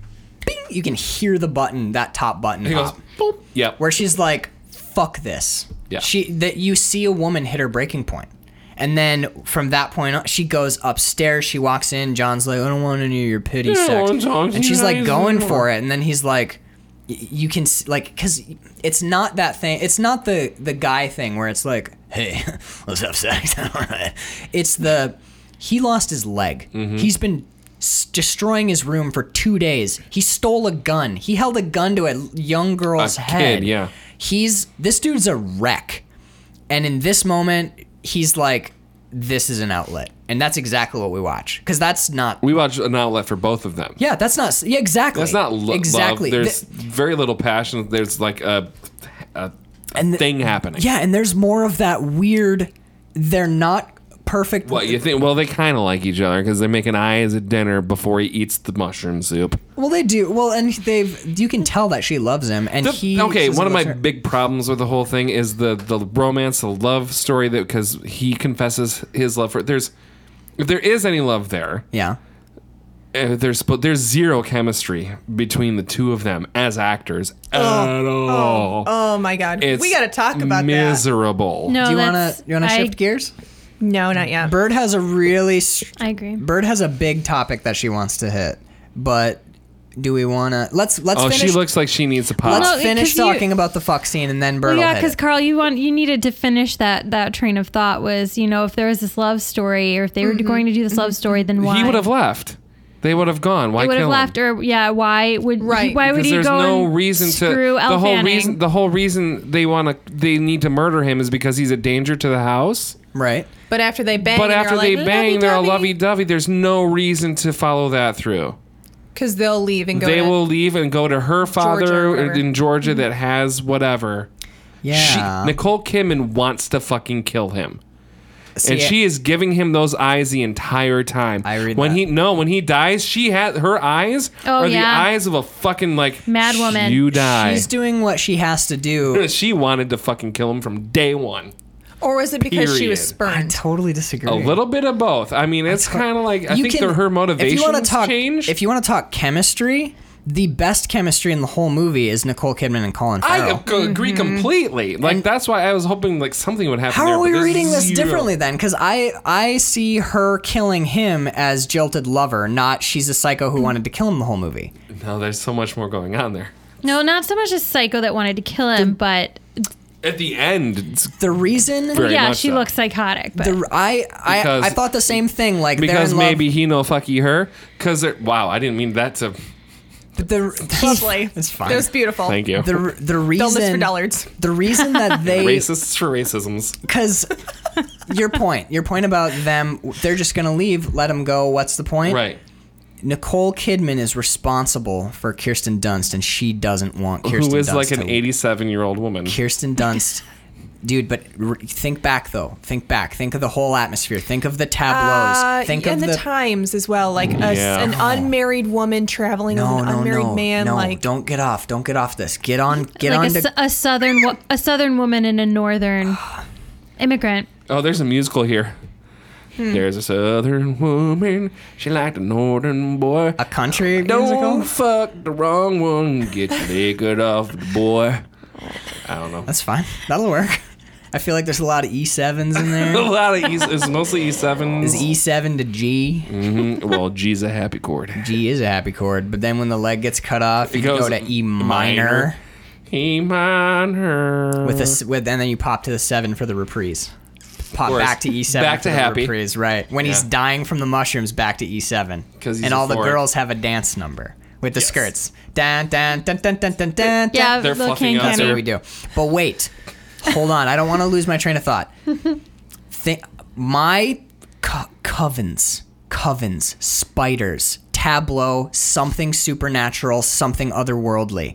[SPEAKER 2] bing, you can hear the button, that top button.
[SPEAKER 1] He goes.
[SPEAKER 2] pop
[SPEAKER 1] Boop. Ah, Yep.
[SPEAKER 2] where she's like, "Fuck this."
[SPEAKER 1] Yeah.
[SPEAKER 2] She that you see a woman hit her breaking point, and then from that point on, she goes upstairs. She walks in. John's like, "I don't want any of your pity sex,"
[SPEAKER 1] I'm talking
[SPEAKER 2] and
[SPEAKER 1] to
[SPEAKER 2] she's
[SPEAKER 1] you
[SPEAKER 2] like
[SPEAKER 1] guys
[SPEAKER 2] going
[SPEAKER 1] anymore.
[SPEAKER 2] for it. And then he's like, y- "You can s- like, cause it's not that thing. It's not the the guy thing where it's like, hey, let's have sex. All right. It's the he lost his leg.
[SPEAKER 1] Mm-hmm.
[SPEAKER 2] He's been." s- Destroying his room for two days. He stole a gun. He held a gun to a young girl's
[SPEAKER 1] A kid,
[SPEAKER 2] head.
[SPEAKER 1] yeah.
[SPEAKER 2] He's this dude's a wreck. And in this moment, he's like, this is an outlet. And that's exactly what we watch. Because that's not.
[SPEAKER 1] We watch an outlet for both of them.
[SPEAKER 2] Yeah, that's not. Yeah, exactly.
[SPEAKER 1] That's not lo-
[SPEAKER 2] Exactly.
[SPEAKER 1] love. There's
[SPEAKER 2] Th-
[SPEAKER 1] very little passion. There's like a, a, a
[SPEAKER 2] And the-
[SPEAKER 1] thing happening.
[SPEAKER 2] yeah, and there's more of that weird. They're not perfect.
[SPEAKER 1] What you think? Well, they kind of like each other because they're making eyes at dinner before he eats the mushroom soup.
[SPEAKER 2] Well, they do. Well, and they've. You can tell that she loves him. And
[SPEAKER 1] The-
[SPEAKER 2] he.
[SPEAKER 1] okay,
[SPEAKER 2] she's
[SPEAKER 1] one of my
[SPEAKER 2] loves her.
[SPEAKER 1] big problems with the whole thing is the the romance, the love story that because he confesses his love for there's if there is any love there,
[SPEAKER 2] Yeah.
[SPEAKER 1] uh, there's but there's zero chemistry between the two of them as actors at all.
[SPEAKER 4] Oh my god.
[SPEAKER 1] It's
[SPEAKER 4] we got to talk about that.
[SPEAKER 1] miserable.
[SPEAKER 6] no,
[SPEAKER 2] do you wanna
[SPEAKER 6] Oh, that's-
[SPEAKER 2] you wanna
[SPEAKER 6] I-
[SPEAKER 2] shift gears?
[SPEAKER 4] No, not yet.
[SPEAKER 2] Bird has a really str-
[SPEAKER 6] I agree.
[SPEAKER 2] Bird has a big topic that she wants to hit, but do we want to let's let's
[SPEAKER 1] Oh,
[SPEAKER 2] finish.
[SPEAKER 1] she looks like she needs a pop.
[SPEAKER 2] let's
[SPEAKER 6] Well, no,
[SPEAKER 2] finish
[SPEAKER 6] 'cause you-
[SPEAKER 2] talking about the fuck scene and then Bird.
[SPEAKER 6] Well, yeah,
[SPEAKER 2] will hit
[SPEAKER 6] because
[SPEAKER 2] it.
[SPEAKER 6] Carl, you want you needed to finish that that train of thought was you know if there was this love story or if they were
[SPEAKER 2] Mm-hmm.
[SPEAKER 6] going to do this love story, then why
[SPEAKER 1] He would have left. They would have gone. Why
[SPEAKER 6] They would have
[SPEAKER 1] kill him?
[SPEAKER 6] left or yeah, why would
[SPEAKER 4] Right.
[SPEAKER 6] Why would
[SPEAKER 1] Because
[SPEAKER 6] he
[SPEAKER 1] there's
[SPEAKER 6] go
[SPEAKER 1] no
[SPEAKER 6] and
[SPEAKER 1] reason to.
[SPEAKER 6] screw
[SPEAKER 1] The
[SPEAKER 6] Elle
[SPEAKER 1] whole
[SPEAKER 6] Fanning?
[SPEAKER 1] reason. The whole reason they want to. They need to murder him is because he's a danger to the house.
[SPEAKER 2] right.
[SPEAKER 4] But after they bang,
[SPEAKER 1] but after they bang, they're all lovey dovey. There's no reason to follow that through.
[SPEAKER 4] because they'll leave and go.
[SPEAKER 1] they
[SPEAKER 4] to-
[SPEAKER 1] will leave and go to her father
[SPEAKER 4] whatever.
[SPEAKER 1] in Georgia that has whatever.
[SPEAKER 2] Yeah.
[SPEAKER 1] She, Nicole Kidman wants to fucking kill him. and
[SPEAKER 2] See,
[SPEAKER 1] she is giving him those eyes the entire time.
[SPEAKER 2] I read
[SPEAKER 1] when
[SPEAKER 2] that.
[SPEAKER 1] he no, when he dies, she had her eyes
[SPEAKER 6] Oh,
[SPEAKER 1] are
[SPEAKER 6] yeah.
[SPEAKER 1] the eyes of a fucking like
[SPEAKER 6] Mad woman.
[SPEAKER 1] You die.
[SPEAKER 2] she's doing what she has to do.
[SPEAKER 1] she wanted to fucking kill him from day one.
[SPEAKER 4] Or was it because she was
[SPEAKER 1] Period.
[SPEAKER 2] I
[SPEAKER 4] spurned?
[SPEAKER 2] totally disagree.
[SPEAKER 1] A little bit of both. I mean, it's kind of like I think the, her
[SPEAKER 2] If
[SPEAKER 1] motivations
[SPEAKER 2] you want to talk,
[SPEAKER 1] changed.
[SPEAKER 2] if you want to talk chemistry, the best chemistry in the whole movie is Nicole Kidman and Colin
[SPEAKER 1] I
[SPEAKER 2] Farrell.
[SPEAKER 1] ag-
[SPEAKER 6] Mm-hmm.
[SPEAKER 1] agree completely. Like that's why I was hoping like something would happen.
[SPEAKER 2] How
[SPEAKER 1] there,
[SPEAKER 2] are
[SPEAKER 1] but
[SPEAKER 2] we
[SPEAKER 1] there's
[SPEAKER 2] reading this
[SPEAKER 1] zero-
[SPEAKER 2] differently then? Because I I see her killing him as jilted lover, not she's a psycho who wanted to kill him the whole movie.
[SPEAKER 1] No, there's so much more going on there.
[SPEAKER 6] No, not so much a psycho that wanted to kill him, but
[SPEAKER 1] At the end, it's
[SPEAKER 2] The reason
[SPEAKER 1] Very
[SPEAKER 6] yeah,
[SPEAKER 1] much
[SPEAKER 6] she
[SPEAKER 1] so.
[SPEAKER 6] looks psychotic. But
[SPEAKER 2] the I I,
[SPEAKER 1] Because-
[SPEAKER 2] I thought the same thing. Like they're
[SPEAKER 1] because
[SPEAKER 2] in love-
[SPEAKER 1] maybe he no fucky her. Because wow, I didn't mean that to.
[SPEAKER 2] but the
[SPEAKER 4] Lovely.
[SPEAKER 2] It's fine.
[SPEAKER 4] That was beautiful.
[SPEAKER 1] Thank you.
[SPEAKER 2] the the
[SPEAKER 4] Don't list for
[SPEAKER 2] reason
[SPEAKER 4] dollars.
[SPEAKER 2] the reason that they
[SPEAKER 1] Racists for racisms.
[SPEAKER 2] because your point your point about them they're just gonna leave let them go what's the point
[SPEAKER 1] Right.
[SPEAKER 2] Nicole Kidman is responsible for Kirsten Dunst and she doesn't want Kirsten
[SPEAKER 1] Who is
[SPEAKER 2] Dunst
[SPEAKER 1] like an
[SPEAKER 2] to-
[SPEAKER 1] 87 year old woman.
[SPEAKER 2] Kirsten Dunst. Dude, but r think back though. Think back. Think of the whole atmosphere. Think of the tableaus.
[SPEAKER 4] Uh,
[SPEAKER 2] think
[SPEAKER 4] and
[SPEAKER 2] of
[SPEAKER 4] the, times as well, like a s-
[SPEAKER 1] Yeah.
[SPEAKER 4] an unmarried woman traveling
[SPEAKER 2] no,
[SPEAKER 4] with an
[SPEAKER 2] no,
[SPEAKER 4] unmarried
[SPEAKER 2] no,
[SPEAKER 4] man.
[SPEAKER 2] no.
[SPEAKER 4] like
[SPEAKER 2] don't get off. Don't get off this. Get on. Get
[SPEAKER 6] like
[SPEAKER 2] on
[SPEAKER 6] a,
[SPEAKER 2] to.
[SPEAKER 6] s- a southern wo- a southern woman and a northern immigrant.
[SPEAKER 1] Oh, there's a musical here.
[SPEAKER 2] Hmm.
[SPEAKER 1] There's a southern woman. She liked a northern boy.
[SPEAKER 2] a country
[SPEAKER 1] Don't
[SPEAKER 2] musical.
[SPEAKER 1] fuck the wrong one. Get your leg good off the boy. I don't know.
[SPEAKER 2] That's fine. That'll work. I feel like there's a lot of E sevens in
[SPEAKER 1] a
[SPEAKER 2] there.
[SPEAKER 1] lot of E. It's mostly
[SPEAKER 2] Is
[SPEAKER 1] E7s.
[SPEAKER 2] E seven to G?
[SPEAKER 1] Mhm. Well, G's a happy chord.
[SPEAKER 2] G is a happy chord, but then when the leg gets cut off, you
[SPEAKER 1] goes
[SPEAKER 2] go to E minor,
[SPEAKER 1] E minor.
[SPEAKER 2] with a s with, and then you pop to the seven for the reprise. Pop
[SPEAKER 1] course.
[SPEAKER 2] back to E seven.
[SPEAKER 1] Back to
[SPEAKER 2] for the
[SPEAKER 1] happy.
[SPEAKER 2] Reprise, right when he's
[SPEAKER 1] Yeah.
[SPEAKER 2] dying from the mushrooms, back to E seven.
[SPEAKER 1] 'Cause he's
[SPEAKER 2] and
[SPEAKER 1] a
[SPEAKER 2] all the
[SPEAKER 1] four.
[SPEAKER 2] girls have a dance number with the skirts. Dun dun dun dun dun dun dun.
[SPEAKER 6] Yeah,
[SPEAKER 1] They're
[SPEAKER 6] the
[SPEAKER 1] fluffing
[SPEAKER 6] King
[SPEAKER 1] us
[SPEAKER 2] That's
[SPEAKER 1] Sure.
[SPEAKER 2] what
[SPEAKER 6] Kenny.
[SPEAKER 2] we do. But wait, hold on. I don't want to lose my train of thought. Thi- my co- covens, covens, spiders, tableau, something supernatural, something otherworldly.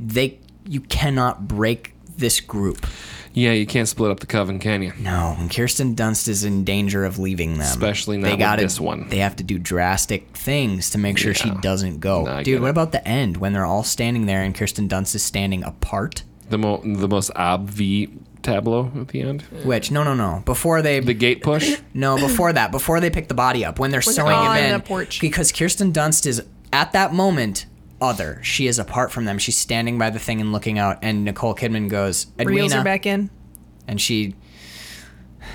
[SPEAKER 2] They, you cannot break this group.
[SPEAKER 1] Yeah, you can't split up the coven, can you?
[SPEAKER 2] No, and Kirsten Dunst is in danger of leaving them.
[SPEAKER 1] Especially not with this one.
[SPEAKER 2] They have to do drastic things to make sure she doesn't go.
[SPEAKER 1] No, I
[SPEAKER 2] Dude,
[SPEAKER 1] get
[SPEAKER 2] what
[SPEAKER 1] it.
[SPEAKER 2] about the end when they're all standing there and Kirsten Dunst is standing apart?
[SPEAKER 1] The, mo- the most obvi tableau at the end.
[SPEAKER 2] Which no, no, no. Before they
[SPEAKER 1] The gate push.
[SPEAKER 2] no, before that, before they pick the body up, when they're sewing
[SPEAKER 4] on
[SPEAKER 2] him in,
[SPEAKER 4] the porch.
[SPEAKER 2] because Kirsten Dunst is at that moment other. She is apart from them. She's standing by the thing and looking out, and Nicole Kidman goes
[SPEAKER 4] reels her
[SPEAKER 2] Edwina,
[SPEAKER 4] back in.
[SPEAKER 2] and she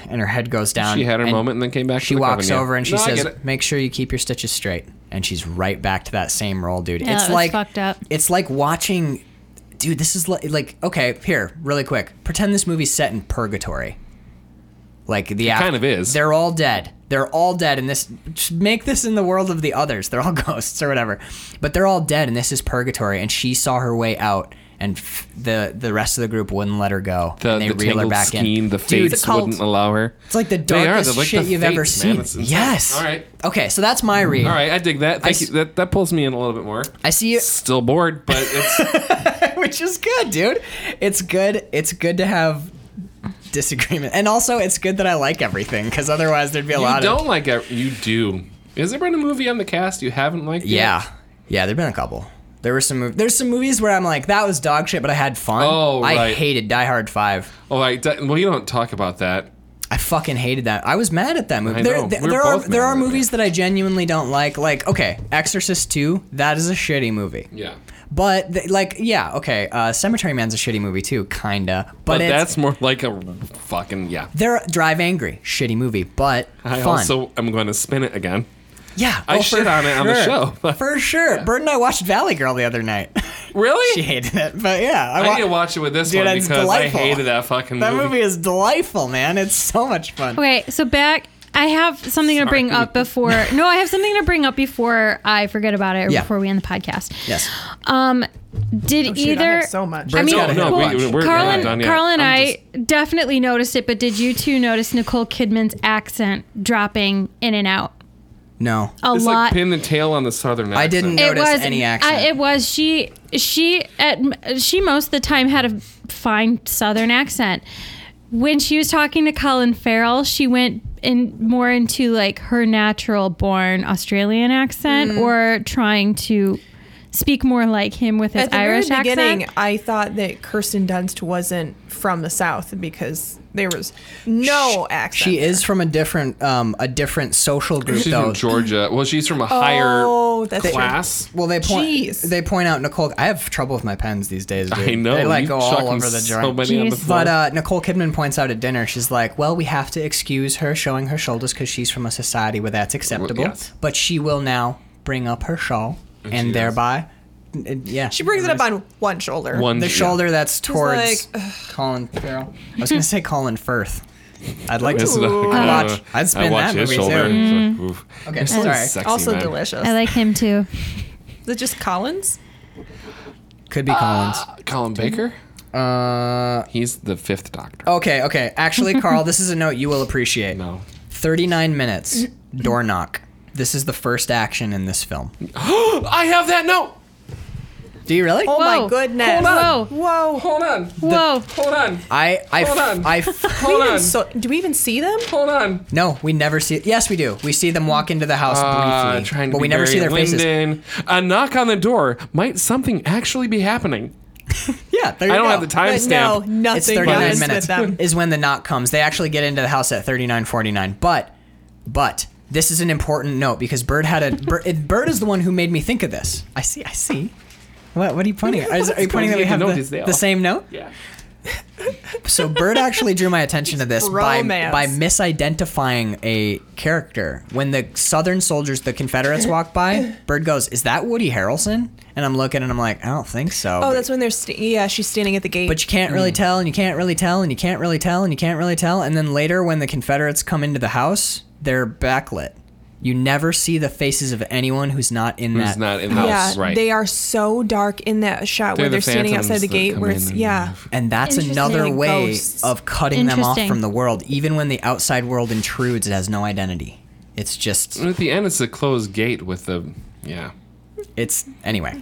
[SPEAKER 2] and her head goes down.
[SPEAKER 1] She had her
[SPEAKER 2] and
[SPEAKER 1] moment and then came back.
[SPEAKER 2] She
[SPEAKER 1] to the
[SPEAKER 2] walks
[SPEAKER 1] coven, yeah.
[SPEAKER 2] over and she
[SPEAKER 1] No, I
[SPEAKER 2] says,
[SPEAKER 1] get it.
[SPEAKER 2] "Make sure you keep your stitches straight." And she's right back to that same role, dude.
[SPEAKER 6] Yeah,
[SPEAKER 2] it's
[SPEAKER 6] it was
[SPEAKER 2] like
[SPEAKER 6] fucked up.
[SPEAKER 2] It's like watching, dude. This is like, like okay, here, really quick. Pretend this movie's set in purgatory. Like the af-
[SPEAKER 1] kind of is.
[SPEAKER 2] They're all dead. They're all dead, and this just make this in the world of the others. They're all ghosts or whatever, but they're all dead, and this is purgatory. And she saw her way out, and f- the the rest of the group wouldn't let her go.
[SPEAKER 1] The,
[SPEAKER 2] and they
[SPEAKER 1] the
[SPEAKER 2] reel her
[SPEAKER 1] tangled
[SPEAKER 2] back
[SPEAKER 1] skein,
[SPEAKER 2] in.
[SPEAKER 1] the
[SPEAKER 4] Dude,
[SPEAKER 1] fates
[SPEAKER 4] the cult.
[SPEAKER 1] wouldn't allow her.
[SPEAKER 2] It's like the
[SPEAKER 1] They are,
[SPEAKER 2] darkest
[SPEAKER 1] they're like
[SPEAKER 2] shit
[SPEAKER 1] the
[SPEAKER 2] you've
[SPEAKER 1] fates,
[SPEAKER 2] ever
[SPEAKER 1] man.
[SPEAKER 2] seen.
[SPEAKER 1] It's insane.
[SPEAKER 2] yes.
[SPEAKER 1] All right.
[SPEAKER 2] Okay, so that's my read.
[SPEAKER 1] All right, I dig that. Thank
[SPEAKER 2] s-
[SPEAKER 1] you. That that pulls me in a little bit more.
[SPEAKER 2] I see you,
[SPEAKER 1] Still bored, but it's
[SPEAKER 2] which is good, dude. It's good. It's good to have disagreement, and also it's good that I like everything because otherwise there'd be a
[SPEAKER 1] you
[SPEAKER 2] lot
[SPEAKER 1] don't
[SPEAKER 2] of
[SPEAKER 1] like it. You do. Has there been a movie on the cast you haven't liked? yet?
[SPEAKER 2] yeah, yeah. There've been a couple. There were some. mov- There's some movies where I'm like, that was dog shit, but I had fun.
[SPEAKER 1] Oh,
[SPEAKER 2] I
[SPEAKER 1] right.
[SPEAKER 2] hated Die Hard Five.
[SPEAKER 1] Oh, I, di- well, you don't talk about that.
[SPEAKER 2] I fucking hated that. I was mad at that movie.
[SPEAKER 1] I
[SPEAKER 2] There,
[SPEAKER 1] know.
[SPEAKER 2] there,
[SPEAKER 1] We were
[SPEAKER 2] there are
[SPEAKER 1] both mad
[SPEAKER 2] there are
[SPEAKER 1] at it.
[SPEAKER 2] movies that I genuinely don't like. Like okay, Exorcist Two. That is a shitty movie.
[SPEAKER 1] Yeah.
[SPEAKER 2] But th- like, yeah, okay. Uh, Cemetery Man's a shitty movie too, kinda. But,
[SPEAKER 1] But,
[SPEAKER 2] it's,
[SPEAKER 1] that's more like a fucking, yeah.
[SPEAKER 2] they're Drive Angry, shitty movie, but
[SPEAKER 1] I
[SPEAKER 2] fun.
[SPEAKER 1] also am going to spin it again.
[SPEAKER 2] yeah,
[SPEAKER 1] I
[SPEAKER 2] oh,
[SPEAKER 1] shit
[SPEAKER 2] for
[SPEAKER 1] on it on the show, but-
[SPEAKER 2] for sure. Bird and I watched Valley Girl the other night. she
[SPEAKER 1] Really?
[SPEAKER 2] hated it, but yeah, I,
[SPEAKER 1] I
[SPEAKER 2] wa-
[SPEAKER 1] need to watch it with this
[SPEAKER 2] Dude,
[SPEAKER 1] one
[SPEAKER 2] that's
[SPEAKER 1] because
[SPEAKER 2] delightful.
[SPEAKER 1] I hated that fucking
[SPEAKER 2] that
[SPEAKER 1] movie.
[SPEAKER 2] movie is delightful, man. It's so much fun.
[SPEAKER 6] Okay, so back. I have something to bring up before. No, I have something to bring up before I forget about it or
[SPEAKER 2] Yeah.
[SPEAKER 6] before we end the podcast.
[SPEAKER 2] Yes,
[SPEAKER 6] Um, did
[SPEAKER 4] Dude, I
[SPEAKER 6] either?
[SPEAKER 4] have so much.
[SPEAKER 2] Bert-
[SPEAKER 6] I mean,
[SPEAKER 2] No, no,
[SPEAKER 6] well,
[SPEAKER 2] we-
[SPEAKER 1] we're
[SPEAKER 6] Carl
[SPEAKER 1] not
[SPEAKER 6] and,
[SPEAKER 1] done yet.
[SPEAKER 6] Carl and
[SPEAKER 1] I'm
[SPEAKER 6] I definitely noticed it, but did you two notice Nicole Kidman's accent dropping in and out
[SPEAKER 2] no,
[SPEAKER 6] a
[SPEAKER 1] it's
[SPEAKER 6] lot?
[SPEAKER 1] like pin the tail on the southern accent.
[SPEAKER 2] I didn't
[SPEAKER 6] it
[SPEAKER 2] notice
[SPEAKER 6] was
[SPEAKER 2] any accent.
[SPEAKER 6] I, it was she. She at m- she most of the time had a fine Southern accent. When she was talking to Colin Farrell, she went in more
[SPEAKER 4] Mm.
[SPEAKER 6] into like her natural born Australian accent or trying to speak more like him with his
[SPEAKER 4] At the
[SPEAKER 6] Irish
[SPEAKER 4] very beginning,
[SPEAKER 6] accent.
[SPEAKER 4] I thought that Kirsten Dunst wasn't from the South because there was no accent.
[SPEAKER 2] She
[SPEAKER 4] there.
[SPEAKER 2] is from a different um, a different social group
[SPEAKER 1] She's
[SPEAKER 2] though.
[SPEAKER 1] from Georgia. Well, she's from a higher
[SPEAKER 4] Oh, that's true.
[SPEAKER 1] class.
[SPEAKER 2] Well, they point
[SPEAKER 4] Jeez.
[SPEAKER 2] they point out Nicole. I have trouble with my pens these days. Dude.
[SPEAKER 1] I know.
[SPEAKER 2] They like
[SPEAKER 1] you
[SPEAKER 2] go
[SPEAKER 1] chuck
[SPEAKER 2] all
[SPEAKER 1] 'em
[SPEAKER 2] over the
[SPEAKER 1] so
[SPEAKER 2] joint.
[SPEAKER 1] many on the
[SPEAKER 6] Jeez.
[SPEAKER 1] floor.
[SPEAKER 2] But uh, Nicole Kidman points out at dinner, she's like, "Well, we have to excuse her showing her shoulders because she's from a society where that's acceptable.
[SPEAKER 1] yes.
[SPEAKER 2] But she will now bring up her shawl, and,
[SPEAKER 1] she does.
[SPEAKER 2] thereby, n- n- yeah,
[SPEAKER 4] She brings it up on one shoulder.
[SPEAKER 1] one
[SPEAKER 2] the shoulder that's
[SPEAKER 4] like,
[SPEAKER 2] towards Colin Farrell. I was gonna say Colin Firth. I'd like
[SPEAKER 1] It's not-
[SPEAKER 2] to
[SPEAKER 1] uh,
[SPEAKER 2] watch. I'd spin
[SPEAKER 1] watch
[SPEAKER 2] that
[SPEAKER 1] his
[SPEAKER 2] movie
[SPEAKER 1] shoulder.
[SPEAKER 4] Mm.
[SPEAKER 2] too.
[SPEAKER 1] It's like, oof.
[SPEAKER 2] Okay,
[SPEAKER 1] He's so
[SPEAKER 2] sorry.
[SPEAKER 1] sexy,
[SPEAKER 4] Also
[SPEAKER 1] man.
[SPEAKER 4] delicious.
[SPEAKER 6] I like him too.
[SPEAKER 4] Is it just Collins?
[SPEAKER 2] Could be Collins.
[SPEAKER 4] Ah.
[SPEAKER 1] Colin Baker.
[SPEAKER 2] Uh, Oh.
[SPEAKER 1] He's the fifth Doctor.
[SPEAKER 2] okay, okay. Actually, Carl, this is a note you will appreciate.
[SPEAKER 1] No.
[SPEAKER 2] 39 minutes, door knock. This is the first action in this film.
[SPEAKER 1] I have that note.
[SPEAKER 2] Do you really?
[SPEAKER 4] Oh my
[SPEAKER 6] Whoa.
[SPEAKER 4] goodness!
[SPEAKER 6] Hold on.
[SPEAKER 4] Whoa!
[SPEAKER 1] Hold on.
[SPEAKER 6] Whoa.
[SPEAKER 1] Hold on.
[SPEAKER 2] I, I,
[SPEAKER 1] Hold
[SPEAKER 2] f-
[SPEAKER 1] on.
[SPEAKER 2] I f-
[SPEAKER 1] Hold
[SPEAKER 4] Whoa. So, do we even see them?
[SPEAKER 1] Hold on.
[SPEAKER 2] no, we never see. Yes, we do. We see them walk into the house
[SPEAKER 1] Uh,
[SPEAKER 2] briefly,
[SPEAKER 1] trying to
[SPEAKER 2] but
[SPEAKER 1] be
[SPEAKER 2] we never see
[SPEAKER 1] very
[SPEAKER 2] their faces.
[SPEAKER 1] Linden. A knock on the door. Might something actually be happening?
[SPEAKER 2] Yeah, there you
[SPEAKER 1] I don't
[SPEAKER 2] go.
[SPEAKER 1] have the
[SPEAKER 4] But no,
[SPEAKER 1] timestamp.
[SPEAKER 4] nothing.
[SPEAKER 2] It's 39
[SPEAKER 4] happens with
[SPEAKER 2] minutes
[SPEAKER 4] them.
[SPEAKER 2] is when the knock comes. They actually get into the house at 39:49. But, but this is an important note because Bird had a Bird, Bird is the one who made me think of this. I see. I see. What? What are you pointing? at? Is- Are you pointing that we
[SPEAKER 1] The
[SPEAKER 2] have
[SPEAKER 1] note is
[SPEAKER 2] the,
[SPEAKER 1] there.
[SPEAKER 2] the same note?
[SPEAKER 1] Yeah.
[SPEAKER 2] So Bird actually drew my attention to this by,
[SPEAKER 4] Romance.
[SPEAKER 2] by misidentifying a character. When the Southern soldiers, the Confederates, walk by, Bird goes, "Is that Woody Harrelson?" And I'm looking, and I'm like, "I don't think so."
[SPEAKER 4] Oh,
[SPEAKER 2] but,
[SPEAKER 4] that's when they're. St- yeah, she's standing at the gate.
[SPEAKER 2] but you can't
[SPEAKER 1] Hmm.
[SPEAKER 2] really tell, and you can't really tell, and you can't really tell, and you can't really tell. And then later, when the Confederates come into the house, they're backlit. You never see the faces of anyone who's not in
[SPEAKER 1] Who's
[SPEAKER 2] that.
[SPEAKER 1] not in the
[SPEAKER 4] yeah,
[SPEAKER 1] house? Right.
[SPEAKER 4] they are so dark in that shot where
[SPEAKER 1] They're the
[SPEAKER 4] they're standing
[SPEAKER 1] phantoms
[SPEAKER 4] outside the
[SPEAKER 1] that
[SPEAKER 4] gate.
[SPEAKER 1] come
[SPEAKER 4] Where
[SPEAKER 1] in
[SPEAKER 4] it's
[SPEAKER 1] and-
[SPEAKER 4] yeah,
[SPEAKER 2] and that's
[SPEAKER 6] Interesting.
[SPEAKER 2] another way
[SPEAKER 4] Ghosts.
[SPEAKER 2] of cutting them off
[SPEAKER 6] Interesting.
[SPEAKER 2] from the world. Even when the outside world intrudes, it has no identity. It's just
[SPEAKER 1] And at the end, it's a closed gate with the yeah.
[SPEAKER 2] It's anyway.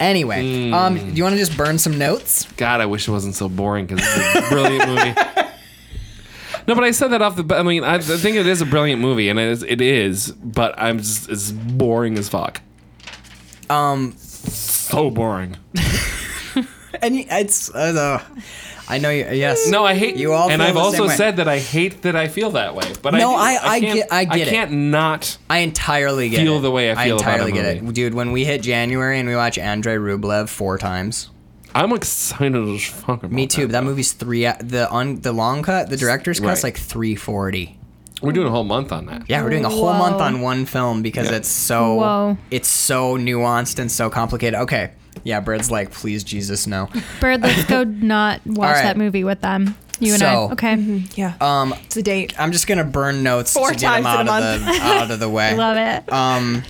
[SPEAKER 2] Anyway, um, do you want to just burn some notes?
[SPEAKER 1] God, I wish it wasn't so boring because it's a brilliant movie. No, but I said that off the. bat. I mean, I, I think it is a brilliant movie, and it is. It is but I'm just it's boring as fuck.
[SPEAKER 2] Um,
[SPEAKER 1] So boring.
[SPEAKER 2] and y- it's uh, uh, I know you. Yes.
[SPEAKER 1] No, I hate
[SPEAKER 2] You all
[SPEAKER 1] And
[SPEAKER 2] feel
[SPEAKER 1] I've
[SPEAKER 2] the same
[SPEAKER 1] also
[SPEAKER 2] way.
[SPEAKER 1] said that I hate that I feel that way. But
[SPEAKER 2] No,
[SPEAKER 1] I,
[SPEAKER 2] I-
[SPEAKER 1] do.
[SPEAKER 2] I
[SPEAKER 1] can't-
[SPEAKER 2] get- I get it.
[SPEAKER 1] I can't not.
[SPEAKER 2] I entirely get
[SPEAKER 1] Feel
[SPEAKER 2] it.
[SPEAKER 1] the way I feel about a
[SPEAKER 2] entirely get
[SPEAKER 1] movie.
[SPEAKER 2] it, dude. When we hit January and we watch Andrei Rublev four times.
[SPEAKER 1] I'm excited as fuck. About
[SPEAKER 2] Me too. But that movie's three. uh, The on the long cut, the director's cut's
[SPEAKER 1] Right.
[SPEAKER 2] like three forty.
[SPEAKER 1] We're doing a whole month on that.
[SPEAKER 2] Yeah, we're doing a whole
[SPEAKER 6] Whoa.
[SPEAKER 2] month on one film because it's so
[SPEAKER 6] Whoa.
[SPEAKER 2] it's so nuanced and so complicated. Okay. Yeah, Bird's like, please, Jesus, no.
[SPEAKER 6] Bird, let's go not watch
[SPEAKER 2] right.
[SPEAKER 6] that movie with them. You and
[SPEAKER 2] So-
[SPEAKER 6] I. Okay.
[SPEAKER 4] yeah.
[SPEAKER 2] Um,
[SPEAKER 4] it's a date.
[SPEAKER 2] I'm just gonna burn notes
[SPEAKER 4] Four
[SPEAKER 2] to get them
[SPEAKER 4] times
[SPEAKER 2] out
[SPEAKER 4] in a
[SPEAKER 2] of the out of the way.
[SPEAKER 6] Love it.
[SPEAKER 2] Um,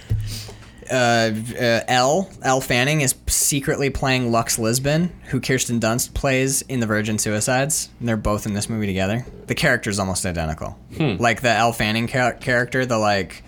[SPEAKER 2] uh, uh, L L Fanning is secretly playing Lux Lisbon, who Kirsten Dunst plays in The Virgin Suicides. And they're both in this movie together. The character's almost identical.
[SPEAKER 1] Hmm.
[SPEAKER 2] Like the L Fanning char- character, the like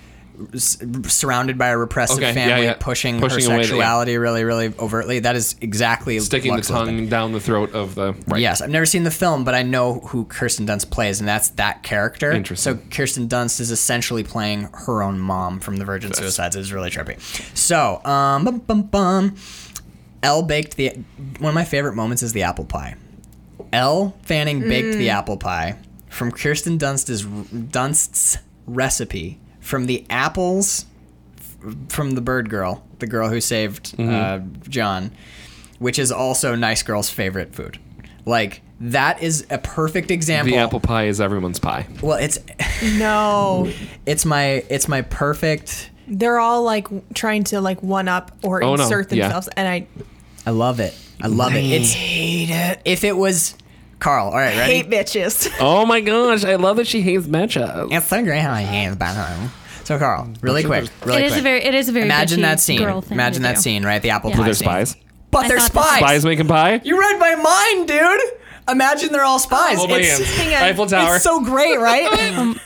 [SPEAKER 2] s- surrounded by a repressive
[SPEAKER 1] Okay, yeah,
[SPEAKER 2] family,
[SPEAKER 1] yeah.
[SPEAKER 2] pushing,
[SPEAKER 1] Pushing
[SPEAKER 2] her
[SPEAKER 1] away the- yeah.
[SPEAKER 2] sexuality really, really overtly. That is exactly
[SPEAKER 1] Sticking
[SPEAKER 2] Lux
[SPEAKER 1] the tongue
[SPEAKER 2] Lisbon.
[SPEAKER 1] down the throat of the right.
[SPEAKER 2] Yes, I've never seen the film, but I know who Kirsten Dunst plays, and that's that character.
[SPEAKER 1] Interesting.
[SPEAKER 2] So Kirsten Dunst is essentially playing her own mom from The Virgin Suicides. It was really trippy. So, um, bum, bum, bum. Elle baked the one of my favorite moments is the apple pie. Elle Fanning baked
[SPEAKER 6] Mm.
[SPEAKER 2] the apple pie from Kirsten Dunst's Dunst's recipe from the apples f- from the bird girl, the girl who saved uh, John, which is also Nice Girl's favorite food. Like that is a perfect example.
[SPEAKER 1] The apple pie is everyone's pie.
[SPEAKER 2] Well, it's
[SPEAKER 4] No,
[SPEAKER 2] it's my it's my perfect.
[SPEAKER 4] they're all like w- trying to like one up or
[SPEAKER 1] Oh, no.
[SPEAKER 4] insert
[SPEAKER 1] Yeah.
[SPEAKER 4] themselves, and I
[SPEAKER 2] I love it. I love it. It's hate it. If it was Carl, all right, ready?
[SPEAKER 4] hate bitches.
[SPEAKER 1] Oh my gosh, I love that she hates matcha.
[SPEAKER 2] It's so great how I hate the bathroom. So Carl, really quick, really
[SPEAKER 6] it
[SPEAKER 2] quick.
[SPEAKER 6] is a very. It is a very.
[SPEAKER 2] Imagine
[SPEAKER 6] bitchy
[SPEAKER 2] that scene.
[SPEAKER 6] Girl thing
[SPEAKER 2] Imagine
[SPEAKER 6] to
[SPEAKER 2] that
[SPEAKER 6] do.
[SPEAKER 2] scene, right? The apple
[SPEAKER 6] Yeah.
[SPEAKER 2] pie.
[SPEAKER 6] But
[SPEAKER 1] They're
[SPEAKER 2] scene.
[SPEAKER 1] spies.
[SPEAKER 2] But
[SPEAKER 6] I
[SPEAKER 2] they're
[SPEAKER 6] thought that-
[SPEAKER 2] spies.
[SPEAKER 1] Spies making pie.
[SPEAKER 2] You read my mind, dude. Imagine they're all spies.
[SPEAKER 1] Hold my
[SPEAKER 2] it's,
[SPEAKER 1] hands.
[SPEAKER 4] hang on.
[SPEAKER 1] Eiffel Tower.
[SPEAKER 2] it's so great, right?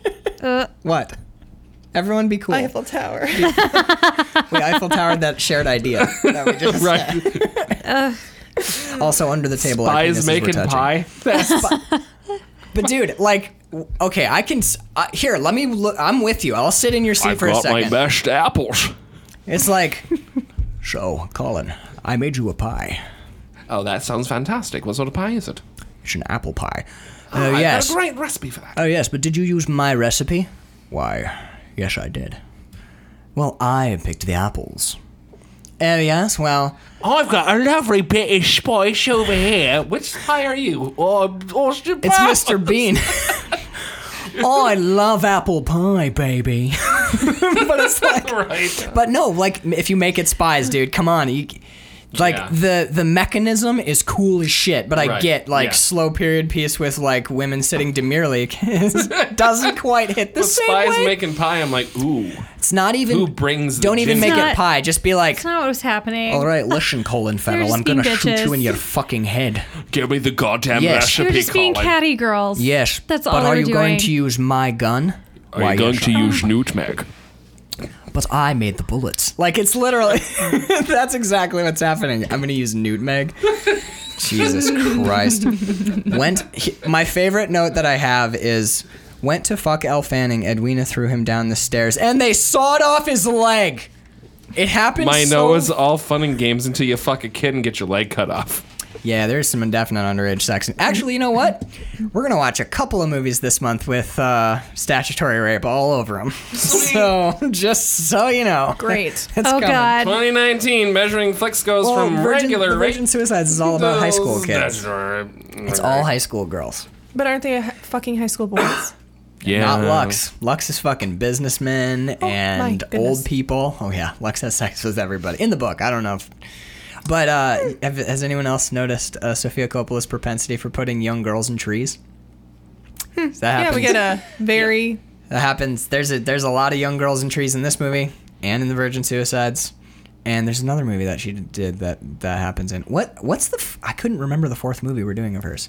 [SPEAKER 6] Um,
[SPEAKER 2] what? Everyone be cool.
[SPEAKER 4] Eiffel Tower.
[SPEAKER 2] We Eiffel Towered that shared idea. That we just
[SPEAKER 1] right.
[SPEAKER 2] also under the table. our penises
[SPEAKER 1] Spies
[SPEAKER 2] were
[SPEAKER 1] making
[SPEAKER 2] touching.
[SPEAKER 1] pie.
[SPEAKER 2] But dude, like, w- okay, I can. s- Uh, here, let me look. I'm with you. I'll sit in your seat
[SPEAKER 1] I've
[SPEAKER 2] for a
[SPEAKER 1] got my
[SPEAKER 2] second.
[SPEAKER 1] best apples.
[SPEAKER 2] It's like So, Colin, I made you a pie.
[SPEAKER 1] Oh, that sounds fantastic. What sort of pie is it?
[SPEAKER 2] It's an apple pie.
[SPEAKER 1] I've
[SPEAKER 2] Oh,
[SPEAKER 1] Ah, got
[SPEAKER 2] yes.
[SPEAKER 1] a great recipe for that.
[SPEAKER 2] Oh, yes, but did you use my recipe? Why, yes, I did. Well, I picked the apples. Oh, yes, well,
[SPEAKER 8] I've got a lovely bit of spice over here. Which pie are you?
[SPEAKER 1] Oh,
[SPEAKER 8] Or Austin
[SPEAKER 2] it's
[SPEAKER 8] Powers?
[SPEAKER 2] Mr. Bean. oh, I love apple pie, baby. but it's like,
[SPEAKER 1] right.
[SPEAKER 2] but no, like if you make it spies, dude, come on. You, like
[SPEAKER 1] Yeah.
[SPEAKER 2] the the mechanism is cool as shit, but I
[SPEAKER 1] Right,
[SPEAKER 2] get like
[SPEAKER 1] yeah.
[SPEAKER 2] slow period piece with like women sitting demurely doesn't quite hit the
[SPEAKER 1] The
[SPEAKER 2] same
[SPEAKER 1] spies
[SPEAKER 2] way.
[SPEAKER 1] making pie. I'm like, ooh,
[SPEAKER 2] it's not even
[SPEAKER 1] who brings?
[SPEAKER 2] don't
[SPEAKER 1] the
[SPEAKER 2] even
[SPEAKER 1] ginger?
[SPEAKER 2] make
[SPEAKER 6] Not-
[SPEAKER 2] it pie. Just be like,
[SPEAKER 6] That's not what was happening.
[SPEAKER 2] all right, listen, Colin Farrell,
[SPEAKER 6] just
[SPEAKER 2] I'm gonna
[SPEAKER 6] being
[SPEAKER 2] shoot you
[SPEAKER 6] bitches.
[SPEAKER 2] in your fucking head.
[SPEAKER 8] Give me the goddamn
[SPEAKER 2] Yes.
[SPEAKER 6] They
[SPEAKER 8] recipe,
[SPEAKER 6] were just being
[SPEAKER 8] Colin.
[SPEAKER 6] catty girls.
[SPEAKER 2] Yes,
[SPEAKER 6] That's all
[SPEAKER 2] But
[SPEAKER 6] they
[SPEAKER 2] are
[SPEAKER 6] were
[SPEAKER 2] you going
[SPEAKER 6] doing.
[SPEAKER 2] to use my gun?
[SPEAKER 1] Are
[SPEAKER 2] Why,
[SPEAKER 1] you going
[SPEAKER 2] yes,
[SPEAKER 1] to use Nutmeg?
[SPEAKER 2] But I made the bullets. Like it's literally that's exactly what's happening. I'm gonna use nutmeg. Jesus Christ. Went he- my favorite note that I have is went to fuck Al Fanning. Edwina threw him down the stairs and they sawed off his leg. It happened.
[SPEAKER 1] My
[SPEAKER 2] so-
[SPEAKER 1] nose, all fun and games until you fuck a kid and get your leg cut off.
[SPEAKER 2] Yeah, there's some indefinite underage sex. Actually, you know what? We're gonna watch a couple of movies this month with uh, statutory rape all over them. So just so you know,
[SPEAKER 4] Great.
[SPEAKER 2] It's
[SPEAKER 6] Oh
[SPEAKER 2] coming.
[SPEAKER 6] God.
[SPEAKER 1] 2019 measuring flex goes
[SPEAKER 2] Well,
[SPEAKER 1] from
[SPEAKER 2] virgin,
[SPEAKER 1] regular
[SPEAKER 2] the virgin
[SPEAKER 1] rate
[SPEAKER 2] suicides is all about high school
[SPEAKER 1] to-
[SPEAKER 2] kids. It's all high school girls.
[SPEAKER 4] But aren't they a h- fucking high school boys?
[SPEAKER 1] Yeah.
[SPEAKER 2] Not Lux. Lux is fucking businessmen Oh, and
[SPEAKER 4] goodness.
[SPEAKER 2] old people. Oh yeah, Lux has sex with everybody in the book. I don't know. If, but uh, have, has anyone else noticed uh, Sophia Coppola's propensity for putting young girls in trees? That happens.
[SPEAKER 4] yeah, we get a very
[SPEAKER 2] that happens. There's a there's a lot of young girls in trees in this movie and in the Virgin Suicides. And there's another movie that she did that that happens in. What what's the f- I couldn't remember the fourth movie we're doing of hers.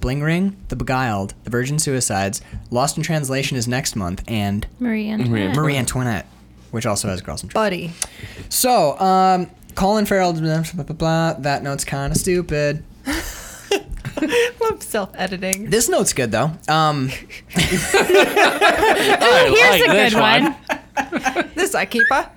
[SPEAKER 2] Bling Ring, The Beguiled, The Virgin Suicides, Lost in Translation is next month, and
[SPEAKER 6] Marie Antoinette.
[SPEAKER 2] Marie Antoinette, which also has girls in trees.
[SPEAKER 4] buddy.
[SPEAKER 2] So, um, Colin Farrell, blah, blah, blah, blah, that note's kind of stupid.
[SPEAKER 4] Love self editing.
[SPEAKER 2] This note's good though. Um,
[SPEAKER 6] Here's a
[SPEAKER 1] this
[SPEAKER 6] good
[SPEAKER 1] one.
[SPEAKER 6] one.
[SPEAKER 4] This I keep a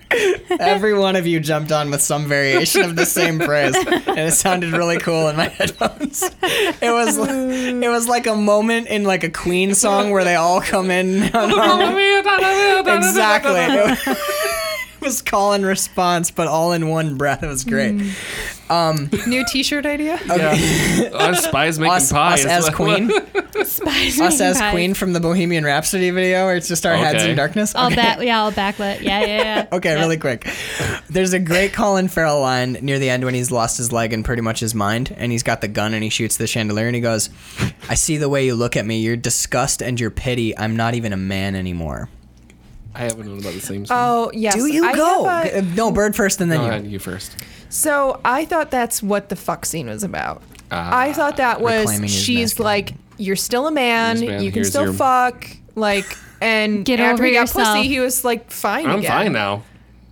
[SPEAKER 2] Every one of you jumped on with some variation of the same phrase, and it sounded really cool in my headphones. It was, it was like a moment in like a Queen song where they all come in. exactly. It was call and response, but all in one breath. It was great.
[SPEAKER 4] new t shirt idea.
[SPEAKER 1] Us spies making
[SPEAKER 2] Us,
[SPEAKER 1] pie.
[SPEAKER 2] us
[SPEAKER 1] is
[SPEAKER 2] as
[SPEAKER 1] what-
[SPEAKER 2] Queen,
[SPEAKER 6] Spies
[SPEAKER 2] us as
[SPEAKER 6] making
[SPEAKER 2] Queen
[SPEAKER 6] pies.
[SPEAKER 2] from the Bohemian Rhapsody video, where it's just our heads
[SPEAKER 1] Okay.
[SPEAKER 2] in darkness.
[SPEAKER 6] All
[SPEAKER 2] Okay.
[SPEAKER 6] back. Yeah, all backlit. Yeah, yeah, yeah.
[SPEAKER 2] Okay, really quick. There's a great Colin Farrell line near the end when he's lost his leg and pretty much his mind, and he's got the gun and he shoots the chandelier and he goes, "I see the way you look at me. Your disgust and your pity. I'm not even a man anymore."
[SPEAKER 1] I haven't known about the same. song.
[SPEAKER 4] Oh yes.
[SPEAKER 2] Do you
[SPEAKER 4] I
[SPEAKER 2] go?
[SPEAKER 4] have a-
[SPEAKER 2] Uh, no, bird first and then
[SPEAKER 1] Go
[SPEAKER 2] you.
[SPEAKER 1] ahead, you first.
[SPEAKER 4] so I thought that's what the fuck scene was about.
[SPEAKER 1] Ah,
[SPEAKER 4] I thought that
[SPEAKER 2] reclaiming
[SPEAKER 4] was
[SPEAKER 2] his
[SPEAKER 4] she's
[SPEAKER 2] masculinity.
[SPEAKER 4] like, You're still a man,
[SPEAKER 1] Here's man,
[SPEAKER 4] you can
[SPEAKER 1] here's
[SPEAKER 4] still
[SPEAKER 1] your-
[SPEAKER 4] fuck, like and
[SPEAKER 6] Get
[SPEAKER 4] after
[SPEAKER 6] over
[SPEAKER 4] he got
[SPEAKER 6] yourself.
[SPEAKER 4] pussy, he was like fine.
[SPEAKER 1] I'm
[SPEAKER 4] again.
[SPEAKER 1] fine now.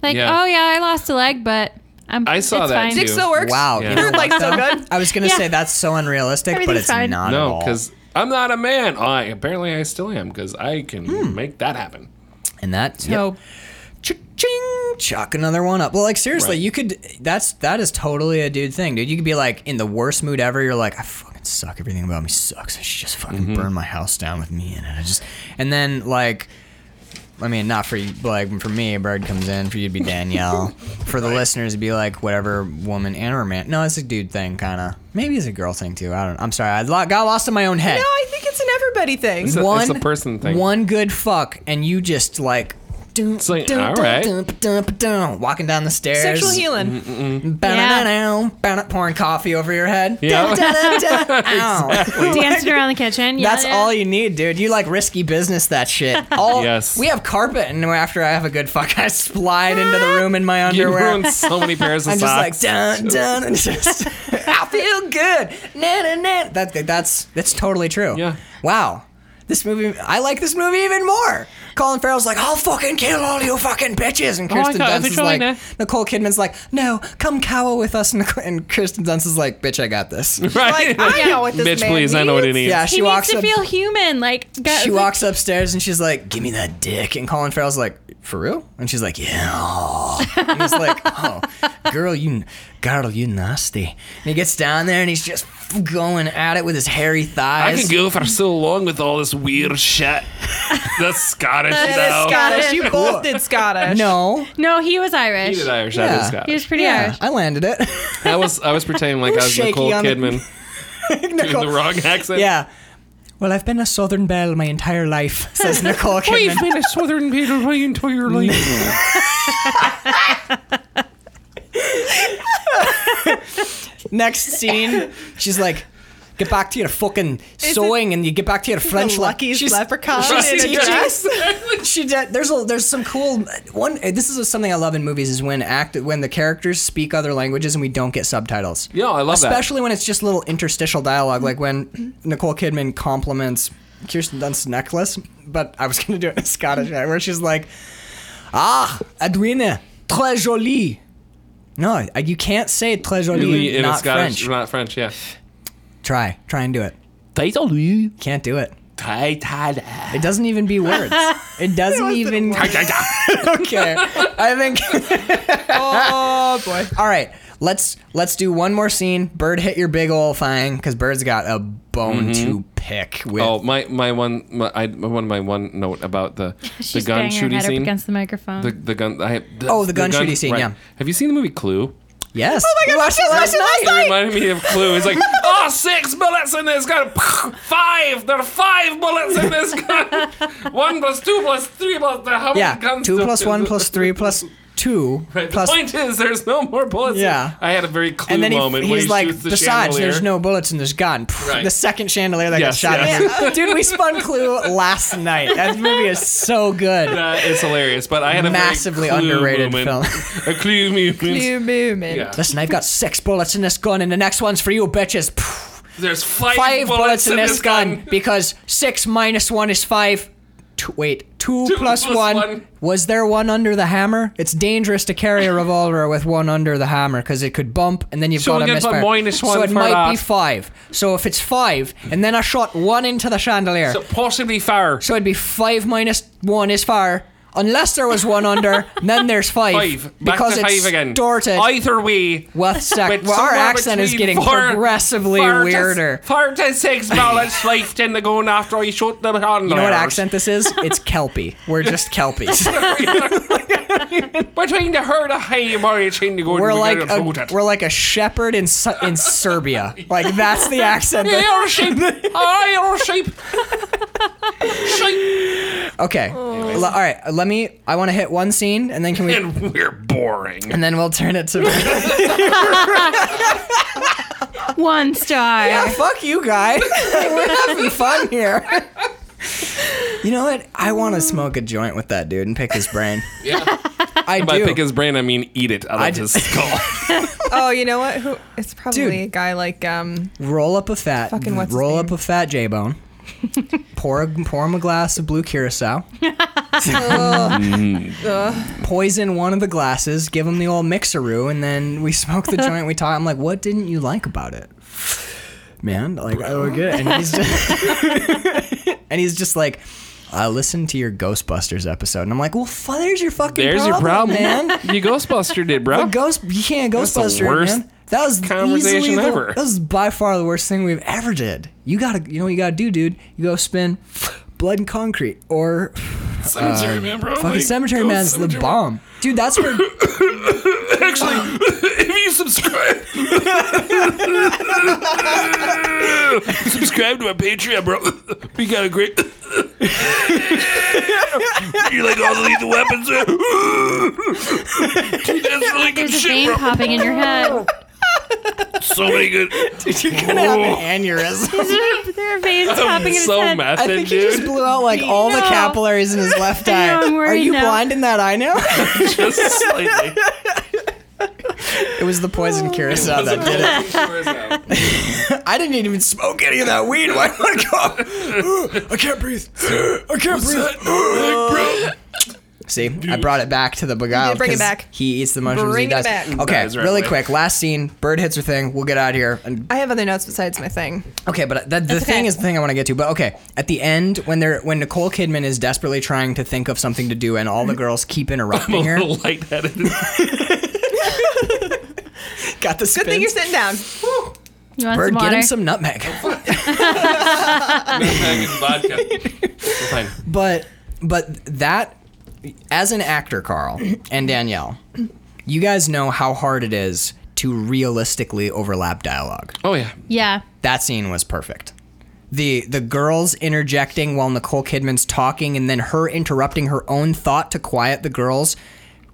[SPEAKER 6] Like,
[SPEAKER 1] Yeah.
[SPEAKER 6] oh yeah, I lost a leg, but I'm.
[SPEAKER 1] I saw
[SPEAKER 6] it's
[SPEAKER 1] that
[SPEAKER 6] Fine.
[SPEAKER 1] too.
[SPEAKER 4] Dick still works.
[SPEAKER 2] Wow,
[SPEAKER 1] Yeah.
[SPEAKER 2] you know
[SPEAKER 4] like
[SPEAKER 2] what,
[SPEAKER 4] so
[SPEAKER 2] though?
[SPEAKER 4] good.
[SPEAKER 2] I was gonna
[SPEAKER 6] Yeah.
[SPEAKER 2] say that's so unrealistic, but
[SPEAKER 6] Everything's
[SPEAKER 2] it's
[SPEAKER 6] fine.
[SPEAKER 2] not. at
[SPEAKER 1] No,
[SPEAKER 2] all.
[SPEAKER 1] because I'm not a man. I apparently I still am because I can
[SPEAKER 2] Hmm.
[SPEAKER 1] make that happen.
[SPEAKER 2] and that
[SPEAKER 4] No.
[SPEAKER 2] ching chuck another one up well like seriously
[SPEAKER 1] Right.
[SPEAKER 2] you could that's that is totally a dude thing dude you could be like in the worst mood ever you're like i fucking suck everything about me sucks i should just fucking burn my house down with me in it i just and then like I mean, not for you, but, like for me, Bird comes in. For you, would be Danielle. for the listeners, it'd be like whatever woman and or man. No, it's a dude thing, kind of. Maybe it's a girl thing too. I don't. know. I'm sorry. I lo- got lost in my own head
[SPEAKER 4] No, I think it's an everybody thing.
[SPEAKER 1] It's a-
[SPEAKER 2] one
[SPEAKER 1] it's a person thing.
[SPEAKER 2] One good fuck, and you just like. It's
[SPEAKER 1] like, alright.
[SPEAKER 2] Walking down the stairs.
[SPEAKER 4] Sexual healing.
[SPEAKER 2] ba-da-da-da, ba-da- pouring coffee over your head.
[SPEAKER 1] Yeah.
[SPEAKER 2] Da-da-da-da, ow.
[SPEAKER 6] Dancing around the kitchen. Yeah,
[SPEAKER 2] That's
[SPEAKER 6] yeah.
[SPEAKER 2] all you need, dude. You like risky business that shit. All
[SPEAKER 1] Yes.
[SPEAKER 2] we have carpet, and after I have a good fuck, I slide into the room in my
[SPEAKER 1] You
[SPEAKER 2] underwear.
[SPEAKER 1] ruined so many pairs of
[SPEAKER 2] I'm just
[SPEAKER 1] socks.
[SPEAKER 2] like dun dun, and just I feel good. Na na na. That that's that's totally true.
[SPEAKER 1] Yeah.
[SPEAKER 2] Wow. This movie, I like this movie even more. Colin Farrell's like, I'll fucking kill all you fucking bitches, and Kirsten
[SPEAKER 1] Oh God,
[SPEAKER 2] Dunst is like, Nicole Kidman's like, no, come cower with us, Nic- and Kirsten Dunst is like, bitch, I got this.
[SPEAKER 1] right.
[SPEAKER 4] Like, I know what this
[SPEAKER 1] Bitch,
[SPEAKER 4] man
[SPEAKER 1] please, I know what it
[SPEAKER 4] needs.
[SPEAKER 1] needs.
[SPEAKER 2] Yeah, she
[SPEAKER 6] he
[SPEAKER 2] walks
[SPEAKER 6] needs to
[SPEAKER 2] up.
[SPEAKER 6] feel human. Like, got,
[SPEAKER 2] she
[SPEAKER 6] like,
[SPEAKER 2] walks upstairs and she's like, "Give me that dick," and Colin Farrell's like, for real? And she's like, yeah. And he's like, oh, girl, you, girl, you nasty. And he gets down there and he's just going at it with his hairy
[SPEAKER 8] I
[SPEAKER 2] thighs.
[SPEAKER 8] can go for so long with all this
[SPEAKER 2] Mm.
[SPEAKER 8] weird shit. That's Scottish
[SPEAKER 4] That is
[SPEAKER 8] now.
[SPEAKER 4] Scottish. You both did Scottish.
[SPEAKER 2] No.
[SPEAKER 6] No, he was Irish.
[SPEAKER 1] He did Irish. I did
[SPEAKER 2] Yeah.
[SPEAKER 1] Scottish.
[SPEAKER 6] He was pretty
[SPEAKER 2] Yeah,
[SPEAKER 6] Irish.
[SPEAKER 2] I landed it.
[SPEAKER 1] I was I was pretending like I was
[SPEAKER 2] shaky
[SPEAKER 1] Nicole
[SPEAKER 2] on the-
[SPEAKER 1] Kidman
[SPEAKER 2] Nicole-
[SPEAKER 1] doing the wrong accent.
[SPEAKER 2] yeah. Well, I've been a Southern belle my entire life, says Nicole Kidman.
[SPEAKER 1] been a Southern Peter my entire life.
[SPEAKER 2] Next scene, she's like, "Get back to your fucking sewing," and you get back to your French le-
[SPEAKER 4] luckiest
[SPEAKER 2] She's-
[SPEAKER 4] leprechaun
[SPEAKER 2] she's
[SPEAKER 4] in a
[SPEAKER 2] teaching-
[SPEAKER 4] dress.
[SPEAKER 2] she did. There's a, there's some cool one. This is something I love in movies is when act when the characters speak other languages and we don't get subtitles.
[SPEAKER 1] Yeah, I love that.
[SPEAKER 2] Especially when it's just little interstitial dialogue, like when Nicole Kidman compliments Kirsten Dunst's necklace. But I was gonna do it in a Scottish accent, where she's like, "Ah, Edwina, très jolie." No, you can't say très jolie
[SPEAKER 1] In
[SPEAKER 2] not
[SPEAKER 1] a Scottish,
[SPEAKER 2] French.
[SPEAKER 1] not French. Yeah.
[SPEAKER 2] Try, try and do it. Can't do it. It doesn't even be words. It doesn't even. okay, I think.
[SPEAKER 4] Oh boy.
[SPEAKER 2] All right, let's let's do one more scene. Bird hit your big ol' fang because Bird's got a bone to pick with.
[SPEAKER 1] Mm-hmm. Oh, my my one my, I one my one note about the the
[SPEAKER 6] She's
[SPEAKER 1] gun
[SPEAKER 6] banging her
[SPEAKER 1] shooting
[SPEAKER 6] head up
[SPEAKER 1] scene.
[SPEAKER 6] against the microphone.
[SPEAKER 1] The, the gun. I,
[SPEAKER 2] Oh, the gun shooting scene, yeah.
[SPEAKER 1] Have you seen the movie Clue?
[SPEAKER 2] Yes. Oh my god, we watched it last night.
[SPEAKER 1] It reminded me of Clue. It's like, oh, six bullets in this gun. Five. There are five bullets in this gun. One plus two plus three plus. How many
[SPEAKER 2] Yeah,
[SPEAKER 1] guns?
[SPEAKER 2] two
[SPEAKER 1] do-
[SPEAKER 2] plus one plus three plus two
[SPEAKER 1] Right,
[SPEAKER 2] plus-
[SPEAKER 1] the point is, there's no more bullets.
[SPEAKER 2] Yeah.
[SPEAKER 1] I had a very Clue
[SPEAKER 2] And then he,
[SPEAKER 1] moment. where
[SPEAKER 2] he's
[SPEAKER 1] he
[SPEAKER 2] like,
[SPEAKER 1] shoots the
[SPEAKER 2] besides,
[SPEAKER 1] chandelier.
[SPEAKER 2] there's no bullets in this gun. Pfft,
[SPEAKER 1] Right.
[SPEAKER 2] The second chandelier that
[SPEAKER 1] Yes,
[SPEAKER 2] got shot.
[SPEAKER 1] yes.
[SPEAKER 2] at him. Dude, we spun Clue last night. That movie is so good.
[SPEAKER 1] That is hilarious. But I had a very
[SPEAKER 2] Massively
[SPEAKER 1] Clue
[SPEAKER 2] underrated
[SPEAKER 1] moment. A Clue moment.
[SPEAKER 4] New movement.
[SPEAKER 1] Yeah.
[SPEAKER 2] Listen, I've got six bullets in this gun, and the next one's for you, bitches. Pfft.
[SPEAKER 1] There's five,
[SPEAKER 2] five bullets, in this, gun,
[SPEAKER 1] gun.
[SPEAKER 2] because six minus one is five. Two, wait, two,
[SPEAKER 1] Two
[SPEAKER 2] plus,
[SPEAKER 1] plus
[SPEAKER 2] one.
[SPEAKER 1] one.
[SPEAKER 2] Was there one under the hammer? It's dangerous to carry a revolver with one under the hammer because it could bump, and then you've
[SPEAKER 1] So we
[SPEAKER 2] got a
[SPEAKER 1] can put
[SPEAKER 2] misfire.
[SPEAKER 1] minus one
[SPEAKER 2] so it
[SPEAKER 1] for
[SPEAKER 2] might be
[SPEAKER 1] that.
[SPEAKER 2] five. So if it's five, and then I shot one into the chandelier,
[SPEAKER 1] So
[SPEAKER 2] so,
[SPEAKER 1] possibly fire.
[SPEAKER 2] it'd be five minus one is fire. Unless there was one under, then there's five.
[SPEAKER 1] Five. Back
[SPEAKER 2] because
[SPEAKER 1] to
[SPEAKER 2] it's
[SPEAKER 1] five again.
[SPEAKER 2] started
[SPEAKER 1] Either way.
[SPEAKER 2] with sec-
[SPEAKER 1] with
[SPEAKER 2] well, our
[SPEAKER 1] somewhere
[SPEAKER 2] accent is
[SPEAKER 1] between
[SPEAKER 2] getting
[SPEAKER 1] four-
[SPEAKER 2] progressively
[SPEAKER 1] four to-
[SPEAKER 2] weirder.
[SPEAKER 1] Four to six bullets left in the gun after I shot the handlers.
[SPEAKER 2] You know what accent this is? It's Kelpie. We're just Kelpies.
[SPEAKER 1] Between the herd of hammer, it's in the gun.
[SPEAKER 2] We're
[SPEAKER 1] we
[SPEAKER 2] like
[SPEAKER 1] gotta shoot
[SPEAKER 2] a,
[SPEAKER 1] it.
[SPEAKER 2] we're like a shepherd in Su- in Serbia. Like that's the accent.
[SPEAKER 1] Yeah,
[SPEAKER 2] that-
[SPEAKER 1] you're a sheep. Ah, you're a sheep. Sheep.
[SPEAKER 2] okay. L- all right. Let me. I want to hit one scene, and then can we? And,
[SPEAKER 1] And we're boring.
[SPEAKER 2] then we'll turn it to.
[SPEAKER 6] One star.
[SPEAKER 2] yeah, fuck you, guy. we're having fun here. You know what? I want to smoke a joint with that dude and pick his brain.
[SPEAKER 1] Yeah.
[SPEAKER 2] I
[SPEAKER 1] By
[SPEAKER 2] do.
[SPEAKER 1] pick his brain, I mean eat it out
[SPEAKER 2] I
[SPEAKER 1] of
[SPEAKER 2] ju-
[SPEAKER 1] his skull.
[SPEAKER 4] Oh, you know what? Who? It's probably
[SPEAKER 2] Dude.
[SPEAKER 4] a guy like um.
[SPEAKER 2] roll up a fat.
[SPEAKER 4] Fucking what's his
[SPEAKER 2] roll
[SPEAKER 4] name?
[SPEAKER 2] up a fat J bone. pour a, pour him a glass of blue curacao.
[SPEAKER 1] Mm.
[SPEAKER 2] poison one of the glasses, give him the old mixeroo, and then we smoke the joint. We talk. I'm like, what didn't you like about it, man? Like, I don't get it. And he's just, and he's just like. I listened to your Ghostbusters episode, and I'm like, "Well, fu- there's your fucking
[SPEAKER 1] There's
[SPEAKER 2] problem,
[SPEAKER 1] your problem,
[SPEAKER 2] man.
[SPEAKER 1] You Ghostbustered it,
[SPEAKER 2] The
[SPEAKER 1] bro.
[SPEAKER 2] ghost, you can't
[SPEAKER 1] That's the
[SPEAKER 2] Ghostbuster,
[SPEAKER 1] worst
[SPEAKER 2] man. That was
[SPEAKER 1] conversation
[SPEAKER 2] easily the-
[SPEAKER 1] ever.
[SPEAKER 2] that was by far the worst thing we've ever did. You gotta, you know, what you gotta do, dude. You go spin blood and concrete or uh,
[SPEAKER 1] Cemetery man, bro.
[SPEAKER 2] fucking
[SPEAKER 1] Like,
[SPEAKER 2] cemetery
[SPEAKER 1] Ghost
[SPEAKER 2] man's the
[SPEAKER 1] Cemetery
[SPEAKER 2] bomb,
[SPEAKER 1] Man.
[SPEAKER 2] dude. That's where
[SPEAKER 1] Actually, if you subscribe, subscribe to our Patreon, bro. We got a great. you like all the lethal weapons? Dude, That's really good
[SPEAKER 6] There's a
[SPEAKER 1] shit,
[SPEAKER 6] vein
[SPEAKER 1] bro.
[SPEAKER 6] popping in your head.
[SPEAKER 1] So many good.
[SPEAKER 2] you're gonna have an aneurysm.
[SPEAKER 6] there are veins popping in his
[SPEAKER 1] so
[SPEAKER 6] head.
[SPEAKER 1] method,
[SPEAKER 2] I think he
[SPEAKER 1] dude.
[SPEAKER 2] just blew out like all the
[SPEAKER 6] No.
[SPEAKER 2] capillaries in his left eye.
[SPEAKER 6] I'm
[SPEAKER 2] Are
[SPEAKER 6] worried
[SPEAKER 2] you
[SPEAKER 6] now.
[SPEAKER 2] blind in that eye now?
[SPEAKER 1] Just slightly.
[SPEAKER 2] it was the poison
[SPEAKER 6] Oh.
[SPEAKER 2] curacao that did it. I didn't even smoke any of that weed. Why did I go? I can't breathe. I can't breathe.
[SPEAKER 1] Like, bro,
[SPEAKER 2] See, I brought it back to the beguile.
[SPEAKER 4] did bring it
[SPEAKER 2] 'cause
[SPEAKER 4] back.
[SPEAKER 2] He eats the mushrooms.
[SPEAKER 4] Bring
[SPEAKER 2] and he
[SPEAKER 4] it
[SPEAKER 2] dies.
[SPEAKER 4] back.
[SPEAKER 2] Okay,
[SPEAKER 1] Dies Mm, right
[SPEAKER 2] really
[SPEAKER 1] away.
[SPEAKER 2] quick. Last scene. Bird hits her thing. We'll get out of here. And
[SPEAKER 4] I have other notes besides my thing.
[SPEAKER 2] Okay, but that, the
[SPEAKER 4] That's
[SPEAKER 2] thing
[SPEAKER 4] okay.
[SPEAKER 2] is the thing I want to get to. But okay, at the end when they're when Nicole Kidman is desperately trying to think of something to do, and all the girls keep interrupting her.
[SPEAKER 1] little lightheaded.
[SPEAKER 2] Got the
[SPEAKER 4] Good thing you're
[SPEAKER 2] spins.
[SPEAKER 4] sitting down.
[SPEAKER 6] You want
[SPEAKER 2] Bird,
[SPEAKER 6] some
[SPEAKER 2] get
[SPEAKER 6] water?
[SPEAKER 2] him some nutmeg.
[SPEAKER 1] vodka. Fine.
[SPEAKER 2] But but that as an actor, Carl and Danielle, you guys know how hard it is to realistically overlap dialogue.
[SPEAKER 1] Oh yeah.
[SPEAKER 6] yeah.
[SPEAKER 2] That scene was perfect. The the girls interjecting while Nicole Kidman's talking and then her interrupting her own thought to quiet the girls,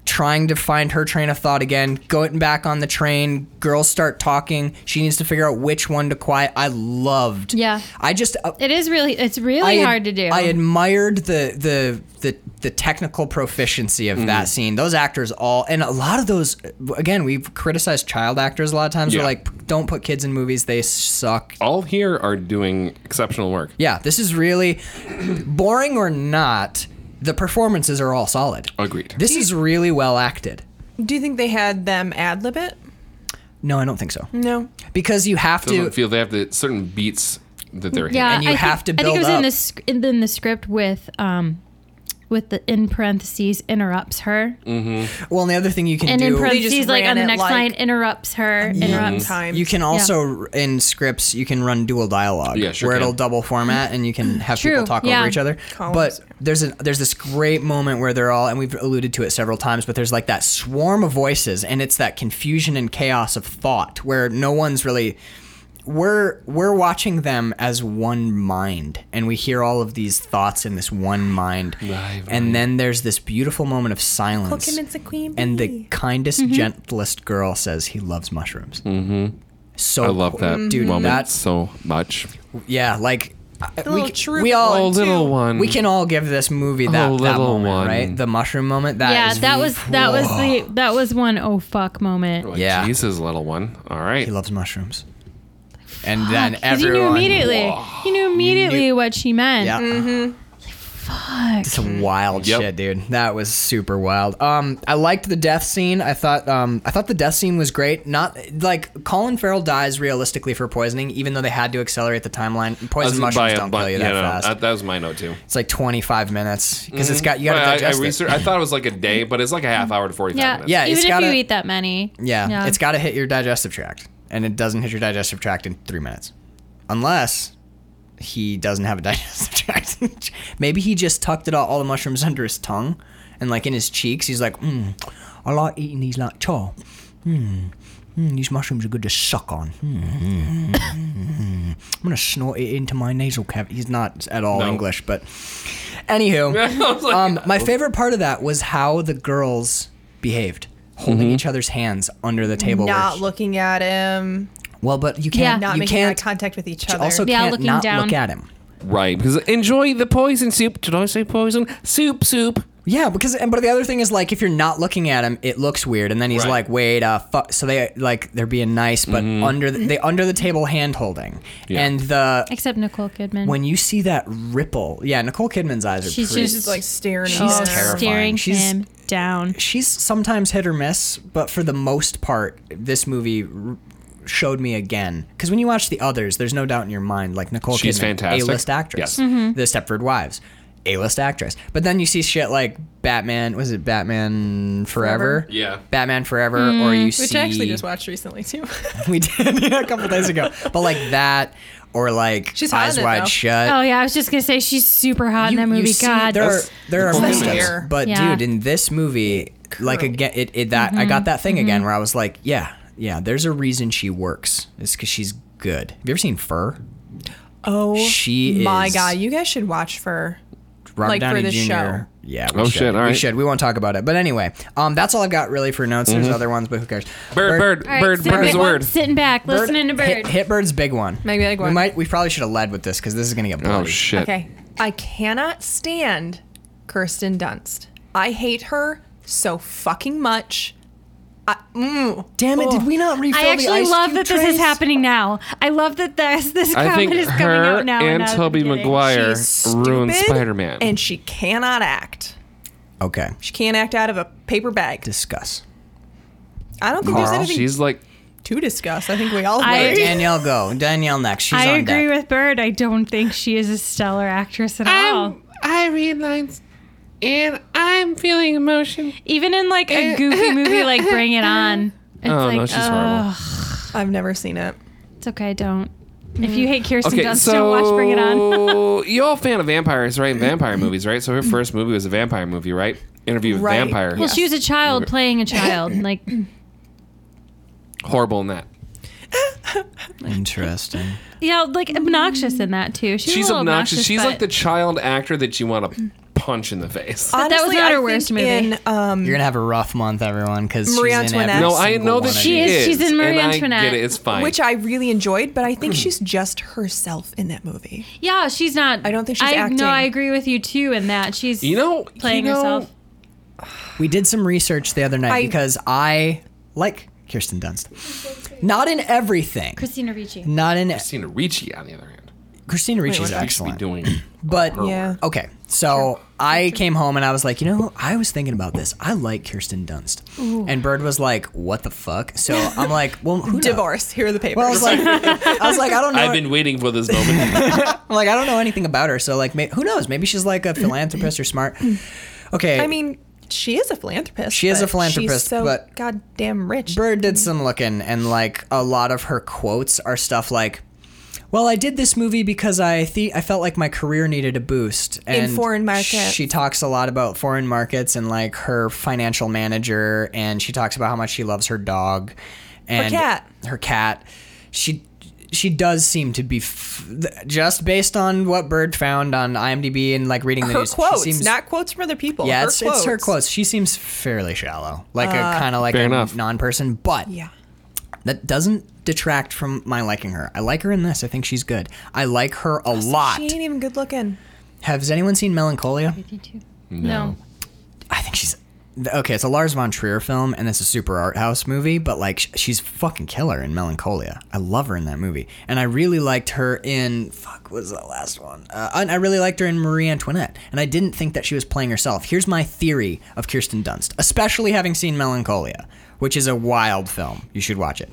[SPEAKER 2] trying to find her train of thought again, going back on the train, girls start talking, she needs to figure out which one to quiet. I loved.
[SPEAKER 6] Yeah.
[SPEAKER 2] I just uh,
[SPEAKER 6] It is really it's really
[SPEAKER 2] ad-
[SPEAKER 6] hard to do.
[SPEAKER 2] I admired the the the, the technical proficiency of
[SPEAKER 1] Mm-hmm.
[SPEAKER 2] that scene. Those actors all and a lot of those again, we've criticized child actors a lot of times.
[SPEAKER 1] Yeah.
[SPEAKER 2] We're like don't put kids in movies, they suck.
[SPEAKER 1] All here are doing exceptional work.
[SPEAKER 2] Yeah, this is really boring or not, the performances are all solid.
[SPEAKER 1] Agreed.
[SPEAKER 2] This is really well acted.
[SPEAKER 4] Do you think they had them ad lib it?
[SPEAKER 2] No, I don't think so.
[SPEAKER 4] No.
[SPEAKER 2] Because you have
[SPEAKER 1] Doesn't
[SPEAKER 2] to
[SPEAKER 1] feel they have the certain beats that they're
[SPEAKER 6] yeah,
[SPEAKER 2] and you
[SPEAKER 6] I
[SPEAKER 2] have
[SPEAKER 6] think,
[SPEAKER 2] to
[SPEAKER 6] I
[SPEAKER 2] build
[SPEAKER 6] think it was in
[SPEAKER 2] up.
[SPEAKER 6] the sc- in the, in the script with um with the in parentheses interrupts her,
[SPEAKER 1] Mm-hmm.
[SPEAKER 2] Well, and the other thing you can
[SPEAKER 6] and in
[SPEAKER 2] do
[SPEAKER 6] parentheses like
[SPEAKER 4] ran
[SPEAKER 6] on the
[SPEAKER 4] it
[SPEAKER 6] next
[SPEAKER 4] like-
[SPEAKER 6] line interrupts her, interrupts.
[SPEAKER 1] Mm-hmm.
[SPEAKER 4] Sometimes.
[SPEAKER 2] you can also in scripts you can run dual dialogue
[SPEAKER 1] Yeah, sure
[SPEAKER 2] where
[SPEAKER 1] can.
[SPEAKER 2] it'll double format and you can have people
[SPEAKER 6] True,
[SPEAKER 2] talk
[SPEAKER 6] yeah.
[SPEAKER 2] over each other.
[SPEAKER 4] Columns.
[SPEAKER 2] But there's a there's this great moment where they're all and we've alluded to it several times, but there's like that swarm of voices and it's that confusion and chaos of thought where no one's really we're we're watching them as one mind and we hear all of these thoughts in this one mind and then there's this beautiful moment of silence
[SPEAKER 4] Kidman's a queen
[SPEAKER 2] and the
[SPEAKER 4] bee. Mm-hmm.
[SPEAKER 2] kindest gentlest girl says he loves mushrooms so
[SPEAKER 1] I love that
[SPEAKER 2] dude
[SPEAKER 1] moment
[SPEAKER 2] that's
[SPEAKER 1] so much.
[SPEAKER 2] yeah like I-
[SPEAKER 4] little
[SPEAKER 2] we, c-
[SPEAKER 4] troop
[SPEAKER 2] we all
[SPEAKER 1] Oh, little one.
[SPEAKER 2] we can all give this movie that,
[SPEAKER 1] Oh,
[SPEAKER 2] that
[SPEAKER 1] little
[SPEAKER 2] moment
[SPEAKER 1] one.
[SPEAKER 2] right the mushroom moment that
[SPEAKER 6] yeah,
[SPEAKER 2] is-
[SPEAKER 6] that was that was the that was one oh fuck moment.
[SPEAKER 1] Like,
[SPEAKER 2] Yeah.
[SPEAKER 1] Jesus, little one. All
[SPEAKER 2] he
[SPEAKER 1] right.
[SPEAKER 2] loves mushrooms and then
[SPEAKER 6] 'Cause you
[SPEAKER 2] everyone
[SPEAKER 6] knew immediately. Mm-hmm. You knew immediately what she meant.
[SPEAKER 2] yeah
[SPEAKER 6] Fuck.
[SPEAKER 2] It's wild
[SPEAKER 1] Yep.
[SPEAKER 2] shit, dude. That was super wild. Um, I liked the death scene. I thought, um, I thought the death scene was great. Not like Colin Farrell dies realistically for poisoning, even though they had to accelerate the timeline. Poison
[SPEAKER 1] Doesn't buy
[SPEAKER 2] mushrooms
[SPEAKER 1] a
[SPEAKER 2] don't
[SPEAKER 1] bun-
[SPEAKER 2] kill you
[SPEAKER 1] yeah,
[SPEAKER 2] that
[SPEAKER 1] no,
[SPEAKER 2] fast.
[SPEAKER 1] That, that was my note too.
[SPEAKER 2] it's like 25 minutes because it's got you got to
[SPEAKER 1] Mm-hmm. Well, I, I,
[SPEAKER 2] digest it.
[SPEAKER 1] research- I thought it was like a day, but it's like a half hour to forty five
[SPEAKER 6] Yeah,
[SPEAKER 1] minutes.
[SPEAKER 2] Yeah,
[SPEAKER 6] even
[SPEAKER 2] it's
[SPEAKER 6] if
[SPEAKER 2] gotta-
[SPEAKER 6] you eat that many.
[SPEAKER 2] Yeah, it's got to hit your digestive tract, and it doesn't hit your digestive tract in three minutes, unless he doesn't have a digestive tract. Maybe he just tucked it all, all the mushrooms under his tongue, and like in his cheeks, he's like, mm, "I like eating these like chow. Mm, mm, these mushrooms are good to suck on. Mm, mm, mm, mm. I'm gonna snort it into my nasal cavity." He's not at all
[SPEAKER 1] No.
[SPEAKER 2] English, but anywho. Um, my favorite part of that was how the girls behaved, holding
[SPEAKER 6] Mm-hmm.
[SPEAKER 2] each other's hands under the table. where
[SPEAKER 4] Not
[SPEAKER 2] she-
[SPEAKER 4] looking at him.
[SPEAKER 2] well, but you can't.
[SPEAKER 6] Yeah.
[SPEAKER 4] Not
[SPEAKER 2] you
[SPEAKER 4] making eye
[SPEAKER 2] can't.
[SPEAKER 4] contact with each
[SPEAKER 2] you
[SPEAKER 4] other.
[SPEAKER 2] also
[SPEAKER 6] Yeah,
[SPEAKER 2] can't
[SPEAKER 6] looking
[SPEAKER 2] not
[SPEAKER 6] down.
[SPEAKER 2] look at him.
[SPEAKER 1] Right, because enjoy the poison soup. Did I say poison? Soup, soup.
[SPEAKER 2] Yeah, because and but the other thing is like if you're not looking at him, it looks weird. And then he's
[SPEAKER 1] Right.
[SPEAKER 2] like, "Wait, uh, fuck." So they like they're being nice, but under the, they under the table hand holding, and the
[SPEAKER 6] Except Nicole Kidman.
[SPEAKER 2] when you see that ripple, yeah, Nicole Kidman's eyes are
[SPEAKER 6] She's
[SPEAKER 2] pretty.
[SPEAKER 6] just
[SPEAKER 4] Just like staring
[SPEAKER 6] Oh, she's
[SPEAKER 4] at him.
[SPEAKER 2] terrifying.
[SPEAKER 6] staring
[SPEAKER 2] She's-
[SPEAKER 6] him down.
[SPEAKER 2] she's sometimes hit or miss, but for the most part, this movie r- showed me again. Because when you watch the others, there's no doubt in your mind, like Nicole
[SPEAKER 1] She's
[SPEAKER 2] Kidman,
[SPEAKER 1] fantastic.
[SPEAKER 2] A-list actress,
[SPEAKER 1] Yes.
[SPEAKER 4] Mm-hmm.
[SPEAKER 2] the Stepford Wives, A-list actress. But then you see shit like Batman. Was it Batman Forever?
[SPEAKER 1] Yeah.
[SPEAKER 2] Batman Forever, or you see
[SPEAKER 4] Mm-hmm. Which I actually just watched recently too.
[SPEAKER 2] we did yeah, a couple days ago. But like that, or like
[SPEAKER 4] She's hot
[SPEAKER 2] Eyes
[SPEAKER 4] in it,
[SPEAKER 2] Wide
[SPEAKER 4] though.
[SPEAKER 2] Shut
[SPEAKER 6] Oh yeah, I was just gonna say she's super hot in that movie.
[SPEAKER 2] see-
[SPEAKER 6] God,
[SPEAKER 2] there are there are
[SPEAKER 1] Nicole Kidman.
[SPEAKER 2] moments,
[SPEAKER 4] Hair.
[SPEAKER 2] but
[SPEAKER 6] Yeah. Mm-hmm.
[SPEAKER 2] dude, in this movie, like again, it, it that I got that thing again where I was like, yeah, yeah, there's a reason she works. It's because she's good. Have you ever seen Fur?
[SPEAKER 4] Oh
[SPEAKER 2] She
[SPEAKER 4] my
[SPEAKER 2] is-
[SPEAKER 4] god, you guys should watch for
[SPEAKER 2] Robert
[SPEAKER 4] Like, for
[SPEAKER 2] Downey
[SPEAKER 4] this
[SPEAKER 2] Jr.
[SPEAKER 4] show.
[SPEAKER 2] Yeah. We
[SPEAKER 1] Oh,
[SPEAKER 2] should.
[SPEAKER 1] shit, all
[SPEAKER 2] We
[SPEAKER 1] right.
[SPEAKER 2] should. We won't talk about it. But anyway, um, that's all I've got really for notes. There's other ones, but who cares?
[SPEAKER 1] Mm-hmm. Bird, bird,
[SPEAKER 6] All right,
[SPEAKER 1] bird,
[SPEAKER 6] sit
[SPEAKER 1] bird is
[SPEAKER 6] back-
[SPEAKER 1] a word.
[SPEAKER 6] Sitting back,
[SPEAKER 2] Bird-
[SPEAKER 6] listening to
[SPEAKER 2] Hit,
[SPEAKER 6] bird.
[SPEAKER 2] hit bird's big one.
[SPEAKER 4] My big
[SPEAKER 2] We
[SPEAKER 4] one.
[SPEAKER 2] might. We probably should have led with this because this is gonna get
[SPEAKER 1] Oh
[SPEAKER 2] bloody.
[SPEAKER 1] shit.
[SPEAKER 4] Okay. I cannot stand Kirsten Dunst. I hate her so fucking much. I, mm,
[SPEAKER 2] Damn it! Did we not refill
[SPEAKER 6] I
[SPEAKER 2] the
[SPEAKER 6] actually
[SPEAKER 2] ice
[SPEAKER 6] love
[SPEAKER 2] cube
[SPEAKER 6] that this is
[SPEAKER 2] trays?
[SPEAKER 6] happening now. I love that this this
[SPEAKER 1] I
[SPEAKER 6] comment
[SPEAKER 1] think
[SPEAKER 6] is coming
[SPEAKER 1] her
[SPEAKER 6] out now.
[SPEAKER 1] and
[SPEAKER 6] not at the
[SPEAKER 1] Tobey
[SPEAKER 6] beginning.
[SPEAKER 1] Maguire
[SPEAKER 4] she's
[SPEAKER 1] ruined
[SPEAKER 4] stupid
[SPEAKER 1] Spider Man.
[SPEAKER 4] and she cannot act.
[SPEAKER 2] Okay.
[SPEAKER 4] She can't act out of a paper bag.
[SPEAKER 2] Discuss.
[SPEAKER 4] I don't think there's
[SPEAKER 2] Carl?
[SPEAKER 4] anything
[SPEAKER 1] She's like,
[SPEAKER 4] to discuss. I think we all
[SPEAKER 6] I-
[SPEAKER 4] agree.
[SPEAKER 2] Danielle, go. Danielle next. She's
[SPEAKER 6] I
[SPEAKER 2] on
[SPEAKER 6] agree
[SPEAKER 2] deck.
[SPEAKER 6] with Bird. I don't think she is a stellar actress at
[SPEAKER 2] Oh.
[SPEAKER 6] all.
[SPEAKER 7] I'm, I read lines, and I'm feeling emotion.
[SPEAKER 6] Even in like a goofy movie like Bring It On. It's
[SPEAKER 1] oh
[SPEAKER 6] like,
[SPEAKER 1] no, she's
[SPEAKER 6] ugh,
[SPEAKER 1] horrible.
[SPEAKER 4] I've never seen it.
[SPEAKER 6] It's okay, don't. If you hate Kirsten
[SPEAKER 1] Okay,
[SPEAKER 6] Dunst,
[SPEAKER 1] so
[SPEAKER 6] don't watch Bring It On.
[SPEAKER 1] you're all a fan of vampires, right? Vampire movies, right? So her first movie was a vampire movie, right? Interview with
[SPEAKER 4] Right.
[SPEAKER 1] Vampire.
[SPEAKER 6] well, she was a child playing a child. Like,
[SPEAKER 1] Horrible in that.
[SPEAKER 2] Interesting.
[SPEAKER 6] yeah, like obnoxious in that too. She was a
[SPEAKER 1] She's
[SPEAKER 6] little
[SPEAKER 1] obnoxious. She's
[SPEAKER 6] but Oh,
[SPEAKER 1] like the child actor that you want to punch in the face.
[SPEAKER 6] But that was
[SPEAKER 4] Honestly,
[SPEAKER 6] not
[SPEAKER 4] I
[SPEAKER 6] her
[SPEAKER 4] think
[SPEAKER 6] worst movie.
[SPEAKER 4] In, um,
[SPEAKER 2] You're gonna have a rough month, everyone, because
[SPEAKER 4] Marie
[SPEAKER 2] she's in every
[SPEAKER 4] Antoinette.
[SPEAKER 1] no, I
[SPEAKER 2] single
[SPEAKER 1] know
[SPEAKER 2] one
[SPEAKER 1] that
[SPEAKER 2] of
[SPEAKER 1] she
[SPEAKER 2] these.
[SPEAKER 6] is.
[SPEAKER 1] is.
[SPEAKER 6] She's in
[SPEAKER 1] and
[SPEAKER 6] Marie
[SPEAKER 1] I
[SPEAKER 6] Antoinette.
[SPEAKER 1] get it. It's fine.
[SPEAKER 4] which I really enjoyed, but I
[SPEAKER 2] Hmm.
[SPEAKER 4] think she's just herself in that movie.
[SPEAKER 6] yeah, she's not.
[SPEAKER 4] I don't think she's
[SPEAKER 6] I,
[SPEAKER 4] acting.
[SPEAKER 6] No, I agree with you too in that she's
[SPEAKER 1] you know,
[SPEAKER 6] playing
[SPEAKER 1] you know,
[SPEAKER 6] herself.
[SPEAKER 2] We did some research the other night
[SPEAKER 4] I-
[SPEAKER 2] because I like Kirsten Dunst. Not in everything.
[SPEAKER 6] Christina Ricci.
[SPEAKER 2] Not in
[SPEAKER 1] Christina Ricci, on the other hand,
[SPEAKER 2] Christina Ricci's
[SPEAKER 1] she should be
[SPEAKER 2] excellent.
[SPEAKER 1] doing.
[SPEAKER 2] But
[SPEAKER 4] Yeah. Oh,
[SPEAKER 2] okay, so I came home and I was like, you know, I was thinking about this. I like Kirsten Dunst, and Bird was like, "What the fuck?" So I'm like, "Well, who knows?
[SPEAKER 4] Divorce. Here are the papers.
[SPEAKER 2] Well, I was like, I was like, I don't know.
[SPEAKER 1] I've been waiting for this moment.
[SPEAKER 2] I'm like, I don't know anything about her. So like, may, who knows? Maybe she's like a philanthropist or smart. Okay,
[SPEAKER 4] Mm. I mean, she is a philanthropist.
[SPEAKER 2] She is a
[SPEAKER 4] but
[SPEAKER 2] philanthropist,
[SPEAKER 4] She's so
[SPEAKER 2] but-
[SPEAKER 4] goddamn rich.
[SPEAKER 2] Bird did some looking, and like a lot of her quotes are stuff like, "Well, I did this movie because I the- I felt like my career needed a boost." And
[SPEAKER 4] foreign markets.
[SPEAKER 2] she talks a lot about foreign markets and like her financial manager, and she talks about how much she loves her dog and
[SPEAKER 4] cat.
[SPEAKER 2] Her cat. She. She does seem to be f- th- just based on what Bird found on IMDb and like reading the
[SPEAKER 4] her
[SPEAKER 2] news. she
[SPEAKER 4] quotes,
[SPEAKER 2] seems-
[SPEAKER 4] not quotes from other people.
[SPEAKER 2] yeah,
[SPEAKER 4] her
[SPEAKER 2] it's,
[SPEAKER 4] quotes. Uh,
[SPEAKER 2] it's her quotes. She seems fairly shallow, like a kind of like a
[SPEAKER 1] Fair enough.
[SPEAKER 2] non-person, but
[SPEAKER 4] Yeah.
[SPEAKER 2] that doesn't detract from my liking her. I like her in this. I think she's good. I like her a lot.
[SPEAKER 4] She ain't even good looking.
[SPEAKER 2] Has anyone seen Melancholia?
[SPEAKER 6] No.
[SPEAKER 2] I think she's okay. It's a Lars von Trier film, and it's a super art house movie. But like, sh- she's fucking killer in Melancholia. I love her in that movie, and I really liked her in fuck what was the last one. Uh, and I really liked her in Marie Antoinette, and I didn't think that she was playing herself. Here's my theory of Kirsten Dunst, especially having seen Melancholia, which is a wild film. You should watch it.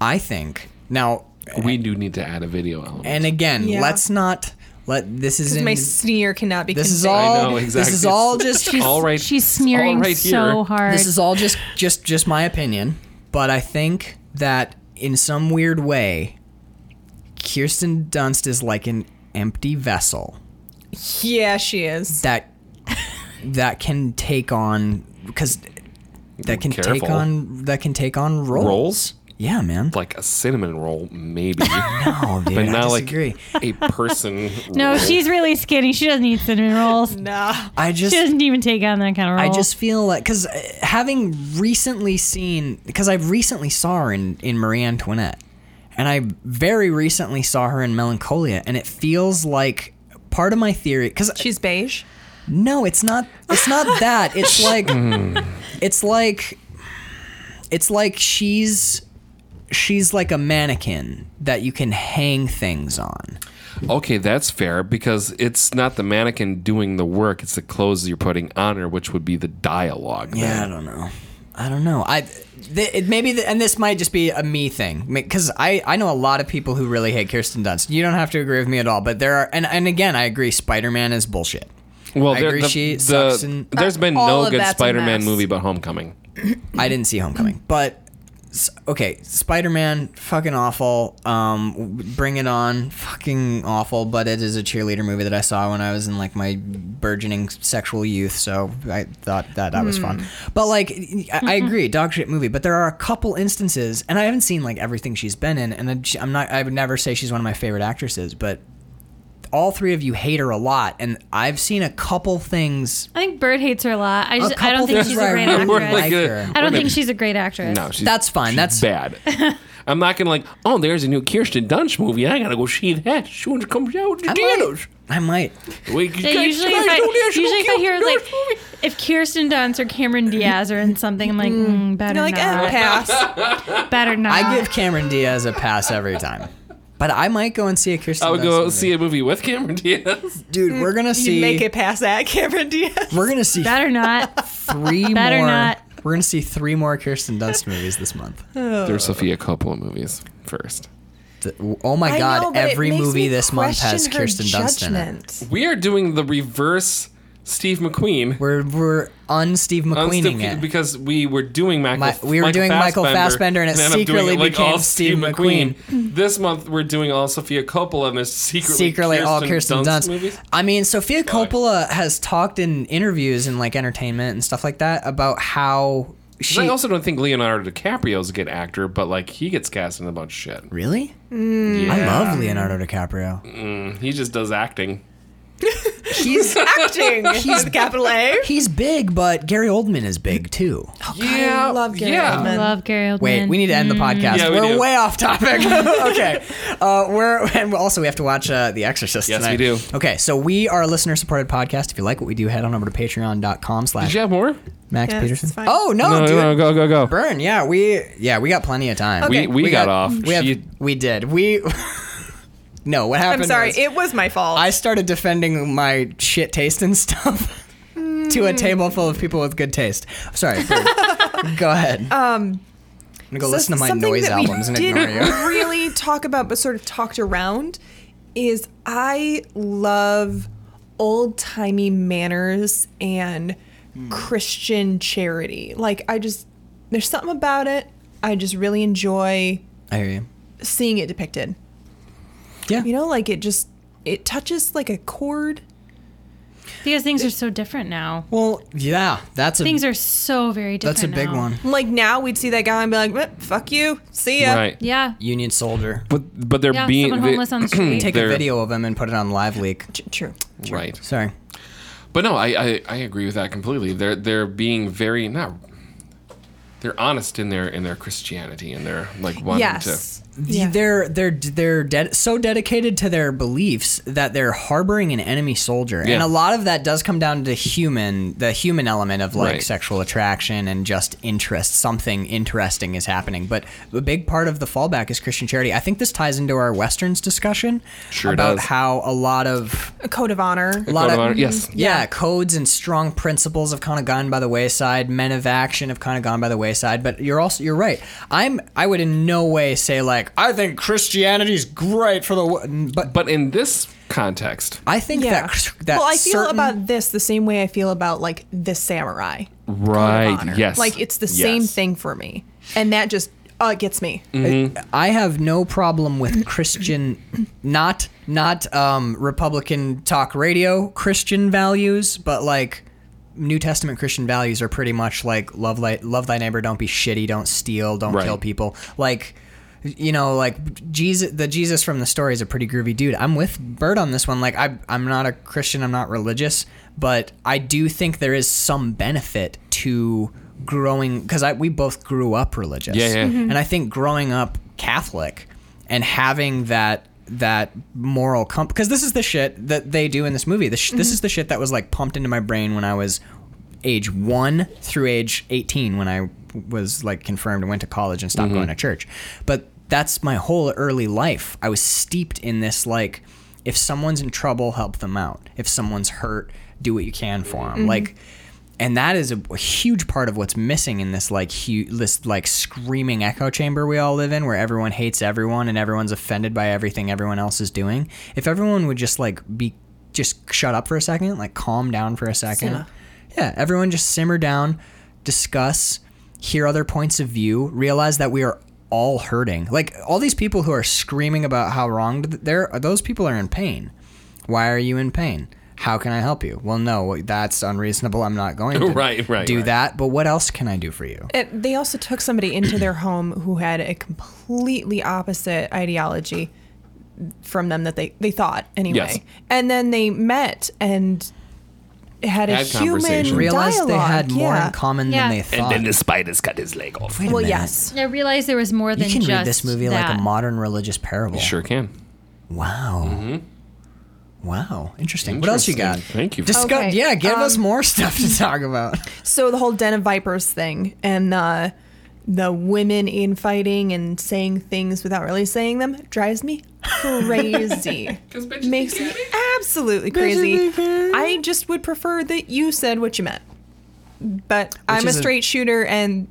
[SPEAKER 2] I think now,
[SPEAKER 1] we do need to add a video element.
[SPEAKER 2] and again,
[SPEAKER 4] Yeah.
[SPEAKER 2] let's not let this is
[SPEAKER 4] Because
[SPEAKER 2] in,
[SPEAKER 4] my
[SPEAKER 2] this
[SPEAKER 4] sneer cannot be
[SPEAKER 2] is
[SPEAKER 4] conveyed.
[SPEAKER 2] all
[SPEAKER 1] I know,
[SPEAKER 2] this
[SPEAKER 1] exactly.
[SPEAKER 2] is all just
[SPEAKER 1] all right,
[SPEAKER 6] She's
[SPEAKER 1] it's all
[SPEAKER 6] sneering
[SPEAKER 1] right here.
[SPEAKER 6] so hard.
[SPEAKER 2] This is all just just just my opinion, but I think that in some weird way, Kirsten Dunst is like an empty vessel
[SPEAKER 4] Yeah, she is.
[SPEAKER 2] that that can take on because that can take
[SPEAKER 1] Careful.
[SPEAKER 2] on that can take on roles.
[SPEAKER 1] Roles?
[SPEAKER 2] Yeah, man.
[SPEAKER 1] like a cinnamon roll, maybe,
[SPEAKER 2] oh, dude,
[SPEAKER 1] but
[SPEAKER 2] I
[SPEAKER 1] not like
[SPEAKER 2] disagree.
[SPEAKER 1] a person.
[SPEAKER 6] No,
[SPEAKER 1] roll.
[SPEAKER 6] she's really skinny. She doesn't eat cinnamon rolls.
[SPEAKER 4] Nah.
[SPEAKER 2] I just
[SPEAKER 6] She doesn't even take on that kind of
[SPEAKER 2] I
[SPEAKER 6] role.
[SPEAKER 2] just feel like because having recently seen because I recently saw her in in Marie Antoinette, and I very recently saw her in Melancholia, and it feels like part of my theory because
[SPEAKER 4] She's beige.
[SPEAKER 2] no, it's not. It's not that. It's like it's like it's like she's she's like a mannequin that you can hang things on.
[SPEAKER 1] Okay, that's fair because it's not the mannequin doing the work; it's the clothes you're putting on her, which would be the dialogue.
[SPEAKER 2] Yeah, I don't know. I don't know. I th- it, maybe, th- and this might just be a me thing because I I know a lot of people who really hate Kirsten Dunst. You don't have to agree with me at all, but there are, and, and again, I agree. Spider Man is bullshit.
[SPEAKER 1] Well,
[SPEAKER 2] I
[SPEAKER 1] there,
[SPEAKER 2] agree
[SPEAKER 1] the,
[SPEAKER 2] she
[SPEAKER 1] the-
[SPEAKER 2] sucks and-
[SPEAKER 1] there's been
[SPEAKER 4] All
[SPEAKER 1] no
[SPEAKER 4] of
[SPEAKER 1] good
[SPEAKER 4] that's a
[SPEAKER 1] Spider-Man
[SPEAKER 4] mess.
[SPEAKER 1] movie but Homecoming.
[SPEAKER 2] I didn't see Homecoming, but s- okay, Spider Man, fucking awful. Um, w- Bring It On, fucking awful. But it is a cheerleader movie that I saw when I was in like my burgeoning sexual youth, so I thought that that was fun.
[SPEAKER 6] Hmm.
[SPEAKER 2] But like, I, I agree, dog shit movie. But there are a couple instances, and I haven't seen like everything she's been in, and I- she- I'm not. I would never say she's one of my favorite actresses, but. All three of you hate her a lot, and I've seen a couple things.
[SPEAKER 6] I think Bird hates her a lot. I
[SPEAKER 2] A
[SPEAKER 6] just I
[SPEAKER 2] couple
[SPEAKER 6] don't think
[SPEAKER 2] things
[SPEAKER 6] she's
[SPEAKER 2] where
[SPEAKER 6] a
[SPEAKER 2] I
[SPEAKER 6] great
[SPEAKER 2] really
[SPEAKER 1] We're
[SPEAKER 6] actress.
[SPEAKER 2] like
[SPEAKER 1] uh,
[SPEAKER 2] her.
[SPEAKER 6] I don't
[SPEAKER 1] we're
[SPEAKER 6] think
[SPEAKER 1] gonna-
[SPEAKER 6] she's a great actress.
[SPEAKER 1] No, she's,
[SPEAKER 2] That's fine. That's-
[SPEAKER 1] she's bad. I'm not gonna like. Oh, there's a new Kirsten Dunst movie. I gotta go see that. She wants to come out to
[SPEAKER 2] I might.
[SPEAKER 1] theaters.
[SPEAKER 2] I might.
[SPEAKER 1] We
[SPEAKER 6] Yeah,
[SPEAKER 1] guys,
[SPEAKER 6] usually,
[SPEAKER 1] guys,
[SPEAKER 6] if I,
[SPEAKER 1] go there, she
[SPEAKER 6] usually if I
[SPEAKER 1] gonna
[SPEAKER 6] hear
[SPEAKER 1] kill
[SPEAKER 6] like
[SPEAKER 1] this movie.
[SPEAKER 6] if Kirsten Dunst or Cameron Diaz are in something, I'm like, mm, better
[SPEAKER 4] You're like, eh,
[SPEAKER 6] not,
[SPEAKER 4] pass. Uh,
[SPEAKER 6] better not.
[SPEAKER 2] I give Cameron Diaz a pass every time. But I might go and see a Kirsten.
[SPEAKER 1] I would
[SPEAKER 2] Dunst
[SPEAKER 1] go
[SPEAKER 2] movie.
[SPEAKER 1] see a movie with Cameron Diaz.
[SPEAKER 2] dude. We're gonna see. Oh
[SPEAKER 4] You make it past that, Cameron Diaz.
[SPEAKER 2] We're gonna see
[SPEAKER 6] Better not.
[SPEAKER 2] three
[SPEAKER 6] better
[SPEAKER 2] more.
[SPEAKER 6] not.
[SPEAKER 2] We're gonna see three more Kirsten Dunst movies this month.
[SPEAKER 1] There's Sophia Coppola movies first.
[SPEAKER 2] Th- Oh my
[SPEAKER 4] I
[SPEAKER 2] god!
[SPEAKER 4] know, but it
[SPEAKER 2] every
[SPEAKER 4] makes
[SPEAKER 2] movie
[SPEAKER 4] me
[SPEAKER 2] this month has
[SPEAKER 4] question her
[SPEAKER 2] Kirsten Dunst in it.
[SPEAKER 4] judgment.
[SPEAKER 1] We are doing the reverse Steve McQueen.
[SPEAKER 2] We're we're un Steve
[SPEAKER 1] on Steve-
[SPEAKER 2] McQueening it.
[SPEAKER 1] because we were doing Michael.
[SPEAKER 2] My- we were
[SPEAKER 1] Michael
[SPEAKER 2] doing Michael Fassbender, and it
[SPEAKER 1] then I'm doing
[SPEAKER 2] secretly became
[SPEAKER 1] all
[SPEAKER 2] Steve McQueen.
[SPEAKER 1] This month we're doing all Sophia Coppola, and it's secretly,
[SPEAKER 2] Secretly,
[SPEAKER 1] Kirsten
[SPEAKER 2] all Kirsten Dunst.
[SPEAKER 1] movies.
[SPEAKER 2] I mean, Sophia Coppola has talked in interviews and like entertainment and stuff like that about how she
[SPEAKER 1] I also don't think Leonardo DiCaprio's a good actor, but like he gets cast in a bunch of shit.
[SPEAKER 2] really.
[SPEAKER 4] Mm.
[SPEAKER 1] Yeah.
[SPEAKER 2] I love Leonardo DiCaprio.
[SPEAKER 1] He just does acting.
[SPEAKER 2] He's
[SPEAKER 4] Acting. He's capital A.
[SPEAKER 2] he's big, but Gary Oldman is
[SPEAKER 4] Mm.
[SPEAKER 2] big too.
[SPEAKER 4] Oh,
[SPEAKER 1] yeah,
[SPEAKER 4] I love Gary
[SPEAKER 1] yeah.
[SPEAKER 4] Oldman.
[SPEAKER 6] Love Gary Oldman.
[SPEAKER 2] Wait, we need to end the
[SPEAKER 4] Mm.
[SPEAKER 2] podcast.
[SPEAKER 1] Yeah, we
[SPEAKER 2] we are
[SPEAKER 1] do.
[SPEAKER 2] way off topic. okay, uh, we're and also we have to watch uh, The Exorcist.
[SPEAKER 1] Yes,
[SPEAKER 2] tonight.
[SPEAKER 1] we do.
[SPEAKER 2] Okay, so we are a listener-supported podcast. If you like what we do, head on over to
[SPEAKER 1] Did
[SPEAKER 2] Patreon.com/slash
[SPEAKER 1] you have more?
[SPEAKER 2] Max
[SPEAKER 4] Yes,
[SPEAKER 2] Peterson.
[SPEAKER 4] it's fine.
[SPEAKER 2] Oh no, dude,
[SPEAKER 1] go, go, go.
[SPEAKER 2] burn. Yeah, we yeah we got plenty of time.
[SPEAKER 1] We, we, got, off.
[SPEAKER 2] We, have-
[SPEAKER 1] She-
[SPEAKER 2] we did. We no. What happened?
[SPEAKER 4] I'm sorry.
[SPEAKER 2] was-
[SPEAKER 4] It was my fault.
[SPEAKER 2] I started defending my shit taste and stuff to
[SPEAKER 4] Hmm.
[SPEAKER 2] a table full of people with good taste. Sorry. Boo. go ahead. Um, I'm gonna go
[SPEAKER 4] So
[SPEAKER 2] listen to my
[SPEAKER 4] something
[SPEAKER 2] noise
[SPEAKER 4] that we
[SPEAKER 2] albums and
[SPEAKER 4] didn't
[SPEAKER 2] ignore you.
[SPEAKER 4] really talk about, but sort of talked around, is I love old timey manners and
[SPEAKER 2] Hmm.
[SPEAKER 4] Christian charity. Like I just, there's something about it. I just really enjoy
[SPEAKER 2] I hear you.
[SPEAKER 4] seeing it depicted.
[SPEAKER 2] Yeah.
[SPEAKER 4] You know, like it just it touches like a chord.
[SPEAKER 6] because things are so different now.
[SPEAKER 2] Well, yeah, that's a
[SPEAKER 6] Things are so very different.
[SPEAKER 2] that's a big
[SPEAKER 6] now.
[SPEAKER 2] one.
[SPEAKER 4] Like now we'd see that guy and be like, "Eh, "Fuck you, see ya."
[SPEAKER 1] Right.
[SPEAKER 6] Yeah.
[SPEAKER 2] Union soldier.
[SPEAKER 1] But but they're
[SPEAKER 6] Yeah,
[SPEAKER 1] being
[SPEAKER 6] someone
[SPEAKER 1] they-
[SPEAKER 6] homeless on the street.
[SPEAKER 2] Take
[SPEAKER 1] They're-
[SPEAKER 2] a video of him and put it on Live Leak.
[SPEAKER 4] T- True.
[SPEAKER 1] right.
[SPEAKER 2] Sorry.
[SPEAKER 1] But no, I, I I agree with that completely. They're they're being very not. They're honest in their in their Christianity and they're like wanting
[SPEAKER 4] Yes.
[SPEAKER 2] Yeah.
[SPEAKER 4] Yeah.
[SPEAKER 2] They're they're they're de- so dedicated to their beliefs that they're harboring an enemy soldier, and
[SPEAKER 1] Yeah.
[SPEAKER 2] a lot of that does come down to human the human element of like
[SPEAKER 1] Right.
[SPEAKER 2] sexual attraction and just interest. Something interesting is happening, but a big part of the fallback is Christian charity. I think this ties into our westerns discussion
[SPEAKER 1] Sure
[SPEAKER 2] about
[SPEAKER 1] does.
[SPEAKER 2] how a lot of
[SPEAKER 4] A code of honor.
[SPEAKER 1] to.
[SPEAKER 2] lot of-
[SPEAKER 1] Code
[SPEAKER 2] mm,
[SPEAKER 1] of honor- Yes.
[SPEAKER 2] yeah, codes and strong principles have kind of gone by the wayside. Men of action have kind of gone by the wayside. But you're also you're right. I'm I would in no way say like I think Christianity is great for the wo-" but
[SPEAKER 1] But in this context,
[SPEAKER 2] I think
[SPEAKER 4] Yeah.
[SPEAKER 2] that that
[SPEAKER 4] well, I feel
[SPEAKER 2] certain-
[SPEAKER 4] about this the same way I feel about like the samurai.
[SPEAKER 1] right? Yes.
[SPEAKER 4] Like it's the same
[SPEAKER 1] Yes. Mm.
[SPEAKER 4] thing for me, and that just uh, gets me.
[SPEAKER 2] I have no problem with Christian, not not um, Republican talk radio Christian values, but like New Testament Christian values are pretty much like love light, love thy neighbor, don't be shitty, don't steal, don't
[SPEAKER 1] Right.
[SPEAKER 2] kill people. Like you know, like Jesus, the Jesus from the story is a pretty groovy dude. I'm with Bird on this one. Like I, I'm not a Christian, I'm not religious, but I do think there is some benefit to growing because I we both grew up religious
[SPEAKER 1] Yeah, yeah. Mhm.
[SPEAKER 2] and I think growing up Catholic and having that that moral comp because this is the shit that they do in this movie. This sh- this is the shit that was like pumped into my brain when I was age one through age eighteen when I was like confirmed and went to college and stopped
[SPEAKER 1] Mm-hmm.
[SPEAKER 2] going to church. But that's my whole early life. I was steeped in this like if someone's in trouble, help them out. If someone's hurt, do what you can for them. Like and that is a, a huge part of what's missing in this like hu- this like screaming echo chamber we all live in where everyone hates everyone and everyone's offended by everything everyone else is doing if everyone would just like be just shut up for a second like calm down for a second yeah everyone just simmer down discuss hear other points of view realize that we are all hurting like all these people who are screaming about how wronged th- they're those people are in pain why are you in pain? How can I help you? Well, no, that's unreasonable. I'm not going to
[SPEAKER 1] Right, right,
[SPEAKER 2] do
[SPEAKER 1] right.
[SPEAKER 2] that. But what else can I do for you?
[SPEAKER 4] And they also took somebody into their home who had a completely opposite ideology from them that they, they thought anyway.
[SPEAKER 1] Yes.
[SPEAKER 4] And then they met and had a
[SPEAKER 1] Had
[SPEAKER 4] human
[SPEAKER 1] conversation.
[SPEAKER 2] Realize
[SPEAKER 4] dialogue.
[SPEAKER 2] they had more
[SPEAKER 4] yeah.
[SPEAKER 2] in common
[SPEAKER 6] Yeah.
[SPEAKER 2] than they
[SPEAKER 6] And
[SPEAKER 8] And
[SPEAKER 2] thought.
[SPEAKER 8] then the spider's cut his leg off.
[SPEAKER 2] Wait a
[SPEAKER 4] Well,
[SPEAKER 2] minute.
[SPEAKER 4] yes.
[SPEAKER 6] I realized there was more than
[SPEAKER 2] You can
[SPEAKER 6] just
[SPEAKER 2] read this movie like
[SPEAKER 6] that.
[SPEAKER 2] a modern religious parable.
[SPEAKER 1] Sure can.
[SPEAKER 2] Wow. Wow. Interesting. What else you got?
[SPEAKER 1] Interesting. Thank you.
[SPEAKER 2] Discuss,
[SPEAKER 4] Okay, um,
[SPEAKER 2] Yeah, give us more stuff to talk about.
[SPEAKER 4] So the whole den of vipers thing and uh, the women infighting and saying things without really saying them drives me crazy. Makes me absolutely crazy. I just would prefer that you said what you meant. But I'm a
[SPEAKER 2] is a-
[SPEAKER 4] straight shooter and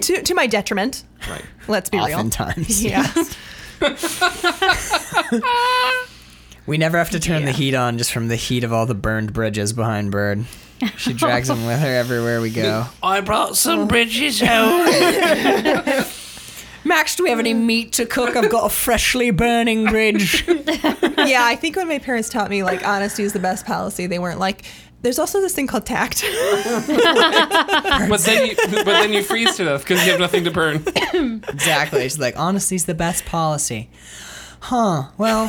[SPEAKER 4] to, to my detriment.
[SPEAKER 1] Right.
[SPEAKER 4] Let's be real.
[SPEAKER 2] Oftentimes,
[SPEAKER 4] Yeah.
[SPEAKER 2] we never have to turn the heat on just from the heat of all the burned bridges behind Bird. She drags him with her everywhere we go.
[SPEAKER 7] I brought some bridges home.
[SPEAKER 2] Max, do we have any
[SPEAKER 4] Mm.
[SPEAKER 2] meat to cook? I've got a freshly burning bridge.
[SPEAKER 4] yeah, I think when my parents taught me like honesty is the best policy, they weren't like there's also this thing called tact.
[SPEAKER 1] But then you, but then you freeze to death because you have nothing to burn.
[SPEAKER 2] exactly. She's like, honesty's the best policy. Huh. Well,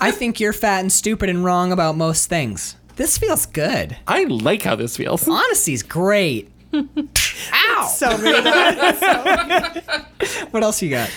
[SPEAKER 2] I think you're fat and stupid and wrong about most things. This feels good.
[SPEAKER 1] I like how this feels.
[SPEAKER 2] Honesty's great. Ow!
[SPEAKER 4] so many.
[SPEAKER 2] What else you got?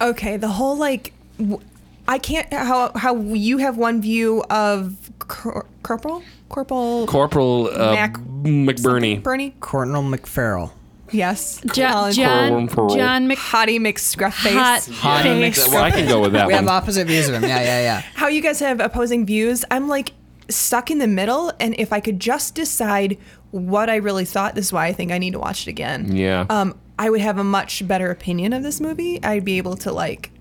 [SPEAKER 4] Okay, the whole like w- I can't how how you have one view of cor- corporal corporal
[SPEAKER 1] Corporal uh,
[SPEAKER 4] Mac-
[SPEAKER 1] McBurney.
[SPEAKER 4] Bernie.
[SPEAKER 2] Corporal McFerrell.
[SPEAKER 4] Yes.
[SPEAKER 6] Jo-
[SPEAKER 4] Colin.
[SPEAKER 6] John
[SPEAKER 1] Corporal.
[SPEAKER 6] John Mc-
[SPEAKER 4] Hottie McScruff face.
[SPEAKER 6] Hot face.
[SPEAKER 1] Well, I can go with that
[SPEAKER 2] We have
[SPEAKER 1] one.
[SPEAKER 2] opposite views of him. Yeah, yeah, yeah.
[SPEAKER 4] How you guys have opposing views? I'm like stuck in the middle and if I could just decide what I really thought, this is why I think I need to watch it again.
[SPEAKER 1] Yeah.
[SPEAKER 4] Um I would have a much better opinion of this movie. I'd be able to like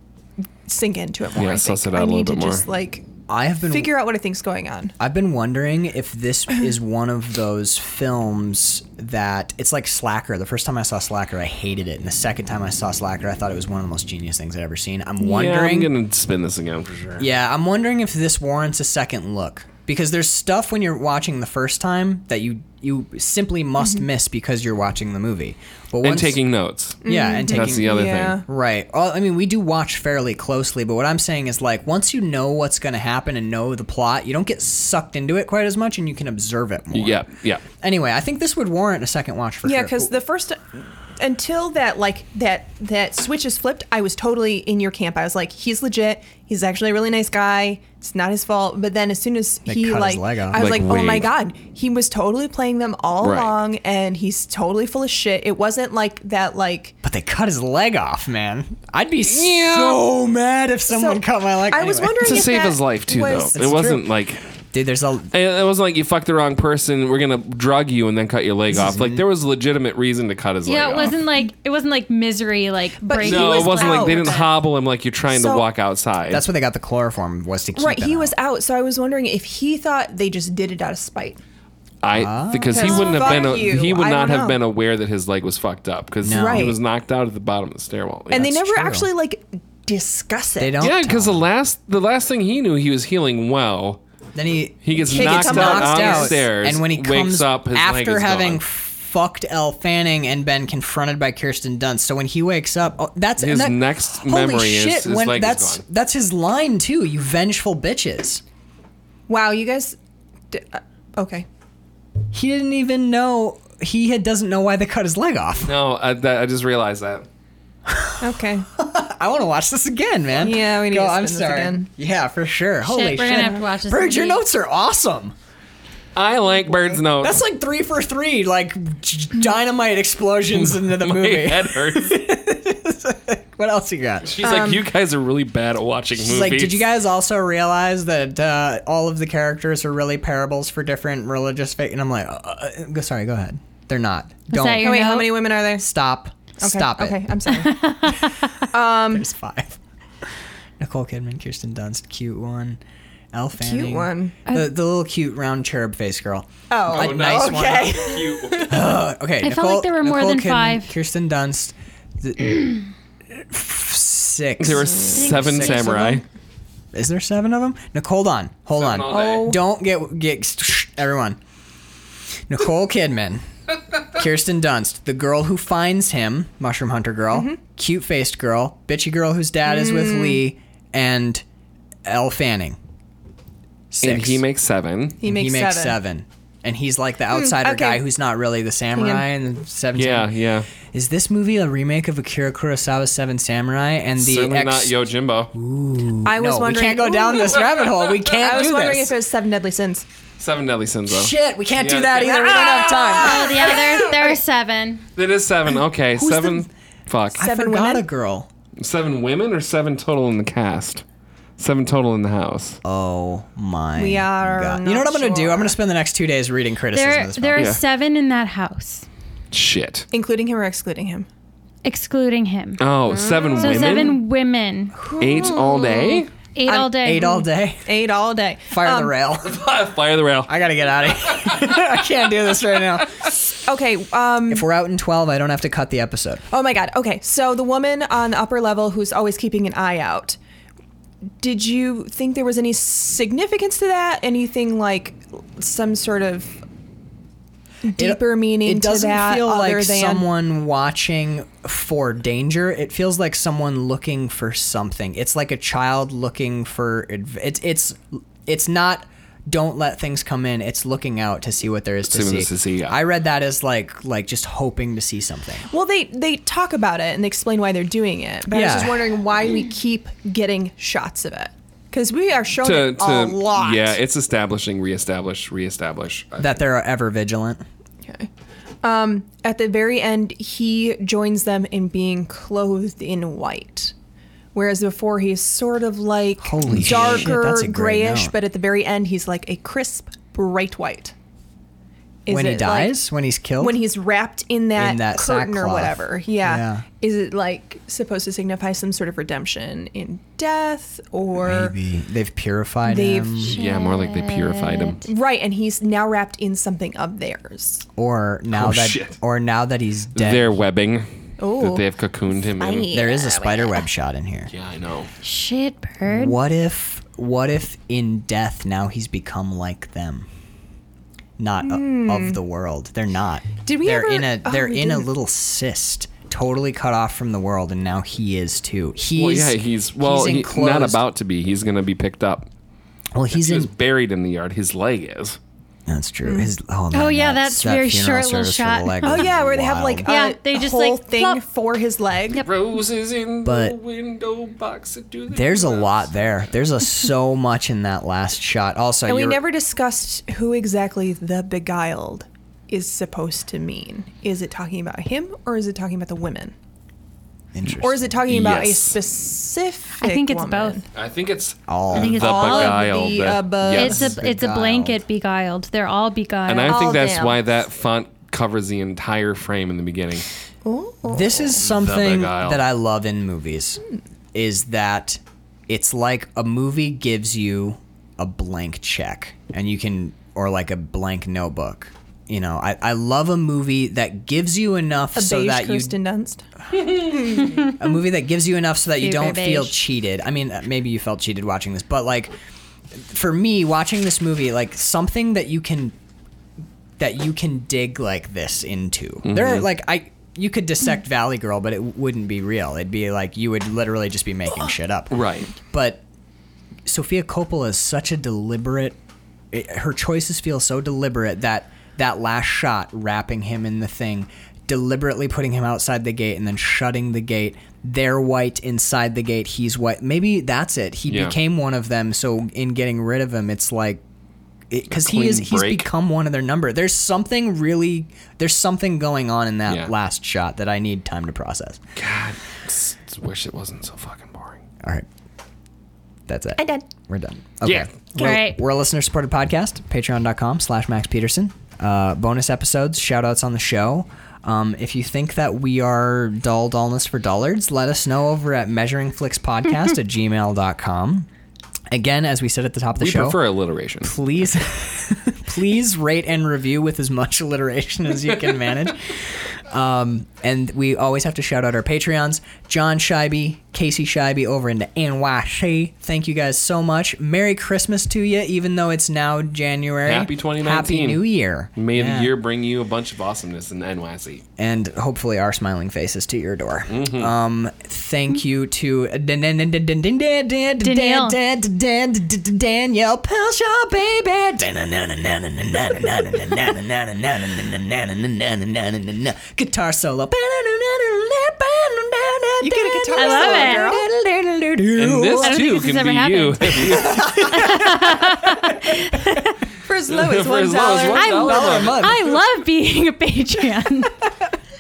[SPEAKER 4] sink into it more.
[SPEAKER 1] Yeah,
[SPEAKER 4] I
[SPEAKER 1] suss
[SPEAKER 4] think.
[SPEAKER 1] it out
[SPEAKER 4] I
[SPEAKER 1] a little
[SPEAKER 4] need
[SPEAKER 1] bit
[SPEAKER 4] to
[SPEAKER 1] more.
[SPEAKER 4] just like
[SPEAKER 2] I have been
[SPEAKER 4] figure out what I think's going on.
[SPEAKER 2] I've been wondering if this is one of those films that it's like Slacker. The first time I saw Slacker, I hated it, and the second time I saw Slacker, I thought it was one of the most genius things I'd ever seen. I'm
[SPEAKER 1] yeah, I'm
[SPEAKER 2] wondering.
[SPEAKER 1] gonna spin this again for sure.
[SPEAKER 2] Yeah, I'm wondering if this warrants a second look because there's stuff when you're watching the first time that you you simply must
[SPEAKER 1] Mm-hmm.
[SPEAKER 2] miss because you're watching the movie. But
[SPEAKER 1] And
[SPEAKER 2] once,
[SPEAKER 1] taking notes.
[SPEAKER 2] yeah, and taking
[SPEAKER 1] That's the other
[SPEAKER 4] Yeah.
[SPEAKER 1] thing.
[SPEAKER 2] Right. Well, I mean, we do watch fairly closely, but what I'm saying is like once you know what's going to happen and know the plot, you don't get sucked into it quite as much, and you can observe it more.
[SPEAKER 1] Yeah, yeah.
[SPEAKER 2] Anyway, I think this would warrant a second watch for
[SPEAKER 4] Yeah,
[SPEAKER 2] sure.
[SPEAKER 4] because the first until that like that that switch is flipped, I was totally in your camp. I was like, he's legit. He's actually a really nice guy. It's not his fault. But then as soon as he
[SPEAKER 2] cut his
[SPEAKER 4] like,
[SPEAKER 2] leg off.
[SPEAKER 4] I was
[SPEAKER 1] Like,
[SPEAKER 4] like, oh my
[SPEAKER 1] wave.
[SPEAKER 4] god, he was totally playing them all
[SPEAKER 1] Right.
[SPEAKER 4] along, and he's totally full of shit. It wasn't like that. Like
[SPEAKER 2] but they cut his leg off, man. I'd be so mad if someone
[SPEAKER 4] So,
[SPEAKER 2] cut my leg.
[SPEAKER 4] I was
[SPEAKER 2] Anyway.
[SPEAKER 4] wondering
[SPEAKER 1] To
[SPEAKER 4] if
[SPEAKER 1] save
[SPEAKER 4] that
[SPEAKER 1] his life too,
[SPEAKER 4] was-
[SPEAKER 1] though. It
[SPEAKER 2] It's
[SPEAKER 1] wasn't
[SPEAKER 2] true.
[SPEAKER 1] like
[SPEAKER 2] dude, there's a
[SPEAKER 1] it it wasn't like you fucked the wrong person. We're gonna drug you and then cut your leg off. Like there was a legitimate reason to cut his
[SPEAKER 6] Yeah,
[SPEAKER 1] leg
[SPEAKER 6] it
[SPEAKER 1] off.
[SPEAKER 6] wasn't like it wasn't like misery like
[SPEAKER 4] But
[SPEAKER 6] breaking.
[SPEAKER 1] No, it
[SPEAKER 4] He was
[SPEAKER 1] wasn't like they didn't
[SPEAKER 4] out.
[SPEAKER 1] hobble him like you're trying to
[SPEAKER 4] So-
[SPEAKER 1] walk outside.
[SPEAKER 2] That's what they got the chloroform was to keep.
[SPEAKER 4] Right,
[SPEAKER 2] it
[SPEAKER 4] he
[SPEAKER 2] out.
[SPEAKER 4] was out, so I was wondering if he thought they just did it out of spite.
[SPEAKER 1] I because he
[SPEAKER 4] Because
[SPEAKER 1] wouldn't have
[SPEAKER 4] fuck
[SPEAKER 1] been a,
[SPEAKER 4] you,
[SPEAKER 1] he would
[SPEAKER 4] I
[SPEAKER 1] not
[SPEAKER 4] don't
[SPEAKER 1] have
[SPEAKER 4] know.
[SPEAKER 1] been aware that his leg was fucked up because he
[SPEAKER 4] Right.
[SPEAKER 1] was knocked out at the bottom of the stairwell.
[SPEAKER 4] And they
[SPEAKER 1] Yes.
[SPEAKER 4] never
[SPEAKER 2] true.
[SPEAKER 4] actually like discuss it.
[SPEAKER 2] They don't.
[SPEAKER 1] yeah,
[SPEAKER 2] tell
[SPEAKER 1] because the
[SPEAKER 2] him.
[SPEAKER 1] last the last thing he knew, he was healing well.
[SPEAKER 2] then he
[SPEAKER 1] He gets
[SPEAKER 4] He
[SPEAKER 1] knocked
[SPEAKER 4] gets
[SPEAKER 1] out
[SPEAKER 4] knocked
[SPEAKER 1] on the
[SPEAKER 4] out,
[SPEAKER 1] stairs,
[SPEAKER 2] and when he
[SPEAKER 1] wakes
[SPEAKER 2] comes
[SPEAKER 1] up his leg
[SPEAKER 2] after
[SPEAKER 1] is
[SPEAKER 2] having
[SPEAKER 1] gone.
[SPEAKER 2] fucked Elle Fanning and been confronted by Kirsten Dunst. So when he wakes up, oh, that's and
[SPEAKER 1] His
[SPEAKER 2] that-
[SPEAKER 1] next
[SPEAKER 2] holy
[SPEAKER 1] memory is
[SPEAKER 2] shit,
[SPEAKER 1] his
[SPEAKER 2] when,
[SPEAKER 1] leg is
[SPEAKER 2] that's
[SPEAKER 1] gone.
[SPEAKER 2] that's his line too. You vengeful bitches.
[SPEAKER 4] Wow, you guys. di- uh, okay.
[SPEAKER 2] He didn't even know he had doesn't know why they cut his leg off.
[SPEAKER 1] no, I, that, I just realized that.
[SPEAKER 4] Okay.
[SPEAKER 2] I want to watch this again, man.
[SPEAKER 4] Yeah, we need
[SPEAKER 2] Go,
[SPEAKER 4] to
[SPEAKER 2] I'm
[SPEAKER 4] spin this
[SPEAKER 2] sorry.
[SPEAKER 4] again.
[SPEAKER 2] Yeah, for sure. holy
[SPEAKER 6] we're
[SPEAKER 2] shit,
[SPEAKER 6] gonna have to watch this
[SPEAKER 2] Bird, your
[SPEAKER 6] movie.
[SPEAKER 2] notes are awesome.
[SPEAKER 1] I like Bird's notes.
[SPEAKER 2] That's like three for three, like j- dynamite explosions into the
[SPEAKER 1] my
[SPEAKER 2] movie.
[SPEAKER 1] head hurts.
[SPEAKER 2] What else you got?
[SPEAKER 1] She's like, you guys are really bad at watching
[SPEAKER 2] She's
[SPEAKER 1] movies.
[SPEAKER 2] like, did you guys also realize that uh, all of the characters are really parables for different religious faith? And I'm like, uh, uh, go sorry, go ahead. They're not. Don't
[SPEAKER 6] that your-
[SPEAKER 4] Oh, wait, how
[SPEAKER 6] No.
[SPEAKER 4] many women are there?
[SPEAKER 2] stop. Stop it.
[SPEAKER 4] Okay, I'm sorry.
[SPEAKER 2] There's five. Nicole Kidman, Kirsten Dunst, cute one. Elle Fanning.
[SPEAKER 4] one.
[SPEAKER 2] The, the little cute round cherub face girl.
[SPEAKER 4] Oh,
[SPEAKER 2] A nice one.
[SPEAKER 4] okay.
[SPEAKER 2] Uh, okay. I
[SPEAKER 6] felt like there were more than five.
[SPEAKER 2] Kirsten Dunst. the- six.
[SPEAKER 1] There were seven
[SPEAKER 2] six of
[SPEAKER 1] samurai.
[SPEAKER 2] them. Is there seven of them? Nicole, hold on, hold
[SPEAKER 1] Seven
[SPEAKER 2] on.
[SPEAKER 1] all day. Oh.
[SPEAKER 2] Don't get get shh, everyone. Nicole Kidman, Kirsten Dunst, the girl who finds him, mushroom hunter girl, cute faced girl, bitchy girl whose dad is with Lee, and Elle Fanning. Six.
[SPEAKER 1] And he makes seven.
[SPEAKER 4] He
[SPEAKER 2] And
[SPEAKER 4] makes,
[SPEAKER 2] he makes
[SPEAKER 4] seven.
[SPEAKER 2] seven. and he's like the outsider
[SPEAKER 4] okay.
[SPEAKER 2] guy who's not really the samurai in the seventeen.
[SPEAKER 1] Yeah, yeah.
[SPEAKER 2] Is this movie a remake of Akira Kurosawa's Seven Samurai and the
[SPEAKER 1] Certainly
[SPEAKER 2] ex-
[SPEAKER 1] not Yojimbo.
[SPEAKER 4] I was
[SPEAKER 2] no,
[SPEAKER 4] wondering.
[SPEAKER 2] we can't go down this rabbit hole. We can't
[SPEAKER 4] I was
[SPEAKER 2] do
[SPEAKER 4] wondering
[SPEAKER 2] this.
[SPEAKER 4] if it was Seven Deadly Sins.
[SPEAKER 1] Seven Deadly Sins, though.
[SPEAKER 2] Shit, we can't
[SPEAKER 1] Yeah,
[SPEAKER 2] do that
[SPEAKER 1] okay.
[SPEAKER 2] either. We don't have time.
[SPEAKER 6] Oh, yeah, there, there were seven.
[SPEAKER 1] It is seven. Okay, seven. Fuck.
[SPEAKER 2] I
[SPEAKER 4] Seven
[SPEAKER 2] forgot
[SPEAKER 4] women?
[SPEAKER 2] a girl.
[SPEAKER 1] Seven women or seven total in the cast? Seven total in the house.
[SPEAKER 2] Oh my.
[SPEAKER 4] We are
[SPEAKER 2] God. You know what I'm
[SPEAKER 4] not
[SPEAKER 2] gonna do? I'm
[SPEAKER 4] sure.
[SPEAKER 2] gonna spend the next two days reading criticism
[SPEAKER 6] There,
[SPEAKER 2] of this
[SPEAKER 6] there are
[SPEAKER 2] film.
[SPEAKER 1] Yeah.
[SPEAKER 6] seven in that house,
[SPEAKER 1] Shit.
[SPEAKER 4] Including him or excluding him?
[SPEAKER 6] excluding him.
[SPEAKER 1] Oh, seven
[SPEAKER 6] So
[SPEAKER 1] women.
[SPEAKER 6] seven women,
[SPEAKER 1] Eight all day.
[SPEAKER 6] eight all day.
[SPEAKER 2] Eight all day.
[SPEAKER 4] Eight all day.
[SPEAKER 2] Fire
[SPEAKER 4] Um,
[SPEAKER 2] the rail.
[SPEAKER 1] Fire the rail.
[SPEAKER 2] I gotta get out of here. I can't do this right now.
[SPEAKER 4] Okay. Um.
[SPEAKER 2] If we're out in 12, I don't have to cut the episode.
[SPEAKER 4] Oh my God. Okay. So the woman on the upper level who's always keeping an eye out. Did you think there was any significance to that? Anything like some sort of deeper meaning
[SPEAKER 2] It doesn't
[SPEAKER 4] to that
[SPEAKER 2] feel
[SPEAKER 4] other
[SPEAKER 2] like
[SPEAKER 4] than
[SPEAKER 2] someone watching for danger. It feels like someone looking for something. It's like a child looking for adv- it's it's it's not don't let things come in. It's looking out to see what there is to
[SPEAKER 1] See what
[SPEAKER 2] see.
[SPEAKER 1] there's to see, yeah.
[SPEAKER 2] I read that as like like just hoping to see something.
[SPEAKER 4] Well, they they talk about it and they explain why they're doing it, but I was
[SPEAKER 2] Yeah.
[SPEAKER 4] just wondering why we keep getting shots of it because we are shown
[SPEAKER 1] To,
[SPEAKER 4] it
[SPEAKER 1] to
[SPEAKER 4] a lot.
[SPEAKER 1] yeah, it's establishing, reestablish, reestablish. Uh,
[SPEAKER 2] That they're ever vigilant.
[SPEAKER 4] Okay. Um, at the very end, he joins them in being clothed in white. Whereas before, he's sort of like
[SPEAKER 2] Holy shit,
[SPEAKER 4] darker,
[SPEAKER 2] that's a great
[SPEAKER 4] grayish,
[SPEAKER 2] note.
[SPEAKER 4] but at the very end, he's like a crisp, bright white. Is
[SPEAKER 2] when he
[SPEAKER 4] it, like,
[SPEAKER 2] dies, when he's killed.
[SPEAKER 4] when he's wrapped in that,
[SPEAKER 2] In that
[SPEAKER 4] curtain or
[SPEAKER 2] sackcloth.
[SPEAKER 4] whatever. Yeah.
[SPEAKER 2] Yeah.
[SPEAKER 4] Is it like supposed to signify some sort of redemption in death or
[SPEAKER 2] Maybe they've purified
[SPEAKER 4] They've-
[SPEAKER 2] him
[SPEAKER 1] Yeah, more like they purified him.
[SPEAKER 4] right and he's now wrapped in something of theirs.
[SPEAKER 2] or now
[SPEAKER 1] Oh,
[SPEAKER 2] that
[SPEAKER 1] shit.
[SPEAKER 2] or now that he's dead.
[SPEAKER 1] Their webbing that
[SPEAKER 4] Ooh.
[SPEAKER 1] they have cocooned him in.
[SPEAKER 4] Funny.
[SPEAKER 2] there is a spider web shot in here.
[SPEAKER 1] Yeah, I know.
[SPEAKER 6] Shit, bird.
[SPEAKER 2] What if what if in death now he's become like them? Not o- of the world. They're not.
[SPEAKER 4] Hmm. Did we
[SPEAKER 2] They're
[SPEAKER 4] ever-
[SPEAKER 2] in a
[SPEAKER 4] oh,
[SPEAKER 2] they're
[SPEAKER 4] we
[SPEAKER 2] in a
[SPEAKER 4] didn't.
[SPEAKER 2] little cyst, totally cut off from the world and now he is too. He's
[SPEAKER 1] Well, yeah, he's well, he- not
[SPEAKER 2] enclosed-
[SPEAKER 1] about to be. He's gonna be picked up.
[SPEAKER 2] Well, he's
[SPEAKER 1] He was
[SPEAKER 2] in
[SPEAKER 1] buried in the yard. His leg is.
[SPEAKER 2] That's
[SPEAKER 4] Mm.
[SPEAKER 2] true. His Oh, man,
[SPEAKER 6] Oh, yeah,
[SPEAKER 2] that-
[SPEAKER 6] that's
[SPEAKER 2] that
[SPEAKER 6] very
[SPEAKER 2] funeral
[SPEAKER 6] short little
[SPEAKER 2] service for the
[SPEAKER 6] shot.
[SPEAKER 2] leg
[SPEAKER 4] Oh
[SPEAKER 2] was
[SPEAKER 4] yeah, where they
[SPEAKER 2] wild.
[SPEAKER 4] have like
[SPEAKER 6] Yeah,
[SPEAKER 4] a
[SPEAKER 6] they just,
[SPEAKER 4] whole
[SPEAKER 6] like,
[SPEAKER 4] thing
[SPEAKER 6] plop.
[SPEAKER 4] for his leg.
[SPEAKER 1] Roses in
[SPEAKER 2] But-
[SPEAKER 1] window box. Do the
[SPEAKER 2] There's a
[SPEAKER 1] grass.
[SPEAKER 2] lot there. There's a so much in that last shot. Also,
[SPEAKER 4] And we
[SPEAKER 2] you're-
[SPEAKER 4] never discussed who exactly the beguiled is supposed to mean. Is it talking about him or is it talking about the women?
[SPEAKER 2] Interesting.
[SPEAKER 4] Or is it talking about a
[SPEAKER 1] Yes.
[SPEAKER 4] specific
[SPEAKER 6] I think it's
[SPEAKER 4] woman?
[SPEAKER 6] both.
[SPEAKER 1] I think it's
[SPEAKER 2] All. I think
[SPEAKER 6] it's
[SPEAKER 1] the
[SPEAKER 6] all of
[SPEAKER 1] beguiled.
[SPEAKER 4] the
[SPEAKER 1] that-
[SPEAKER 4] above.
[SPEAKER 1] yes.
[SPEAKER 6] It's a it's a blanket beguiled. They're all beguiled.
[SPEAKER 1] and I think
[SPEAKER 4] all
[SPEAKER 1] that's
[SPEAKER 4] damn.
[SPEAKER 1] why that font covers the entire frame in the beginning.
[SPEAKER 2] This is something
[SPEAKER 1] Beguiled.
[SPEAKER 2] that I love in movies is that it's like a movie gives you a blank check and you can or like a blank notebook. You know, I, I love a movie that gives you enough
[SPEAKER 4] A
[SPEAKER 2] so
[SPEAKER 4] beige
[SPEAKER 2] that you
[SPEAKER 4] Kirsten Dunst.
[SPEAKER 2] a movie that gives you enough so that you
[SPEAKER 6] Super
[SPEAKER 2] don't feel
[SPEAKER 6] beige.
[SPEAKER 2] cheated. I mean, uh, maybe you felt cheated watching this, but like for me watching this movie, like something that you can that you can dig like this into. There are like I you could dissect Valley Girl, but it wouldn't be real. It'd be like you would literally just be making shit up.
[SPEAKER 1] Right.
[SPEAKER 2] But Sophia Coppola is such a deliberate. It, her choices feel so deliberate that that last shot, wrapping him in the thing, deliberately putting him outside the gate and then shutting the gate. They're white inside the gate. He's white. Maybe that's it. He
[SPEAKER 1] Yeah.
[SPEAKER 2] became one of them. So in getting rid of him, it's like because he
[SPEAKER 1] clean
[SPEAKER 2] is he's
[SPEAKER 1] break.
[SPEAKER 2] become one of their number. There's something really there's something going on in that
[SPEAKER 1] Yeah.
[SPEAKER 2] last shot that I need time to process.
[SPEAKER 1] God, just wish it wasn't so fucking boring.
[SPEAKER 2] All right. That's it. I done. We're done. Okay.
[SPEAKER 1] Yeah.
[SPEAKER 2] We're,
[SPEAKER 6] Great.
[SPEAKER 2] we're a listener supported podcast, patreon.com slash Max Peterson. Uh, bonus episodes, shout outs on the show. Um, if you think that we are dull dullness for dullards, let us know over at measuringflixpodcast at gmail.com. Again, as we said at the top of the
[SPEAKER 1] We
[SPEAKER 2] show,
[SPEAKER 1] prefer alliteration.
[SPEAKER 2] please please rate and review with as much alliteration as you can manage um, and we always have to shout out our patreons john scheibe casey scheibe over into nyc thank you guys so much merry christmas to you even though it's now january
[SPEAKER 1] Happy 2019.
[SPEAKER 2] happy new year
[SPEAKER 1] May
[SPEAKER 2] Yeah.
[SPEAKER 1] the year bring you a bunch of awesomeness in NYC.
[SPEAKER 2] and hopefully our smiling faces to your door. Um, thank you to Danielle Pelshaw, baby. guitar solo.
[SPEAKER 4] You get a guitar
[SPEAKER 6] I love
[SPEAKER 4] solo, girl.
[SPEAKER 1] And
[SPEAKER 6] I
[SPEAKER 1] this
[SPEAKER 6] don't
[SPEAKER 1] too
[SPEAKER 6] think this
[SPEAKER 1] can
[SPEAKER 6] has
[SPEAKER 1] be
[SPEAKER 6] ever
[SPEAKER 1] you.
[SPEAKER 4] For as
[SPEAKER 6] Oh,
[SPEAKER 4] low as
[SPEAKER 1] For
[SPEAKER 4] one
[SPEAKER 1] as low as
[SPEAKER 4] dollar.
[SPEAKER 1] one
[SPEAKER 6] I
[SPEAKER 1] dollar.
[SPEAKER 2] Dollar a
[SPEAKER 6] love,
[SPEAKER 2] month.
[SPEAKER 6] I love being a Patreon.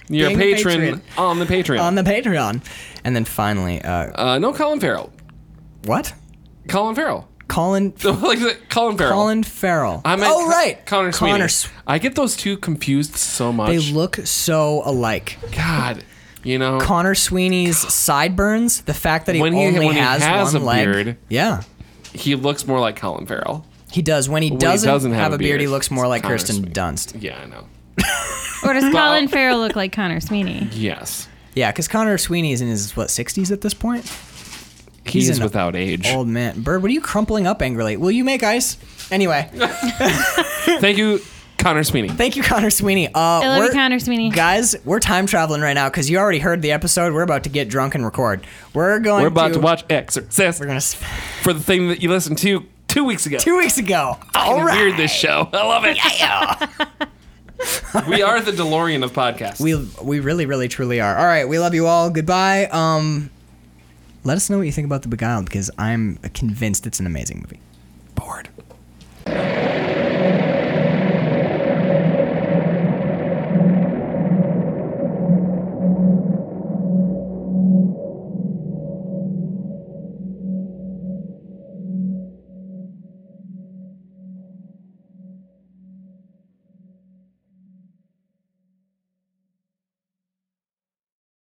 [SPEAKER 1] You're a
[SPEAKER 2] Being a
[SPEAKER 1] patron,
[SPEAKER 2] patron.
[SPEAKER 1] on the Patreon.
[SPEAKER 2] on the Patreon. And then finally, uh,
[SPEAKER 1] uh, no, Colin Farrell.
[SPEAKER 2] what?
[SPEAKER 1] Colin Farrell.
[SPEAKER 2] Colin
[SPEAKER 1] like the- Colin Farrell.
[SPEAKER 2] Colin Farrell.
[SPEAKER 1] I meant
[SPEAKER 2] oh
[SPEAKER 1] Co-
[SPEAKER 2] right,
[SPEAKER 1] Connor Sweeney.
[SPEAKER 2] Connor S-
[SPEAKER 1] I get those two confused so
[SPEAKER 2] They
[SPEAKER 1] much.
[SPEAKER 2] look so alike.
[SPEAKER 1] God, you know.
[SPEAKER 2] Connor Sweeney's sideburns, the fact that he
[SPEAKER 1] When he-
[SPEAKER 2] only
[SPEAKER 1] when he
[SPEAKER 2] has,
[SPEAKER 1] has
[SPEAKER 2] one
[SPEAKER 1] a
[SPEAKER 2] leg.
[SPEAKER 1] beard.
[SPEAKER 2] Yeah,
[SPEAKER 1] he looks more like Colin Farrell.
[SPEAKER 2] he does. When he doesn't,
[SPEAKER 1] doesn't have a
[SPEAKER 2] a beard,
[SPEAKER 1] beard,
[SPEAKER 2] he looks more like
[SPEAKER 1] Connor
[SPEAKER 2] Kirsten
[SPEAKER 1] Sweeney.
[SPEAKER 2] Dunst.
[SPEAKER 1] Yeah, I know.
[SPEAKER 6] or does Colin Farrell look like Connor Sweeney?
[SPEAKER 1] Yes,
[SPEAKER 2] Yeah, because Connor Sweeney is in his what 60s at this point.
[SPEAKER 1] he
[SPEAKER 2] He's
[SPEAKER 1] is
[SPEAKER 2] an
[SPEAKER 1] without age.
[SPEAKER 2] Old man, Bird, what are you crumpling up angrily? Will you make ice? Anyway,
[SPEAKER 1] Thank you, Connor Sweeney.
[SPEAKER 2] thank you, Connor Sweeney. Uh,
[SPEAKER 6] I love you,
[SPEAKER 2] we're-
[SPEAKER 6] Connor Sweeney.
[SPEAKER 2] Guys, we're time traveling right now because you already heard the episode. We're about to get drunk and record. We're going.
[SPEAKER 1] We're about to watch Exorcist
[SPEAKER 2] We're gonna. s-
[SPEAKER 1] for the thing that you listened to two weeks ago.
[SPEAKER 2] Two weeks ago.
[SPEAKER 1] Fucking
[SPEAKER 2] All right.
[SPEAKER 1] Weird this show. I love it. we are the DeLorean of podcasts.
[SPEAKER 2] We we really really truly are. All right, we love you all. Goodbye. Um, let us know what you think about the Beguiled because I'm convinced it's an amazing movie.